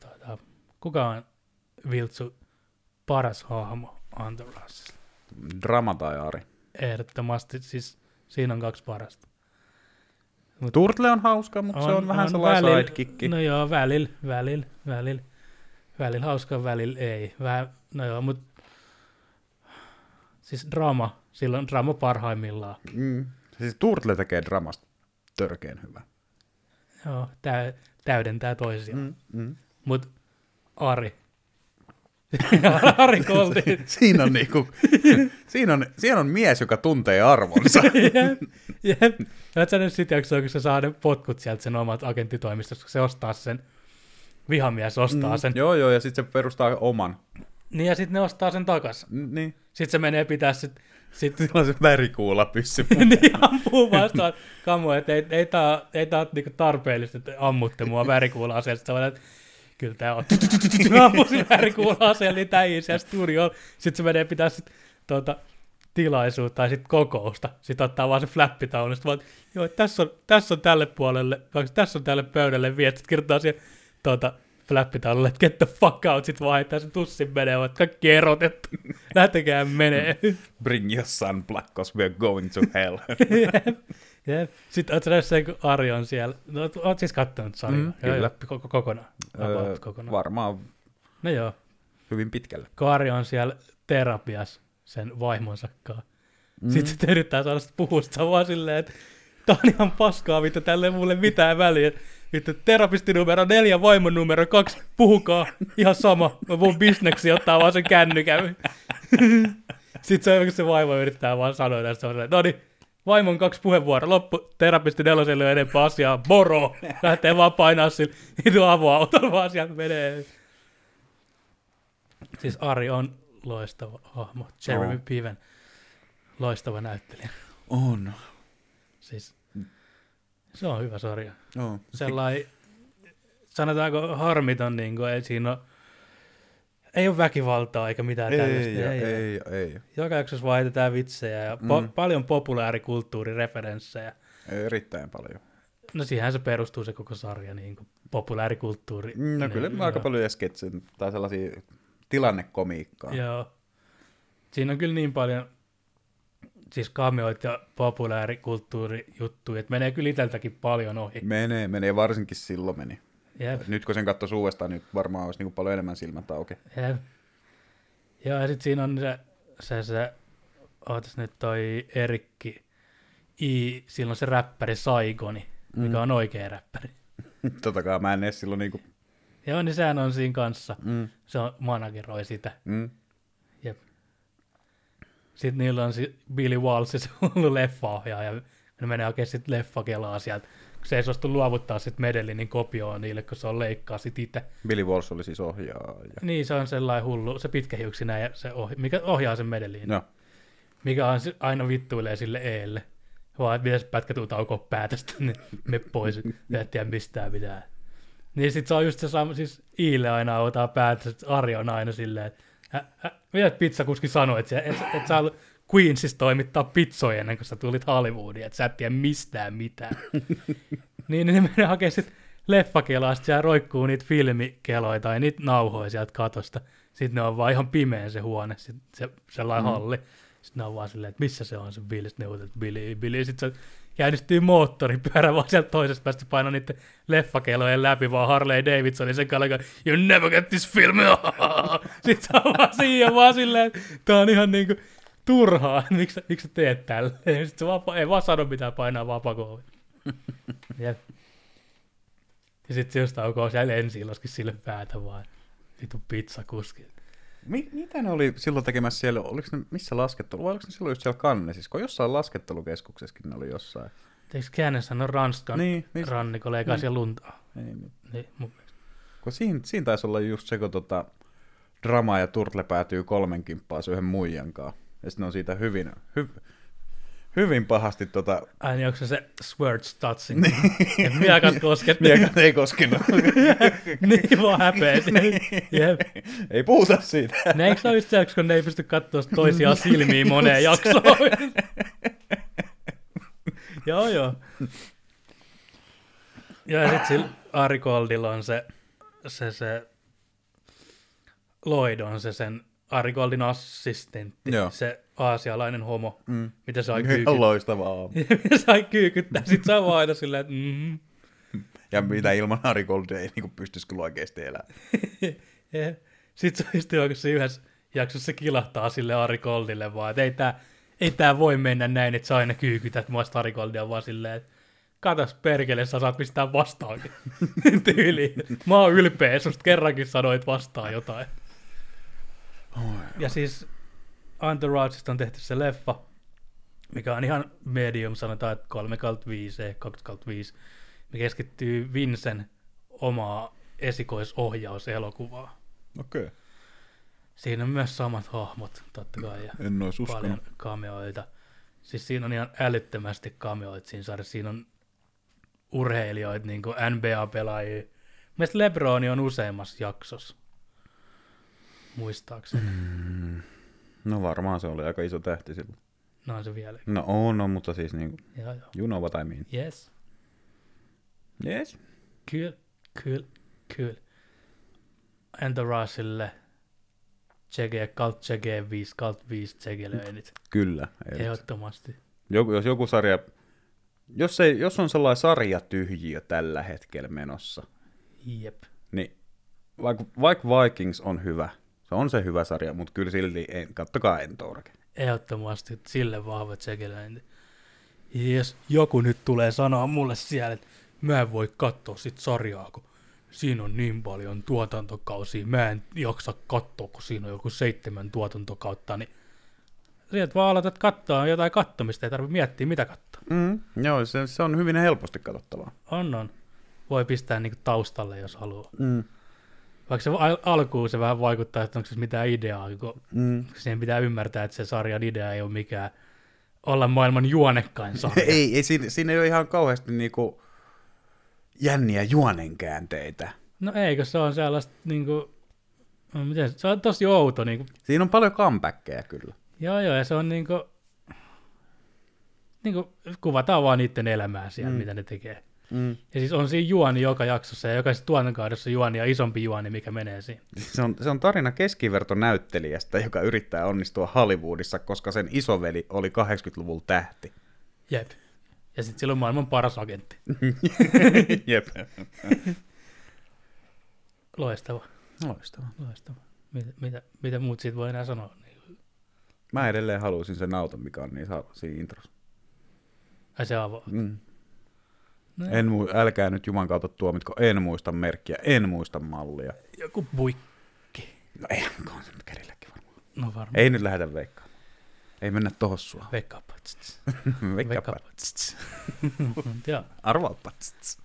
tuota, kuka on Viltsu paras hahmo Antolassista?
Drama tai Ari.
Ehdottomasti, siis siinä on kaksi parasta.
Turtle on hauska, mutta se on vähän sellainen
välillä-
sidekick.
No joo, välillä, välillä, välillä. Välillä hauska, välillä ei. Vähän, no joo, mutta siis drama, silloin drama parhaimmillaan.
Mm. Siis Turtle tekee dramasta törkeen hyvä.
Joo, tä, täydentää toisiaan. Mm.
Mm.
Mutta Ari. Ari Koldi.
Siinä on, niinku, siinä, on, siinä on mies, joka tuntee arvonsa.
jep, jep. Oletko nyt sitten jaksoa, kun se saa ne potkut sieltä sen omat agenttitoimistosta, kun se ostaa sen, vihamies ostaa mm. sen.
joo, joo, ja sitten se perustaa oman.
Niin ja sitten ne ostaa sen takas.
N- Niin.
Sitten se menee pitää sit, sit
Sillä on se värikuula pyssy.
niin ampuu vastaan kamu, että ei, ei tää, ei tää oo niinku tarpeellista, että ammutte mua värikuula aseella. Sitten että kyllä tää on. Mä ammun sen värikuula aseella, niin tää ei siellä studiolla. Sitten se menee pitää sit tuota, tilaisuutta tai sitten kokousta. Sitten ottaa vaan se flappitaulun. Sitten vaan, että joo, tässä on, tässä on tälle puolelle, vai tässä on tälle pöydälle viet. Sitten kirjoittaa siihen tuota, flappitaululle, että get the fuck out. Sitten vaan heittää se tussin menee, vaan, että kaikki erotettu. Lähtekää menee.
Bring your son black, cause we're going to hell.
Jep, jep. Sitten oot sä nähnyt sen, kun Ari on siellä. No, oot- oot siis kattonut sarjaa.
Mm,
Mm, joo,
kyllä.
joo, koko, kokonaan.
Öö,
About kokonaan.
varmaan
no joo,
hyvin pitkälle.
kun Ari on siellä terapias sen vaimonsa kanssa. Mm. Sitten se yrittää saada sitä puhusta vaan silleen, että tää on ihan paskaa, vittu, tälle ei mulle mitään väliä. Vittu, terapisti numero neljä, vaimon numero kaksi, puhukaa, ihan sama. Mä voin bisneksi ottaa vaan sen kännykän. Sitten se, on, kun se vaimo yrittää vaan sanoa tästä, on no niin, vaimon kaksi puheenvuoroa, loppu, terapisti neloselle on enempää asiaa, moro! Lähtee vaan painaa sillä, hitu avoautolla vaan sieltä menee. Siis Ari on loistava hahmo, Jeremy
Joo.
Piven, loistava näyttelijä.
On.
Siis, se on hyvä sarja.
Joo.
Sellainen, sanotaanko harmiton, niin kuin, ei siinä ole, ei ole väkivaltaa eikä mitään
Ei,
tällaista.
ei, ei, ei, ei.
Joka jaksossa vaihdetaan vitsejä ja po- mm. paljon populaarikulttuurireferenssejä.
Erittäin paljon.
No siihenhän se perustuu se koko sarja, niin kuin populaarikulttuuri.
No
niin,
kyllä
joo.
aika paljon ja sketsin tai sellaisia tilannekomiikkaa.
Joo. Siinä on kyllä niin paljon siis kameoita ja populaarikulttuurijuttuja, että menee kyllä itseltäkin paljon ohi.
Menee, menee, varsinkin silloin meni.
Jep,
Nyt kun sen katsoi uudestaan, niin varmaan olisi niin paljon enemmän silmät auki.
jep. Joo, ja sitten siinä on se, se, se ootas nyt toi Erikki I, silloin se räppäri Saigoni, mikä on oikea räppäri.
Totta Tota kai mä en edes silloin niinku...
Joo, niin sehän on siinä kanssa.
Mm,
Se on, manageroi sitä.
mm.
Jep. Sitten niillä on si- Billy Walsh, se on ollut leffaohjaaja. Ne menee oikein sitten leffakelaa sieltä. Kun se ei suostu luovuttaa sitten medeli, niin kopioi niille, kun se on leikkaa sit itse.
Billy Walsh oli siis ohjaaja.
Niin, se on sellainen hullu, se pitkähiuksina ja se ohi, mikä ohjaa sen medeliin.
No,
Mikä on se- aina vittuilee sille eelle. Vaan, että mitäs pätkä tuu taukoa päätöstä, niin me pois, Mä en tiedä mistään mitään. Niin sit se on just se sama, siis Iille aina otetaan päätös, että Ari on aina silleen, että hä, hä, mitä pizzakuski sanoi, että sä- et, sä- et sä ollut Queensissa toimittaa pizzoja ennen kuin sä tulit Hollywoodiin, että sä et tiedä mistään mitään. niin, niin ne menee hakemaan sit leffakelaa, sit siellä roikkuu niitä filmikeloja tai niitä nauhoja sieltä katosta. Sitten ne on vaan ihan pimeä se huone, sit se, sellainen mm. halli. Sitten ne on vaan silleen, että missä se on se Billy, sitten ne huutaa, että Billy, Billy. Sitten se käynnistyy moottoripyörä vaan sieltä toisesta päästä painaa niiden leffakelojen läpi, vaan Harley Davidsonin sen kanssa, joka, you never get this film. sitten se on vaan siinä vaan silleen, että tää on ihan niinku turhaa, miksi, sä- miksi sä teet tälleen. Sitten se vaan, ei vaan sano mitään, painaa vaan pakoon. Jep. Ja sitten se just alkoi siellä ensi illaskin sille päätä vaan. Vitu pizzakuski.
Mi- mitä ne oli silloin tekemässä siellä? Oliko ne missä laskettelu? Vai oliko ne silloin just siellä kannesissa? Kun jossain laskettelukeskuksessakin ne oli jossain.
Eikö käännessä on Ranskan
Niin,
niin.
niin.
rannikolla eikä siellä luntaa?
Ei mit-
Niin, mun mielestä.
Kun siinä, siinä taisi olla just se, kun tota, Drama ja Turtle päätyy kolmen kimppaan yhden muijan kanssa. Ja sitten ne on siitä hyvin, hy- hyvin pahasti tota...
Ai niin, onko se se Sword Statsin? Niin. Miekat kosket.
Miekat ei koskenut.
niin, vaan häpeä siinä. Jep.
ei puhuta siitä.
Ne eikö se ole just se, kun ne ei pysty katsoa toisiaan silmiin moneen jaksoon? joo, joo. Ja sitten sillä Ari Goldilla on se, se, se Lloyd on se sen Ari Goldin assistentti,
Joo.
se aasialainen homo, mm. mitä se aina
Ihan
kyykyttää.
loistava aamu.
mitä se aina kyykyttää, sit se on vaan aina silleen, että mm,
Ja mitä ilman Harry Goldia ei niinku pystyisi kyllä oikeasti elämään.
Jep. Sitten Eh, se istuu oikein siinä yhdessä jaksossa se kilahtaa sille Ari Goldille vaan, että ei tää, ei tää voi mennä näin, että sä aina kyykytät mua sitä Ari Goldia vaan silleen, että katas perkele, sä saat pistää vastaankin tyyliin. Mä oon ylpeä, susta kerrankin sanoit vastaan jotain. Ja siis Entourageista on tehty se leffa, mikä on ihan medium, sanotaan, että 3 kautta 5, 2 kautta 5, mikä keskittyy Vincen omaa esikoisohjauselokuvaa.
Okei. Okay.
Siinä on myös samat hahmot, totta kai, ja
En ois
paljon kameoita. Siis siinä on ihan älyttömästi kameoita siinä sarjassa. Siinä on urheilijoita, niin kuin NBA-pelaajia. Mielestäni Lebroni on useimmassa jaksossa, muistaakseni. Mm.
No varmaan se oli aika iso tähti silloin.
No on se vielä.
No on, no, mutta siis niinku,
Joo, joo.
you know what I mean.
Yes.
Yes.
Kyllä, kyllä, kyllä. Entouragelle Tsege, kalt Tsege 5, kalt 5 Tsege löinnit.
Kyllä. Ei.
Ehdottomasti.
Joku, jos joku sarja, jos, ei, jos on sellainen sarjatyhjiö tällä hetkellä menossa,
Jep.
niin vaikka, vaikka Vikings on hyvä, se on se hyvä sarja, mutta kyllä silti, en, kattokaa Entourage.
Ehdottomasti sille vahva tsekeläinen. Ja Jos joku nyt tulee sanoa mulle siellä, että mä en voi katsoa sit sarjaa, kun siinä on niin paljon tuotantokausia, mä en jaksa katsoa, kun siinä on joku seitsemän tuotantokautta, niin sieltä vaan aloitat katsoa jotain kattomista, ei tarvitse miettiä mitä katsoa.
Mm, joo, se, se on hyvin helposti katsottavaa.
On, on. Voi pistää niinku taustalle, jos haluaa.
Mm.
Vaikka se al- alkuun se vähän vaikuttaa, että onko se mitään ideaa, kun
Mm.
siihen pitää ymmärtää, että se sarjan idea ei ole mikään olla maailman juonekkain sarja.
Ei, ei siinä, siinä ei ole ihan kauheasti niinku jänniä juonenkäänteitä.
No eikö se on sellaista niinku, no miten, se- se on tosi outo niinku.
Siinä on paljon comebackkejä kyllä.
Joo joo, ja se on niinku, niinku kuvataan vaan niiden elämää siellä, mm. mitä ne tekee.
Mm.
Ja siis on siinä juoni joka jaksossa ja jokaisessa tuotantokaudessa juoni ja isompi juoni, mikä menee siinä.
Se, on, se on tarina keskivertonäyttelijästä, joka yrittää onnistua Hollywoodissa, koska sen isoveli oli 80-luvulla tähti.
Jep. Ja sitten sillä on maailman paras agentti.
Jep.
Loistava,
Loistavaa.
loistava. Mitä, mitä, mitä muut siitä voi enää sanoa? Niin,
Mä edelleen haluaisin sen auton, mikä on niin sa- siinä introssa.
Ai se avaa.
Mm.
No,
En mu- älkää nyt Juman kautta tuomitko, en muista merkkiä, en muista mallia.
Joku buikki.
No ei, on se nyt kädelläkin varmaan.
No varmaan.
Ei nyt lähdetä veikkaamaan. Ei mennä tohon sua.
Wake up. Tss, tss.
Veikkaapa.
Veikkaapa. Mut No, Joo.
Arvaappa. Tss.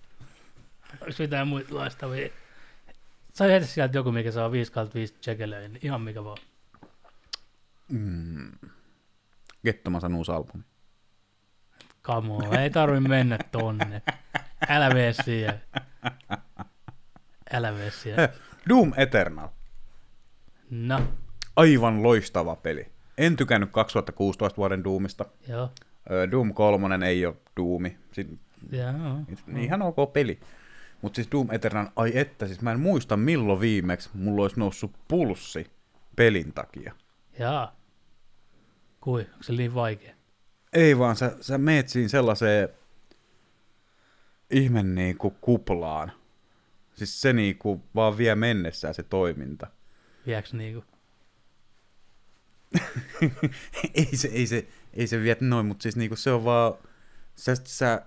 Onks mitään muita loistavia? Saa heitä sieltä joku, mikä saa 5 kautta 5 checkelöin. niin Ihan mikä vaan.
Gettomasan uusi albumi.
Come on, ei tarvi mennä tonne. Älä mene siihen. Älä mene siihen.
Heh, Doom Eternal.
No,
Aivan loistava peli. En tykännyt 2016 vuoden Doomista.
joo.
Ö, Doom 3 ei ole Doomi. Siin
Joo.
Ihan ok peli. Mutta siis Doom Eternal, ai että, siis mä en muista milloin viimeksi mulla olisi noussut pulssi pelin takia.
Jaa. Kui, onko se liian vaikea?
Ei vaan, sä, sä meet siinä sellaiseen ihme niinku kuplaan. Siis se niinku vaan vie mennessään se toiminta.
Vieks niinku?
ei se, ei se, ei se vie noin, mutta siis niinku se on vaan, sä, sä,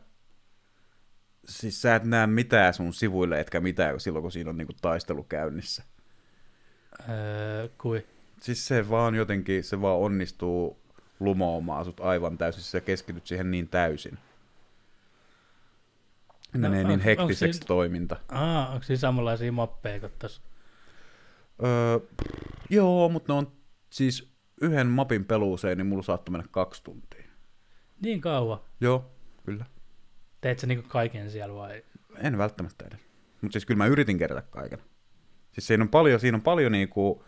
siis sä et näe mitään sun sivuille, etkä mitään silloin, kun siinä on niinku taistelu käynnissä.
Öö, kui?
Siis se vaan jotenkin, se vaan onnistuu lumoamaan sut aivan täysin, sä keskityt siihen niin täysin. Menee niin
No, on- onks
hektiseksi
siinä-
toiminta.
Aa, onko siinä samanlaisia mappeja kuin tossa?
Öö, joo, mutta ne on siis yhden mapin peluuseen, niin mulla saattoi mennä kaksi tuntia.
Niin kauan.
Joo, kyllä.
Teet sä niinku kaiken siellä vai?
En välttämättä edes. Mutta siis kyllä mä yritin kerätä kaiken. Siis siinä on paljon, siinä on paljon niinku,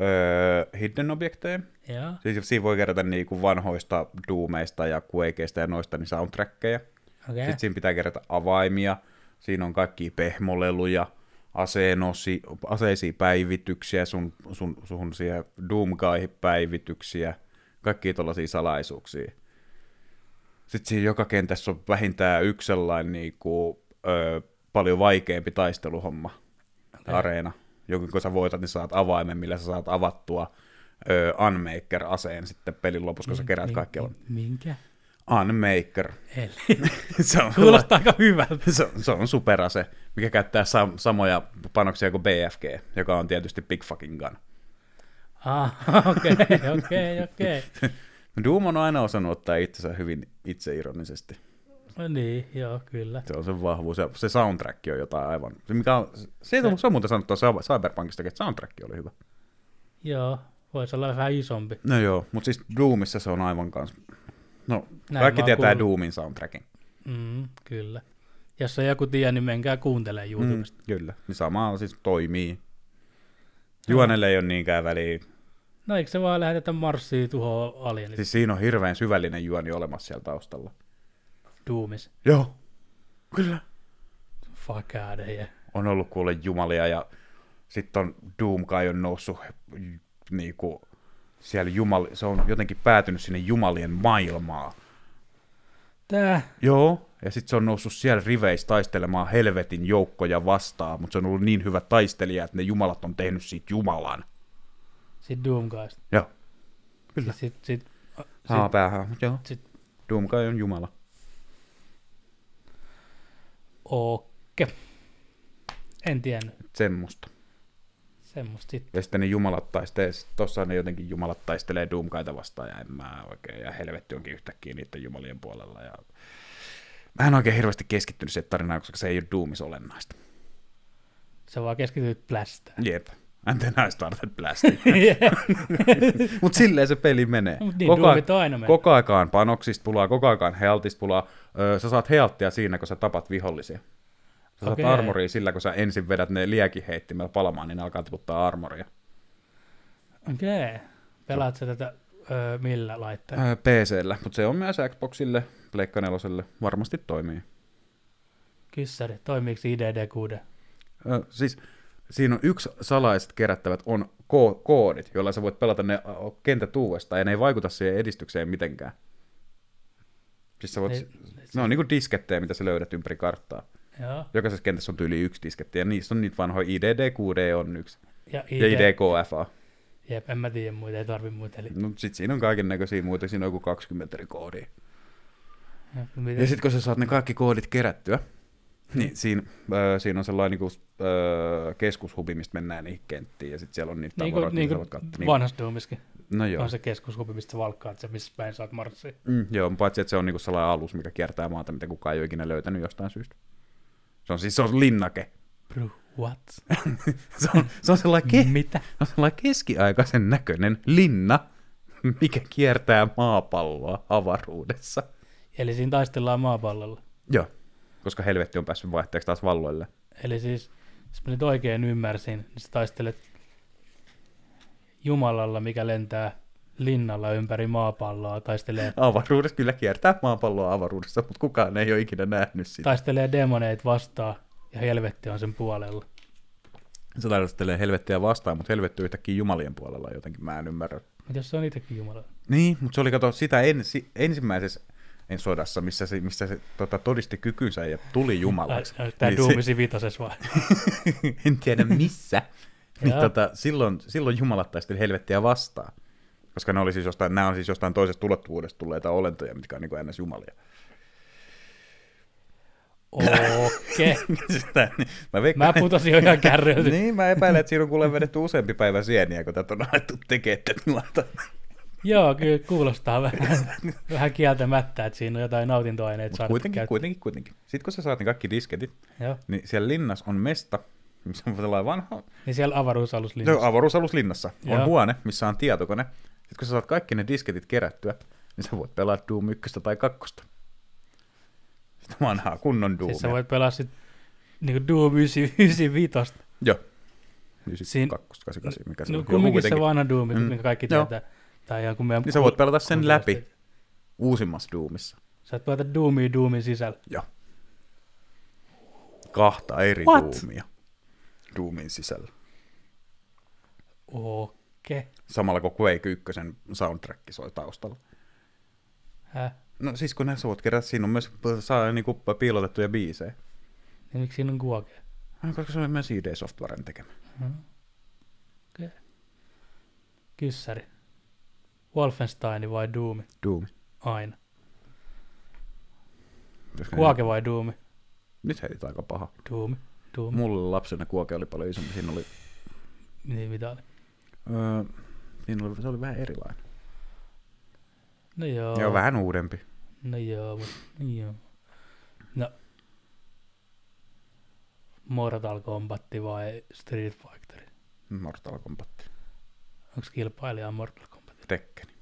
öö, hidden objekteja.
Joo.
Siis siinä voi kerätä niinku vanhoista duumeista ja kueikeista ja noista niin soundtrackeja.
Okei.
Sitten siinä pitää kerätä avaimia. Siinä on kaikki pehmoleluja, aseen osi, aseisia päivityksiä, sun, sun, sun siihen Doomguy-päivityksiä, kaikki tuollaisia salaisuuksia. Sitten siinä joka kentässä on vähintään yksi sellainen niin kuin, ö, paljon vaikeampi taisteluhomma, okay. areena. Joku kun sä voitat, niin saat avaimen, millä sä saat avattua ö, Unmaker-aseen sitten pelin lopussa, kun sä kerät
Min-
kaikki.
min- Minkä?
Unmaker.
Eli.
se on
Kuulostaa aika hyvältä.
se, on- se on superase, mikä käyttää sam- samoja panoksia kuin BFG, joka on tietysti Big Fucking Gun.
Ah, okei, okei, okei.
Doom on aina osannut ottaa itsensä hyvin itseironisesti.
No niin, joo, kyllä.
Se on sen vahvuus. Ja se soundtrack on jotain aivan... Se, mikä on, se, ei tullut, se on muuten sanottua Cy- Cyberpunkista, että soundtrack oli hyvä.
Joo, voisi olla vähän isompi.
No joo, mutta siis Doomissa se on aivan kans... No,
Näin
Näin kaikki
mä oon
tietää
kuullut.
Doomin soundtrackin.
Mm, kyllä. Jos ei joku tiedä, niin menkää kuuntelemaan
Mm,
YouTubesta.
kyllä. Niin sama on, siis toimii. Juonelle ei ole niinkään väliä.
Mm. No eikö se vaan lähetetä marssiin tuhoa alienit siis...
Siis siinä on hirveän syvällinen juoni olemassa siellä taustalla.
Doomis?
Joo. Kyllä.
Fuck out of here.
on ollut kuule jumalia ja sitten on Doom kai on noussut niinku, siellä jumali, se on jotenkin päätynyt sinne jumalien maailmaan.
Tää?
Joo, ja sitten se on noussut siellä riveissä taistelemaan helvetin joukkoja vastaan, mutta se on ollut niin hyvä taistelija, että ne jumalat on tehnyt siitä jumalan.
Sit Doomgeist.
Joo,
Kyllä. Sit, sit, sit,
saa päähän, mut joo.
sit,
Doom kai on jumala.
okke. En tiennyt.
Semmosta.
Semmosta sit.
Ja sitten ne jumalat taistelee, tuossa ne jotenkin jumalat taistelee Doomkaita vastaan, ja en mä oikein, ja helvetti onkin yhtäkkiä niiden jumalien puolella. Ja... Mä en oikein hirveästi keskittynyt siihen tarinaan, koska se ei ole Doomis olennaista.
Sä vaan keskityt plästään.
Jep. And then I started blasting.
yeah.
Mutta silleen se peli menee.
Mut niin, Doomit on aina mennyt.
koko aikaan panoksista pulaa, koko aikaan healtista pulaa. Öö, sä saat healttia siinä, kun sä tapat vihollisia. Sä saat
Okei.
armoria sillä, kun sä ensin vedät ne liekiheittimellä palamaan, niin ne alkaa tiputtaa armoria.
Okei. Okay. Pelaat sä tätä öö, millä laitteella?
Äh, PCllä, mutta se on myös Xboxille, Pleikka neloselle, varmasti toimii.
Kyssäri, toimiiko IDD6?
Ö, siis siinä on yksi salaiset kerättävät on ko- koodit, joilla sä voit pelata ne ö, kentät uudestaan, ja ne ei vaikuta siihen edistykseen mitenkään. Siis sä voit,
Ei-
ne, ne on niinku diskettejä, mitä sä löydät ympäri karttaa.
Joo.
Jokaisessa kentässä on tyyli yksi disketti, ja niissä on niitä vanhoja IDD6D on yksi,
Ja
ja IDKFA.
Jep, en mä tiedä muita, ei tarvi muita. Eli,
No sit siinä on kaiken näköisiä muita, siinä on joku 20 eri koodia.
ja, miten,
Ja sitten kun sä saat ne kaikki koodit kerättyä, niin siinä, öö, siinä on sellainen niin öö, keskushubi, mistä mennään niihin kenttiin, ja sitten siellä on niitä
niin
tavaroita,
kuin, niin
mitä
kuin
voit katsoa. Niin,
vanhassa Doomiskin
no joo.
on se keskushupi, mistä sä valkkaat se, missä päin saat marssia.
Mm, joo, paitsi että se on niinku sellainen alus, mikä kiertää maata, mitä kukaan ei ole ikinä löytänyt jostain syystä. Se on siis se on linnake.
Bro, what?
Se on, se on, sellainen, ke,
Mitä?
se on sellainen keskiaikaisen näköinen linna, mikä kiertää maapalloa avaruudessa.
Eli siinä taistellaan maapallolla.
Joo, koska helvetti on päässyt vaihteeksi taas valloille.
Eli siis, jos mä nyt oikein ymmärsin, niin sä taistelet Jumalalla, mikä lentää linnalla ympäri maapalloa, taistelee,
Avaruudessa kyllä kiertää maapalloa avaruudessa, mutta kukaan ei ole ikinä nähnyt sitä.
taistelee demoneit vastaan ja helvetti on sen puolella.
Se taistelee helvettiä vastaan, mutta helvetti on yhtäkkiä jumalien puolella jotenkin, mä en ymmärrä.
Mutta jos se on itsekin Jumala.
Niin, mutta se oli kato sitä ensi, ensimmäisessä en sodassa, missä se, missä se tota, todisti kykynsä ja tuli jumalaksi.
Tämä
Niin
niin
se-
Doomisi vitoses vai?
en tiedä missä. niin
Joo.
tota, silloin, silloin jumalat taisteli helvettiä vastaan. Koska ne, oli siis jostain, nämä on siis jostain toisesta ulottuvuudesta tulleita olentoja, mitkä on niin ns. jumalia.
Okei.
Sitä, niin mä, veikkaan,
Mä putosin jo ihan kärryiltä.
Niin, mä epäilen, että siinä on kuule vedetty useampi päivä sieniä, kun tätä on alettu tekemään tätä tilata.
Joo, kyllä kuulostaa vähän, vähän kieltämättä, että siinä on jotain nautintoaineita
Mutta
saada
kuitenkin,
käyttää.
kuitenkin, kuitenkin. Sitten kun sä saat ne kaikki disketit,
Joo.
niin siellä linnas on mesta, missä on sellainen vanha
Niin siellä avaruusalus
Joo,
linjassa.
No, avaruusalus linnassa. On
Joo.
huone, missä on tietokone. Sitten kun sä saat kaikki ne disketit kerättyä, niin sä voit pelaa Doom 1 tai 2. Sitä vanhaa kunnon Doomia.
Siis sä voit pelaa sit niinku Doom 95.
Joo. Niin 92,
Siin-
88, mikä se
No
on.
kumminkin se
Joku
vanha Doom,
Mm.
mm. minkä kaikki
Joo.
tietää. Tai joku meidän
Niin sä voit pelata sen
kuul-
läpi uusimmassa Doomissa.
Sä et pelata Doomia Doomin sisällä.
Joo. Kahta eri
What?
Doomia. Doomin sisällä.
Okei.
Samalla kun Quake 1 soundtrack soi taustalla.
Häh?
No siis kun näissä voit kerätä, siinä on myös saa niinku piilotettuja biisejä.
Niin miksi siinä on kuokea?
No, koska se on myös ID Softwaren tekemä.
Okei. Kyssäri. Wolfenstein vai Doom?
Doom.
Aina.
Koska
Kuoke vai Doom?
Nyt heitit aika paha.
Doom. Doom.
Mulle lapsena kuoke oli paljon isompi. Siinä oli,
Niin mitä oli?
öö, siinä oli, se oli vähän erilainen.
No joo.
Oh. Ja vähän uudempi.
No joo, mut, no joo. No. Mortal Kombat vai Street Fighter?
Mortal Kombat.
Onko kilpailija Mortal Kombat?
Tekkeni.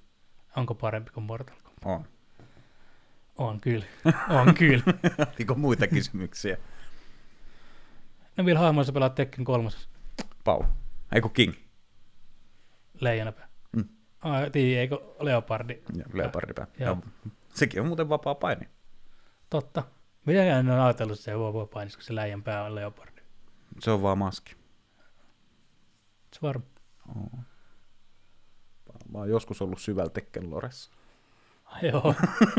Onko parempi kuin Mortal Kombat?
On.
On kyllä. On kyllä.
Oliko muita kysymyksiä?
No millä hahmoilla sä pelaat Tekken kolmas
Pau. Eiku King.
leijonapää?
Mm.
Ai, tii, eikö Leopardi?
Ja Leopardipää.
Joo.
Ja. Sekin on muuten vapaa paini.
Totta. Mitä ne on ajatellut se voi painis, kun se läijän pää on Leopardi?
Se on vaan maski.
Se varma.
Mä oon joskus ollut syvällä Tekken Loressa.
Ai Joo.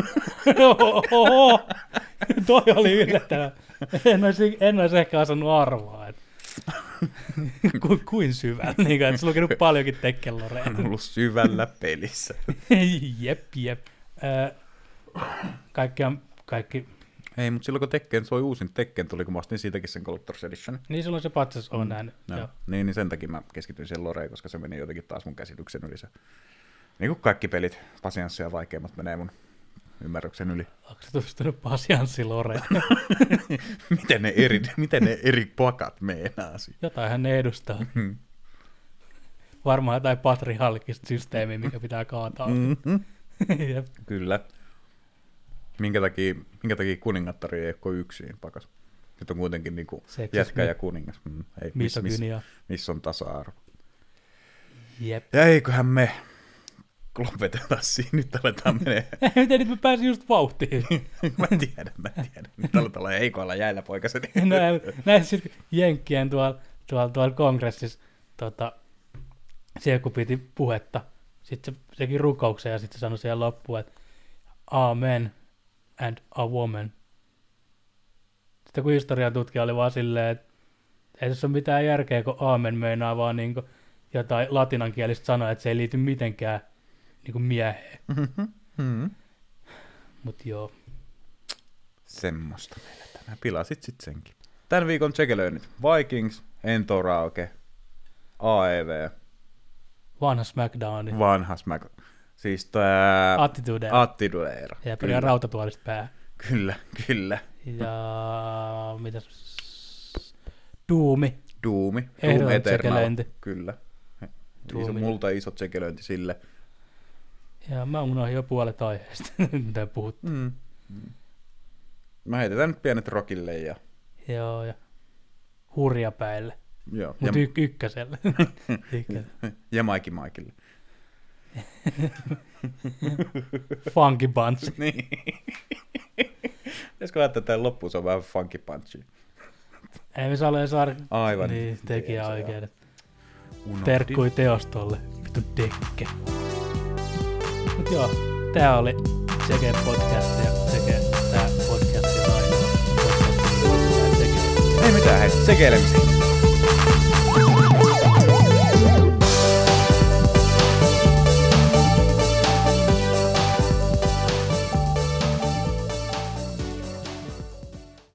Ohoho. Toi oli yllättävää. En olisi, en olisi ehkä osannut arvaa, että ku, kuin syvällä. Niin kuin, että se on lukenut paljonkin tekkelloreja.
On ollut syvällä pelissä.
jep, jep. Ö, Kaikki on, kaikki,
Ei, mutta silloin kun Tekken soi uusin Tekken, tuli kun mä ostin siitäkin sen Collector's Edition.
niin silloin se patsas on nähnyt.
No,
Joo.
Niin, niin sen takia mä keskityin siihen Loreen, koska se meni jotenkin taas mun käsityksen yli. Se. Niin kuin kaikki pelit, pasianssia vaikeimmat menee mun ymmärryksen yli.
Onko se tutustunut pasianssiloreen?
Miten ne eri, miten ne eri pakat meinaa siinä?
Jotainhan ne edustaa.
Mm.
Varmaan jotain patrihalkista systeemiä, mikä pitää kaataa.
Mm-hmm.
Jep.
Kyllä. Minkä takia, minkä takin kuningattari ei ole kuin yksin pakas? Nyt on kuitenkin niin kuin
Seksismi.
jätkä ja kuningas. Mm, ei, miss, miss,
Misogynia.
missä on tasa-arvo?
Jep.
Ja eiköhän me lopetetaan siinä, nyt aletaan menee.
Miten nyt mä pääsin just vauhtiin?
mä tiedän, mä tiedän. Nyt aletaan olla heikoilla jäillä poikaseni.
no, näin sitten jenkkien tuolla, tuolla, tuolla kongressissa, tota, se kun piti puhetta, sitten se teki rukouksen ja sitten se sanoi siellä loppuun, että Amen and a woman. Sitten kun historian tutkija oli vaan silleen, että ei tässä ole mitään järkeä, kun aamen meinaa vaan niin jotain latinankielistä sanaa, että se ei liity mitenkään niin kuin mieheen.
Mm-hmm.
Mutta joo,
Semmosta meillä tänään. Pilasit sit senkin. Tämän viikon tsekelöinnit. Vikings, Entourage, E AEV,
vanha SmackDown,
vanha Smack. Siis tää...
Attitude,
Attidueira. kyllä,
ja pidän rautatuolista päähän.
kyllä, kyllä.
Ja mitäs? Duumi.
Duumi. Doom
Ehdoton
Eternal.
tsekelöinti.
Kyllä. Iso,
Doomille.
multa iso tsekelöinti sille.
Ja mä unohdin jo puolet aiheesta, mitä puhut.
Mm. Mä heitetään nyt pienet rokille ja...
Joo, ja hurjapäille.
Joo. Ja,
Mutta y- ykköselle. Ykköselle.
ja Maiki Maikille.
Funky Bunch.
Niin. Pitäisikö laittaa tämän loppuun, se on vähän funky punchy.
Ei me saa olla saada
Aivan.
niin, tekijä
Tiedän,
oikeudet.
No. Unohdin.
Terkkui teostolle. Vittu dekke. Mut joo, tää oli Tseke podcast ja Tseke tää podcast ja ainoa podcast. Tseke.
Ei mitään, hei, tsekeilemisiin.